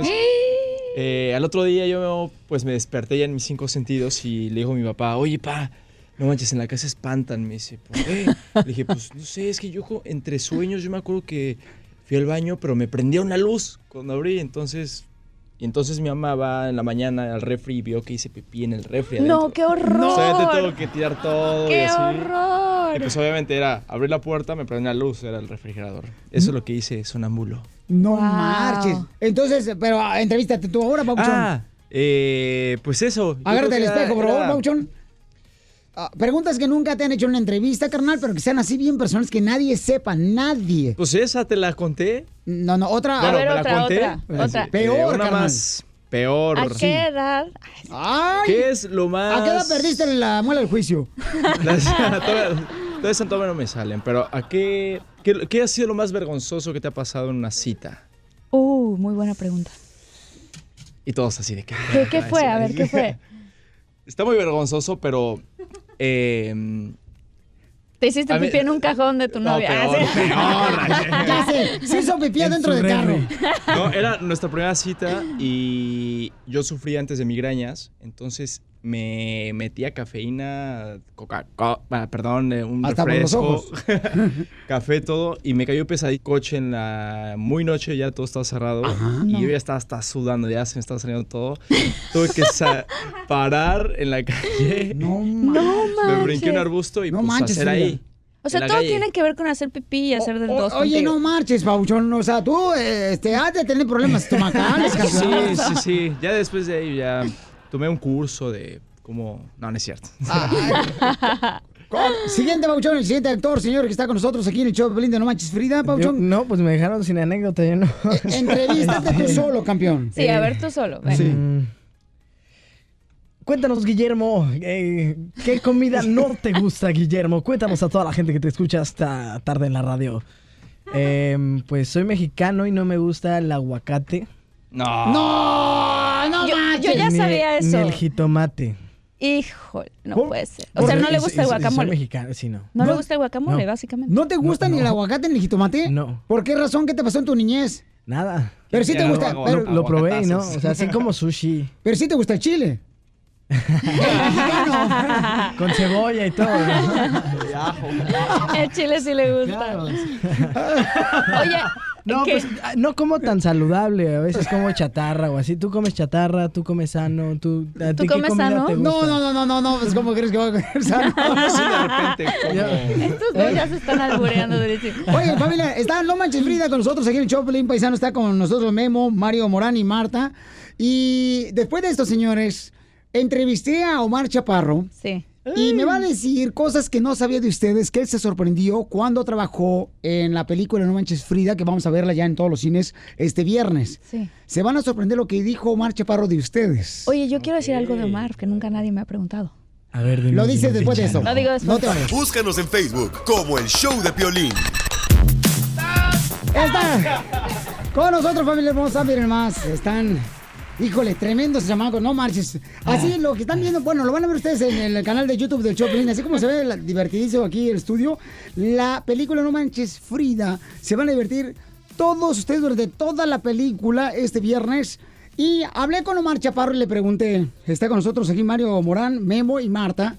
eh, al otro día yo pues me desperté ya en mis cinco sentidos y le digo a mi papá, oye, pa, no manches, en la casa espantan. Me dice, ¿por qué? Le dije, pues no sé, es que yo co- entre sueños yo me acuerdo que fui al baño, pero me prendieron la luz cuando abrí. Entonces, y entonces mi mamá va en la mañana al refri y vio que hice pipí en el refri.
No,
adentro.
qué horror.
O sea, yo te tengo que tirar todo y
¡Qué
así.
horror!
Y pues obviamente era abrir la puerta, me prendí la luz, era el refrigerador. Eso es lo que hice sonámbulo.
No marches. Entonces, pero ah, entrevístate tú ahora, Pauchón.
Ah, eh, pues eso. yo
Agárrate el
creo que era-
espejo, por favor,
era-
Pauchón. Ah, Preguntas que nunca te han hecho en una entrevista, carnal, pero que sean así bien personales que nadie sepa, nadie.
Pues esa te la conté.
No, no, otra. Pues,
Bueno, me la conté. Eh,
Peor,
una
carnal.
más. Peor.
¿A qué edad?
Ay.
¿Qué es lo más...?
¿A qué edad perdiste la muela del juicio?
[LAUGHS] Las- [LAUGHS] todavía- todavía son- todavía no me salen, pero ¿a qué, qué, qué ha sido lo más vergonzoso que te ha pasado en una cita?
Uh, muy buena pregunta.
Y todos así de que...
¿Qué, qué fue? A ver, ¿qué fue?
[LAUGHS] Está muy vergonzoso, pero... eh,
Te hiciste
A mí-
pipí en un cajón de tu
no,
novia. Ah,
peor,
[LAUGHS] sí.
peor.
Ya sé, se hizo pipí adentro del carro.
[LAUGHS]
No, era nuestra primera cita y yo sufría antes de migrañas, entonces me metía cafeína, coca, co- ah, perdón, eh, un
Hasta por los
refresco,
ojos.
[LAUGHS] café, todo, y me cayó pesadito coche en la muy noche, ya todo estaba cerrado, y yo ya estaba hasta sudando, ya se me estaba saliendo
[LAUGHS]
todo. Tuve que sa- parar en la calle,
[LAUGHS] No
me brinqué
manches.
un arbusto y
No
pues
manches,
hacer
Frida.
ahí.
O sea,
en la
todo
calle.
tiene que ver con hacer pipí y hacer del
O-
dos.
oye,
contigo.
no marches, Pauchón. O sea, tú eh, este, has de tener
[LAUGHS]
problemas estomacales,
Sí,
carnal.
sí, sí. Ya después de ahí ya tomé un curso de cómo... No, no es cierto.
Ah. Con- Siguiente, Pauchón, el siguiente actor, señor, que está con nosotros aquí en el show de Pelín de No Manches Frida,
Yo-
Pauchón. E,
no, pues me dejaron sin anécdota, yo no.
Entrevístate tú
[LAUGHS] Este,
solo, campeón.
Sí, a ver tú solo. ven.
Mm. Cuéntanos, Guillermo, eh, ¿qué comida no te gusta, Guillermo? Cuéntanos a toda la gente que te escucha hasta tarde en la radio. Em, pues soy mexicano y no me gusta el aguacate.
[LAUGHS] No.
No, no
Yo-
manches.
yo ya
ni-
sabía
Ni
eso.
el jitomate.
Híjole, no
¿Por-
puede ser. O sea, no le gusta el
Soy
guacamole.
mexicano, sí, no.
No le gusta el guacamole, básicamente.
¿No te gusta ni el aguacate ni el jitomate? No. ¿Por qué razón? ¿Qué te pasó en tu niñez?
Nada.
Pero sí te gusta.
Lo,
pero-
lo probé y no. O sea, así como sushi.
Pero sí te gusta el chile.
Con cebolla y todo.
[LAUGHS] [LAUGHS] El chile sí le gusta. Oye,
No,
¿qué?
pues ah, no como tan saludable. A veces como chatarra o así. Tú comes chatarra, tú comes sano, tú. ¿a ti qué comida te gusta?
No, no, no, no, no, no. Pues, ¿Cómo crees que voy a comer sano?
Estos dos ya se están albureando durísimo.
Oye, familia, está No Manches Frida con nosotros aquí en el Choplin Paisano. Está con nosotros Memo, Mario Morán y Marta. Y después de esto, señores, entrevisté a Omar Chaparro.
Sí.
Y me va a decir cosas que no sabía de ustedes, que él se sorprendió cuando trabajó en la película No Manches Frida, que vamos a verla ya en todos los cines este viernes.
Sí.
Se van a sorprender lo que dijo Omar Chaparro de ustedes.
Oye, yo quiero decir algo de Omar que nunca nadie me ha preguntado.
A ver,
Lo dices después de eso.
Lo digo después.
No te vayas.
Búscanos en Facebook como El Show de Piolín.
Está con nosotros, familia hermosa, miren más. Están, híjole, tremendos chamacos, no marches. Así lo que están viendo, bueno, lo van a ver ustedes en el canal de YouTube del Choplin, así como se ve la- divertidísimo aquí el estudio. La película No Manches Frida, se van a divertir todos ustedes durante toda la película este viernes. Y hablé con Omar Chaparro y le pregunté, está con nosotros aquí Mario Morán, Memo y Marta.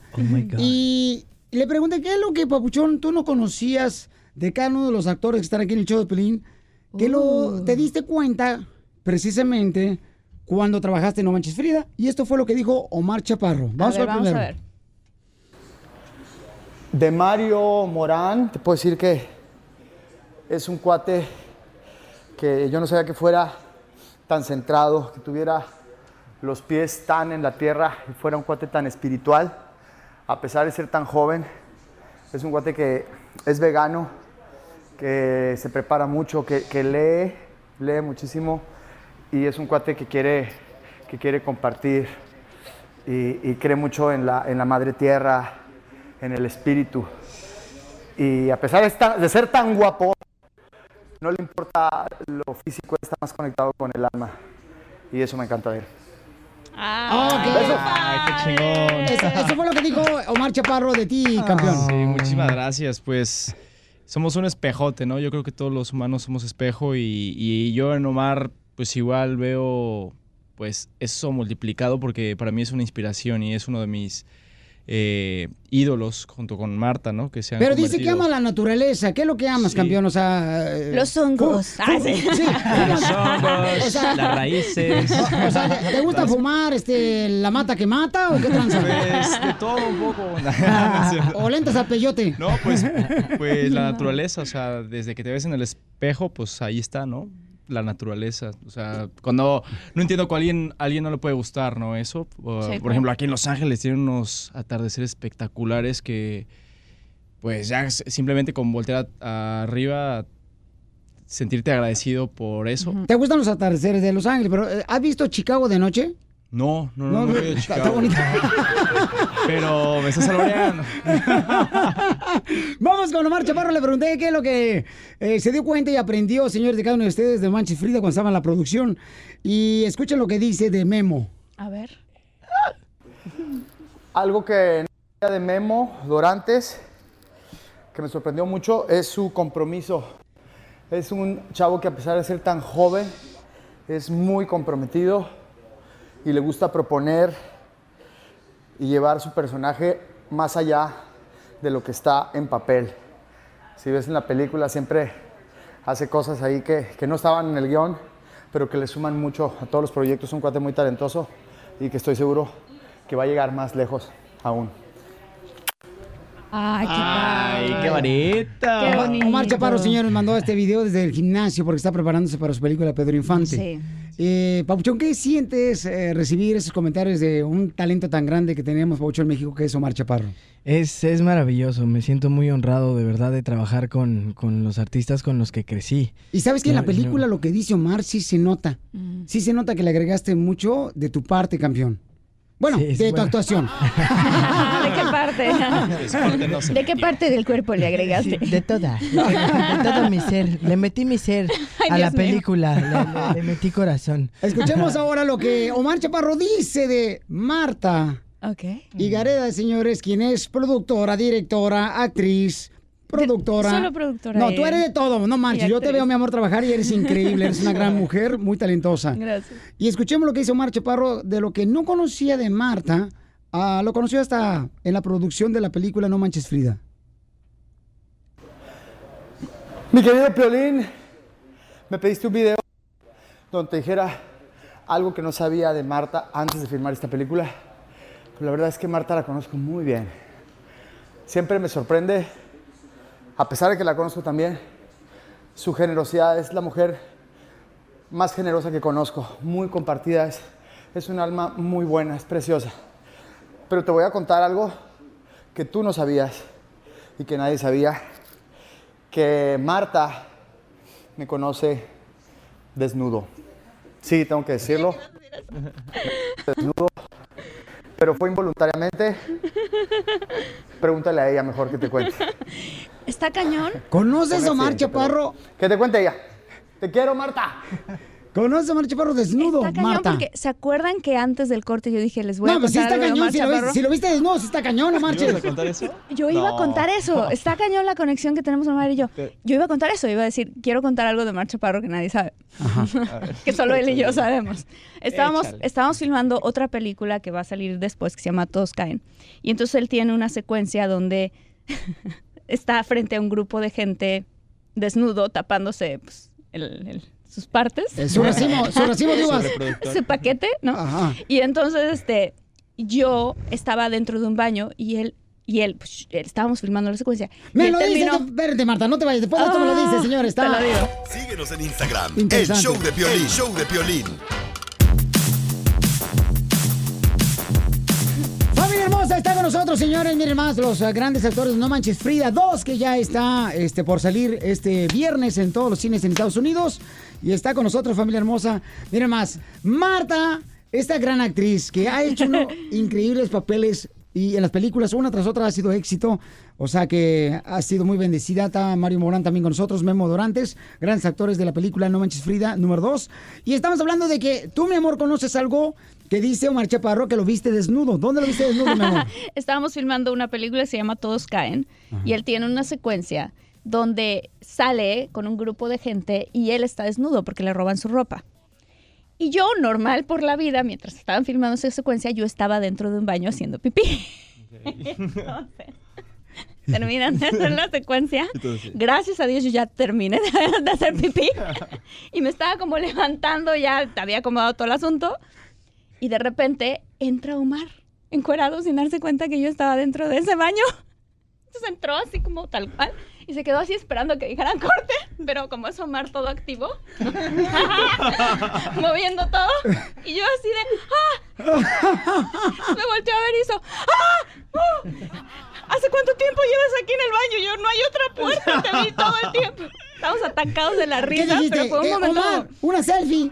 Y le pregunté, ¿qué es lo que, Papuchón, tú no conocías de cada uno de los actores que están aquí en el show de Pelín? ¿Qué lo,
Oh.
te diste cuenta precisamente cuando trabajaste en No Manches Frida? Y esto fue lo que dijo Omar Chaparro. Vamos a ver, primero.
De Mario Morán, te puedo decir que es un cuate que yo no sabía que fuera tan centrado, que tuviera los pies tan en la tierra y fuera un cuate tan espiritual, a pesar de ser tan joven. Es un cuate que es vegano, que se prepara mucho, que, que lee, lee muchísimo y es un cuate que quiere, que quiere compartir y, y cree mucho en la, en la madre tierra, en el espíritu. Y a pesar de, esta- de ser tan guapo, no le importa lo físico, está más conectado con el alma. Y eso me encanta ver.
Ay, qué
Eso,
chingón. Ah.
eso fue lo que dijo Omar Chaparro de ti, campeón.
Sí, muchísimas gracias. Pues somos un espejote, ¿no? Yo creo que todos los humanos somos espejo y, y yo en Omar, pues igual veo, pues eso multiplicado porque para mí es una inspiración y es uno de mis eh, ídolos junto con Marta, ¿no? Que se han
Pero dice que
convertido-
ama la naturaleza. ¿Qué es lo que amas, campeón? O sea... eh,
Los hongos.
fu-
Ah,
fu-
sí.
sí.
Los
[LAUGHS]
hongos,
O sea- [LAUGHS]
las raíces. [LAUGHS]
O sea, ¿te gusta fumar este, la mata que mata o qué tranza?
Pues, de todo un
[LAUGHS]
poco.
o lentas al peyote.
No, pues, pues la naturaleza, o sea, desde que te ves en el espejo, pues ahí está, ¿no? La naturaleza, o sea, cuando no entiendo que a alguien, a alguien no le puede gustar, ¿no? Eso, o,
Sí, claro.
por ejemplo, aquí en Los Ángeles tienen unos atardeceres espectaculares que, pues ya s- simplemente con voltear a- arriba, sentirte agradecido por eso.
¿Te gustan los atardeceres de Los Ángeles? Pero eh, ¿has visto Chicago de noche?
No, no,
No,
no, no,
no,
he ido a
está- está
Mm, Chicago.
bonito.
Pero me estás salvando.
[LAUGHS] Vamos con Omar Chaparro. Le pregunté qué es lo que eh, se dio cuenta y aprendió, señores, de cada uno de ustedes de Manches Frida cuando estaba en la producción. Y escuchen lo que dice de Memo.
A ver.
Algo que no sabía de Memo Dorantes, que me sorprendió mucho, es su compromiso. Es un chavo que a pesar de ser tan joven, es muy comprometido y le gusta proponer y llevar su personaje más allá de lo que está en papel. Si ves en la película, siempre hace cosas ahí que, que no estaban en el guión, pero que le suman mucho a todos los proyectos. Es un cuate muy talentoso y que estoy seguro que va a llegar más lejos aún.
Ay, qué
Ah,
Ay, qué bonita.
Omar- Omar Chaparro, señores, mandó este video desde el gimnasio porque está preparándose para su película Pedro Infante.
Sí.
Eh, Papuchón, ¿qué sientes eh, recibir esos comentarios de un talento tan grande que tenemos, Papuchón, en México, que es Omar Chaparro?
Es, es maravilloso, me siento muy honrado de verdad de trabajar con, con los artistas con los que crecí.
Y sabes que en
No,
la película lo que dice Omar sí se nota.
Mm.
Sí se nota que le agregaste mucho de tu parte, campeón. Bueno,
Sí,
de
es
tu
bueno.
actuación.
Ah, ¿De qué
Pues, parte no
parte? [LAUGHS]
se
¿De qué parte del cuerpo le agregaste?
de toda, de todo mi ser, le metí mi ser
[LAUGHS] Ay,
a la
Dios mío.
película, le, le- le metí corazón.
Escuchemos ahora lo que Omar Chaparro dice de Marta
Ok.
Y Gareda, señores, quien es productora, directora, actriz, productora.
solo productora
No,
es.
tú eres de todo, no manches.
Y
Yo te
actriz.
veo, mi amor,
[LAUGHS]
trabajar y eres increíble. Eres una gran mujer, muy talentosa.
Gracias.
Y escuchemos lo que hizo Omar Chaparro de lo que no conocía de Marta. ah, lo conoció hasta en la producción de la película No Manches Frida.
Mi querido Piolín, me pediste un video donde te dijera algo que no sabía de Marta antes de filmar esta película. Pero la verdad es que Marta la conozco muy bien. Siempre me sorprende, a pesar de que la conozco también, su generosidad. Es la mujer más generosa que conozco, muy compartida. Es, es un alma muy buena, es preciosa. Pero te voy a contar algo que tú no sabías y que nadie sabía que Marta me conoce desnudo. Sí, tengo que decirlo. Desnudo. Pero fue involuntariamente. Pregúntale a ella mejor que te cuente.
¿Está cañón?
¿Conoces
Fue un
a Omar
accidente, pero-
Chaparro?
Que te cuente ella. Te quiero, Marta.
¿Conoces a Omar Chaparro desnudo,
Está cañón
Marta?
porque ¿se acuerdan que antes del corte yo dije, les voy a
No,
contar
pues sí está
algo de
cañón.
Omar
Si lo, viste,
Chaparro?
si lo viste desnudo, sí está cañón, no manches.
¿Ibas a contar eso?
Yo iba
No.
a contar
[LAUGHS]
eso. Está cañón la conexión que tenemos Omar y yo. Yo iba a contar eso. Iba a decir, quiero contar algo de Omar Chaparro que nadie sabe. [LAUGHS] que solo él y yo sabemos. Estábamos,
Échale.
estábamos filmando otra película que va a salir después que se llama Todos Caen. Y entonces él tiene una secuencia donde [LAUGHS] está frente a un grupo de gente desnudo tapándose pues, el- el- sus partes.
Eh, su racimo- su racimo de uvas. Su reproductor.
su paquete, ¿no?
Ajá.
Y entonces, este, yo estaba dentro de un baño y él, y él, pues, él- estábamos filmando la secuencia. Y
Me
él
lo dice,
terminó-
no, espérate, Marta, no te vayas. Después de esto me lo
Ah,
dice, señor. Está...
te lo digo.
Síguenos en Instagram. El
Interesante.
show de Piolín. El show de Piolín.
Familia hermosa, está con nosotros, señores. Miren más, los eh, grandes actores de No Manches Frida 2, que ya está este, por salir este viernes en todos los cines en Estados Unidos. Y está con nosotros, familia hermosa. Miren más, Marta, esta gran actriz que ha hecho unos increíbles papeles y en las películas, una tras otra, ha sido éxito. O sea que ha sido muy bendecida. Está Mario Morán también con nosotros, Memo Dorantes, grandes actores de la película No Manches Frida, número 2. Y estamos hablando de que tú, mi amor, conoces algo que dice Omar Chaparro que lo viste desnudo. ¿Dónde lo viste desnudo, mi amor?
[LAUGHS] Estábamos filmando una película que se llama Todos Caen y él tiene una secuencia donde sale con un grupo de gente y él está desnudo porque le roban su ropa. Y yo, normal por la vida, mientras estaban filmando esa secuencia, yo estaba dentro de un baño haciendo pipí. [LAUGHS] Entonces, [LAUGHS] terminan de hacer la secuencia.
Entonces.
Gracias a Dios yo ya terminé de, de hacer pipí. Y me estaba como levantando, ya te había acomodado todo el asunto. Y de repente entra Omar, encuerado, sin darse cuenta que yo estaba dentro de ese baño. Entonces entró así como tal cual. Y se quedó así esperando que dijeran corte. Pero como es Omar todo activo, [LAUGHS] moviendo todo. Y yo así de... ¡Ah! Me volteó a ver y hizo... ¡Ah! ¡Uh! ¿Hace cuánto tiempo llevas aquí en el baño? Yo no hay otra puerta, te vi todo el tiempo. Estamos atacados de la risa, pero por un
Eh,
momento... ¡Ah!
Omar,
[LAUGHS]
una selfie.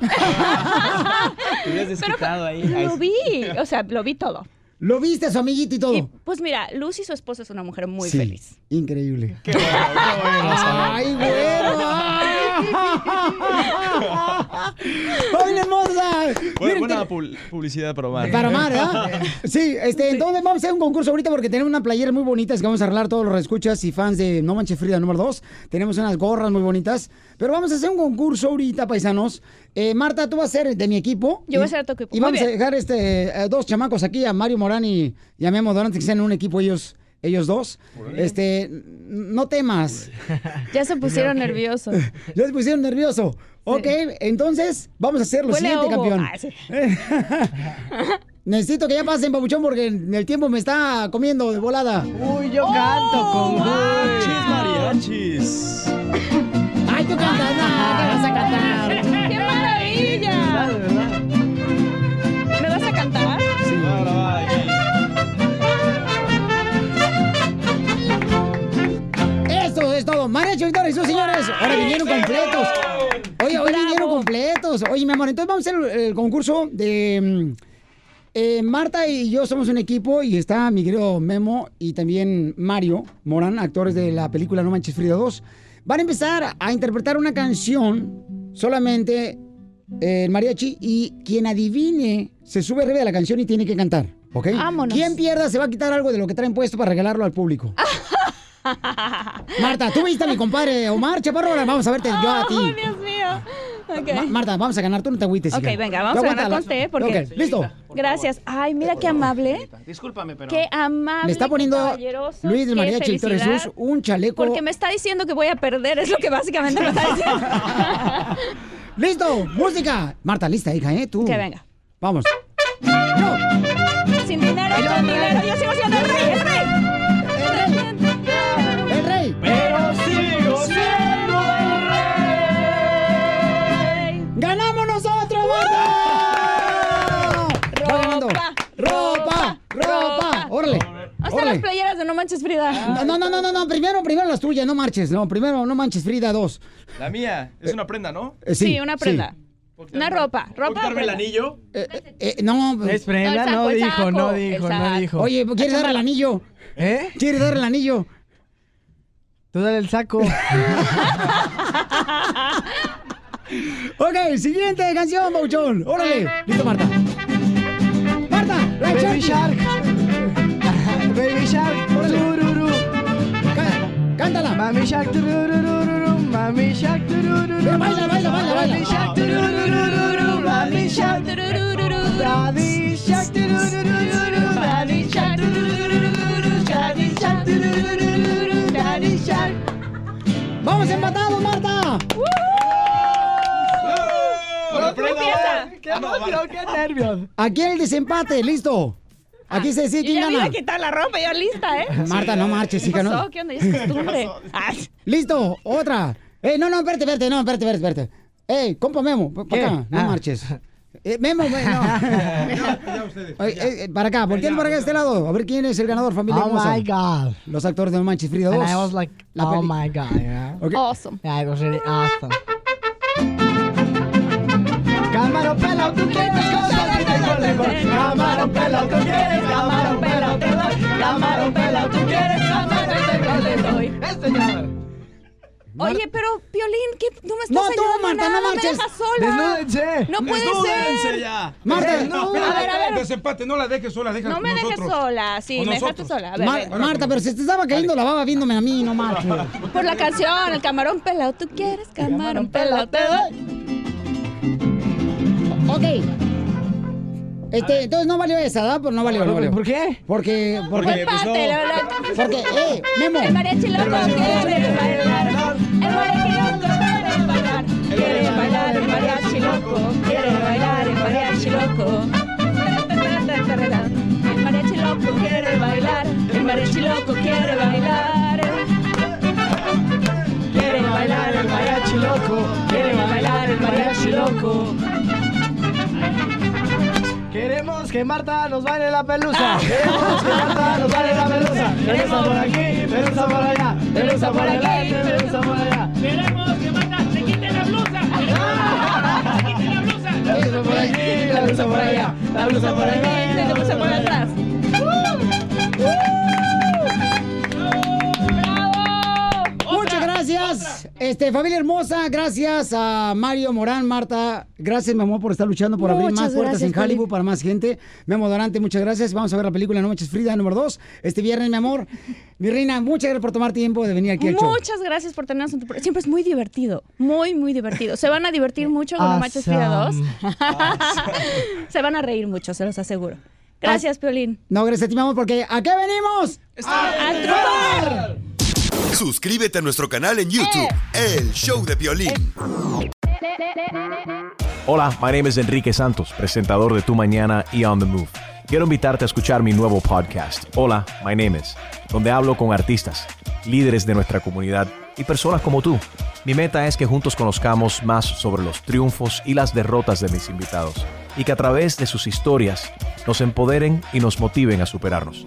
Te hubieras desquitado
[LAUGHS]
ahí.
Lo vi, o sea, lo vi todo.
lo viste a su amiguito y todo.
Y pues mira, Lucy, su esposa, es una mujer muy
Sí,
feliz.
Increíble. [LAUGHS] ¡Ay, güero! ah.
[LAUGHS]
¡Ay, hermosa!
Bueno,
Miren,
buena pul- publicidad [LAUGHS] para Omar.
Para Omar, ¿verdad? Sí, este, entonces vamos a hacer un concurso ahorita porque tenemos unas playeras muy bonitas que vamos a arreglar todos los escuchas y fans de No Manches Frida número 2. Tenemos unas gorras muy bonitas. Pero vamos a hacer un concurso ahorita, paisanos. Eh, Marta, tú vas a ser de mi equipo.
Yo voy a
Y-
ser de tu equipo.
Y
Muy
vamos a
bien.
dejar este, eh, dos chamacos aquí, a Mario Morán y, y a Memo Dorante, que sean un equipo ellos, ellos dos.
Órale.
Este, n- no temas.
Ya se pusieron nerviosos.
[LAUGHS] Ya se pusieron nervioso. Ok, entonces vamos a hacer lo
Huele a
siguiente,
ovo.
campeón.
Ah, sí.
[LAUGHS] Necesito que ya pasen, papuchón, porque el tiempo me está comiendo de volada. Uy, yo canto
Oh,
con
mariachis.
Ay, tú cantas, nada, vas a cantar.
¡Qué maravilla! ¿Me vas a cantar?
Sí, ahora va
Eso es todo. Mariachi Victoria Jesús, señores. Ahora vinieron completos. Oye, hoy vinieron completos. Oye, mi amor, entonces vamos a hacer el, el concurso de... mm, eh, Marta y yo somos un equipo y está mi querido Memo y también Mario Morán, actores de la película No Manches Frida 2. Van a empezar a interpretar una canción solamente eh, el mariachi y quien adivine se sube arriba de la canción y tiene que cantar. ¿Ok? Quien pierda se va a quitar algo de lo que traen puesto para regalarlo
[LAUGHS]
al público. Marta, tú viste a mi compadre Omar Chaparro, ahora vamos a verte yo a ti.
Ay, Oh, Dios mío. Ah, Ok.
Ma- Marta, vamos a ganar, tú no te agüites.
Ok,
hija.
venga,
Tú
vamos a ganar
aguántala.
con té porque...
Ok, listo.
Gracias. Ay, mira qué amable.
Discúlpame, pero.
Qué amable.
Le está poniendo
caballeroso,
Luis
qué
de María Chilito
felicidad,
Jesús un chaleco.
Porque me está diciendo que voy a perder, es lo que básicamente me está
[LAUGHS]
diciendo.
¡Listo! ¡Música! Marta, lista, hija, ¿eh? Tú.
Que venga.
Vamos.
Sin dinero, con dinero. Yo sigo siendo el rey, el rey.
El rey.
Pero sigo siendo el
rey.
¡Ganamos nosotros, Marta! Va ganando. ¡Ropa! ¡Ropa! ¡Órale!
Hasta las
¡Órale! Ah,
playeras de No Manches Frida.
No, no, no, no, no, primero, primero las tuyas, no marches, no, primero, no manches, Frida, dos.
La mía es una prenda, ¿no?
Eh, sí,
Sí, una prenda.
sí.
Una ropa.
¿Puedo
Ropa. o
quitarme el
prenda?
anillo?
Eh, no.
¿Es prenda? No, el saco, el No saco, dijo,
no saco. dijo.
Oye, ¿quieres dar el anillo? ¿Eh? ¿Quieres dar el anillo?
Tú dale el saco.
[LAUGHS] Ok, siguiente canción, Bouchón. Órale. Listo, Marta. Marta, la
Baby
Shark.
Baby Shark, tururú.
Cántala.
Mami Shark, tururú. Mami Shark, tururú.
Baila, baila, baila, baila.
Mami Shark, tururú. Mami Shark, tururú. Daddy Shark, tururú. Daddy Shark, tururú. Daddy Shark, tururú. Daddy Shark.
¡Vamos empatados, Marta!
¡Qué emoción, qué nervios!
Aquí el desempate, listo. Aquí se decide
Yo
quién
ya me iba
gana.
a quitar la ropa, yo lista, ¿eh?
[LAUGHS] Marta, no marches,
¿Qué
hija, no.
pasó? ¿Qué onda? Ya es costumbre. Ah, Ay,
Listo, otra. Eh, no, no, espérate, espérate, no, espérate, espérate, espérate. Ey, compa Memo, pa- pa'
¿Qué?
acá, no
Ah.
marches. Eh,
[LAUGHS]
Memo, ve- no. [LAUGHS] Oye, eh, eh, para acá, voltean para acá de este lado. A ver quién es el ganador, familia
Oh
hermosa.
my God.
Los actores de No Manches Frida 2.
And I was like,
La
oh
peli-
my God. Yeah.
Okay.
Awesome. Yeah, it was really awesome.
Camarón pelado, tú quieres cosas y te doy. Camarón pelado, tú quieres camarón pelado, te doy. Camarón pelado, tú quieres camarón pelado, te doy. El señor.
Oye, pero Piolín, ¿qué? No me estás
No, tú,
ayudando
Marta,
nada,
no marches.
Me dejas sola. No puede ser.
Marta,
no, a ver, a ver.
Desempate, no la dejes sola, déjala
No me
con
dejes
nosotros.
sola, sí,
Con
me dejaste
nosotros.
sola. A ver,
Mar-
ven.
Marta, pero se te estaba cayendo la baba viéndome a mí, no marches.
Por la canción, el camarón pelado, tú quieres camarón pelado, te doy.
Ok. Este, entonces no valió esa, ¿verdad? Pues no valió, no valió. ¿Por
qué?
Porque, porque.
Fue parte, la verdad.
Porque, eh, Memo.
El mariachi loco quiere bailar. El mariachi loco quiere bailar. Quiere bailar el mariachi loco. Quiere bailar el mariachi loco. El mariachi loco quiere bailar. El mariachi loco quiere bailar.
Quiere bailar el mariachi loco, quiere bailar el mariachi loco.
Queremos que Marta nos baile la pelusa.
Ah. Queremos que Marta nos baile la pelusa. Pelusa por aquí, pelusa por allá, pelusa por aquí, pelusa por allá. Queremos que Marta se quite la blusa. La blusa por aquí, la blusa por allá, la blusa por aquí, la blusa por atrás.
Muchas gracias, este familia hermosa, gracias a Mario Morán, Marta, gracias mi amor por estar luchando por abrir
Muchas
más puertas
gracias,
en Hollywood para más gente. Memo Dorante, muchas gracias. Vamos a ver la película No Manches Frida número 2 este viernes, mi amor. Mi reina, muchas gracias por tomar tiempo de venir aquí al show.
Muchas gracias por tenernos en tu programa. Siempre es muy divertido, muy, muy divertido. Se van a divertir mucho con los machos Frida 2. [LAUGHS] Se van a reír mucho, se los aseguro. Gracias, Piolín.
No, gracias a ti, mi amor, porque ¿a qué venimos?
¡A triunfar!
Suscríbete a nuestro canal en YouTube, El Show de Violín.
Hola, my name is Enrique Santos, presentador de Tu Mañana y On the Move. Quiero invitarte a escuchar mi nuevo podcast, Hola, my name is, donde hablo con artistas, líderes de nuestra comunidad y personas como tú. Mi meta es que juntos conozcamos más sobre los triunfos y las derrotas de mis invitados y que a través de sus historias nos empoderen y nos motiven a superarnos.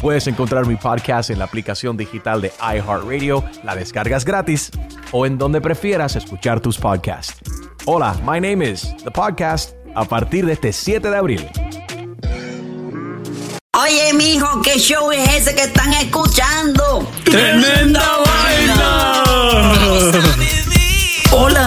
Puedes encontrar mi podcast en la aplicación digital de iHeartRadio, la descargas gratis o en donde prefieras escuchar tus podcasts. Hola, my name is The Podcast a partir de este 7 de abril.
Oye, mijo, ¿qué show es ese que están escuchando?
¡Tremenda vaina!
Hola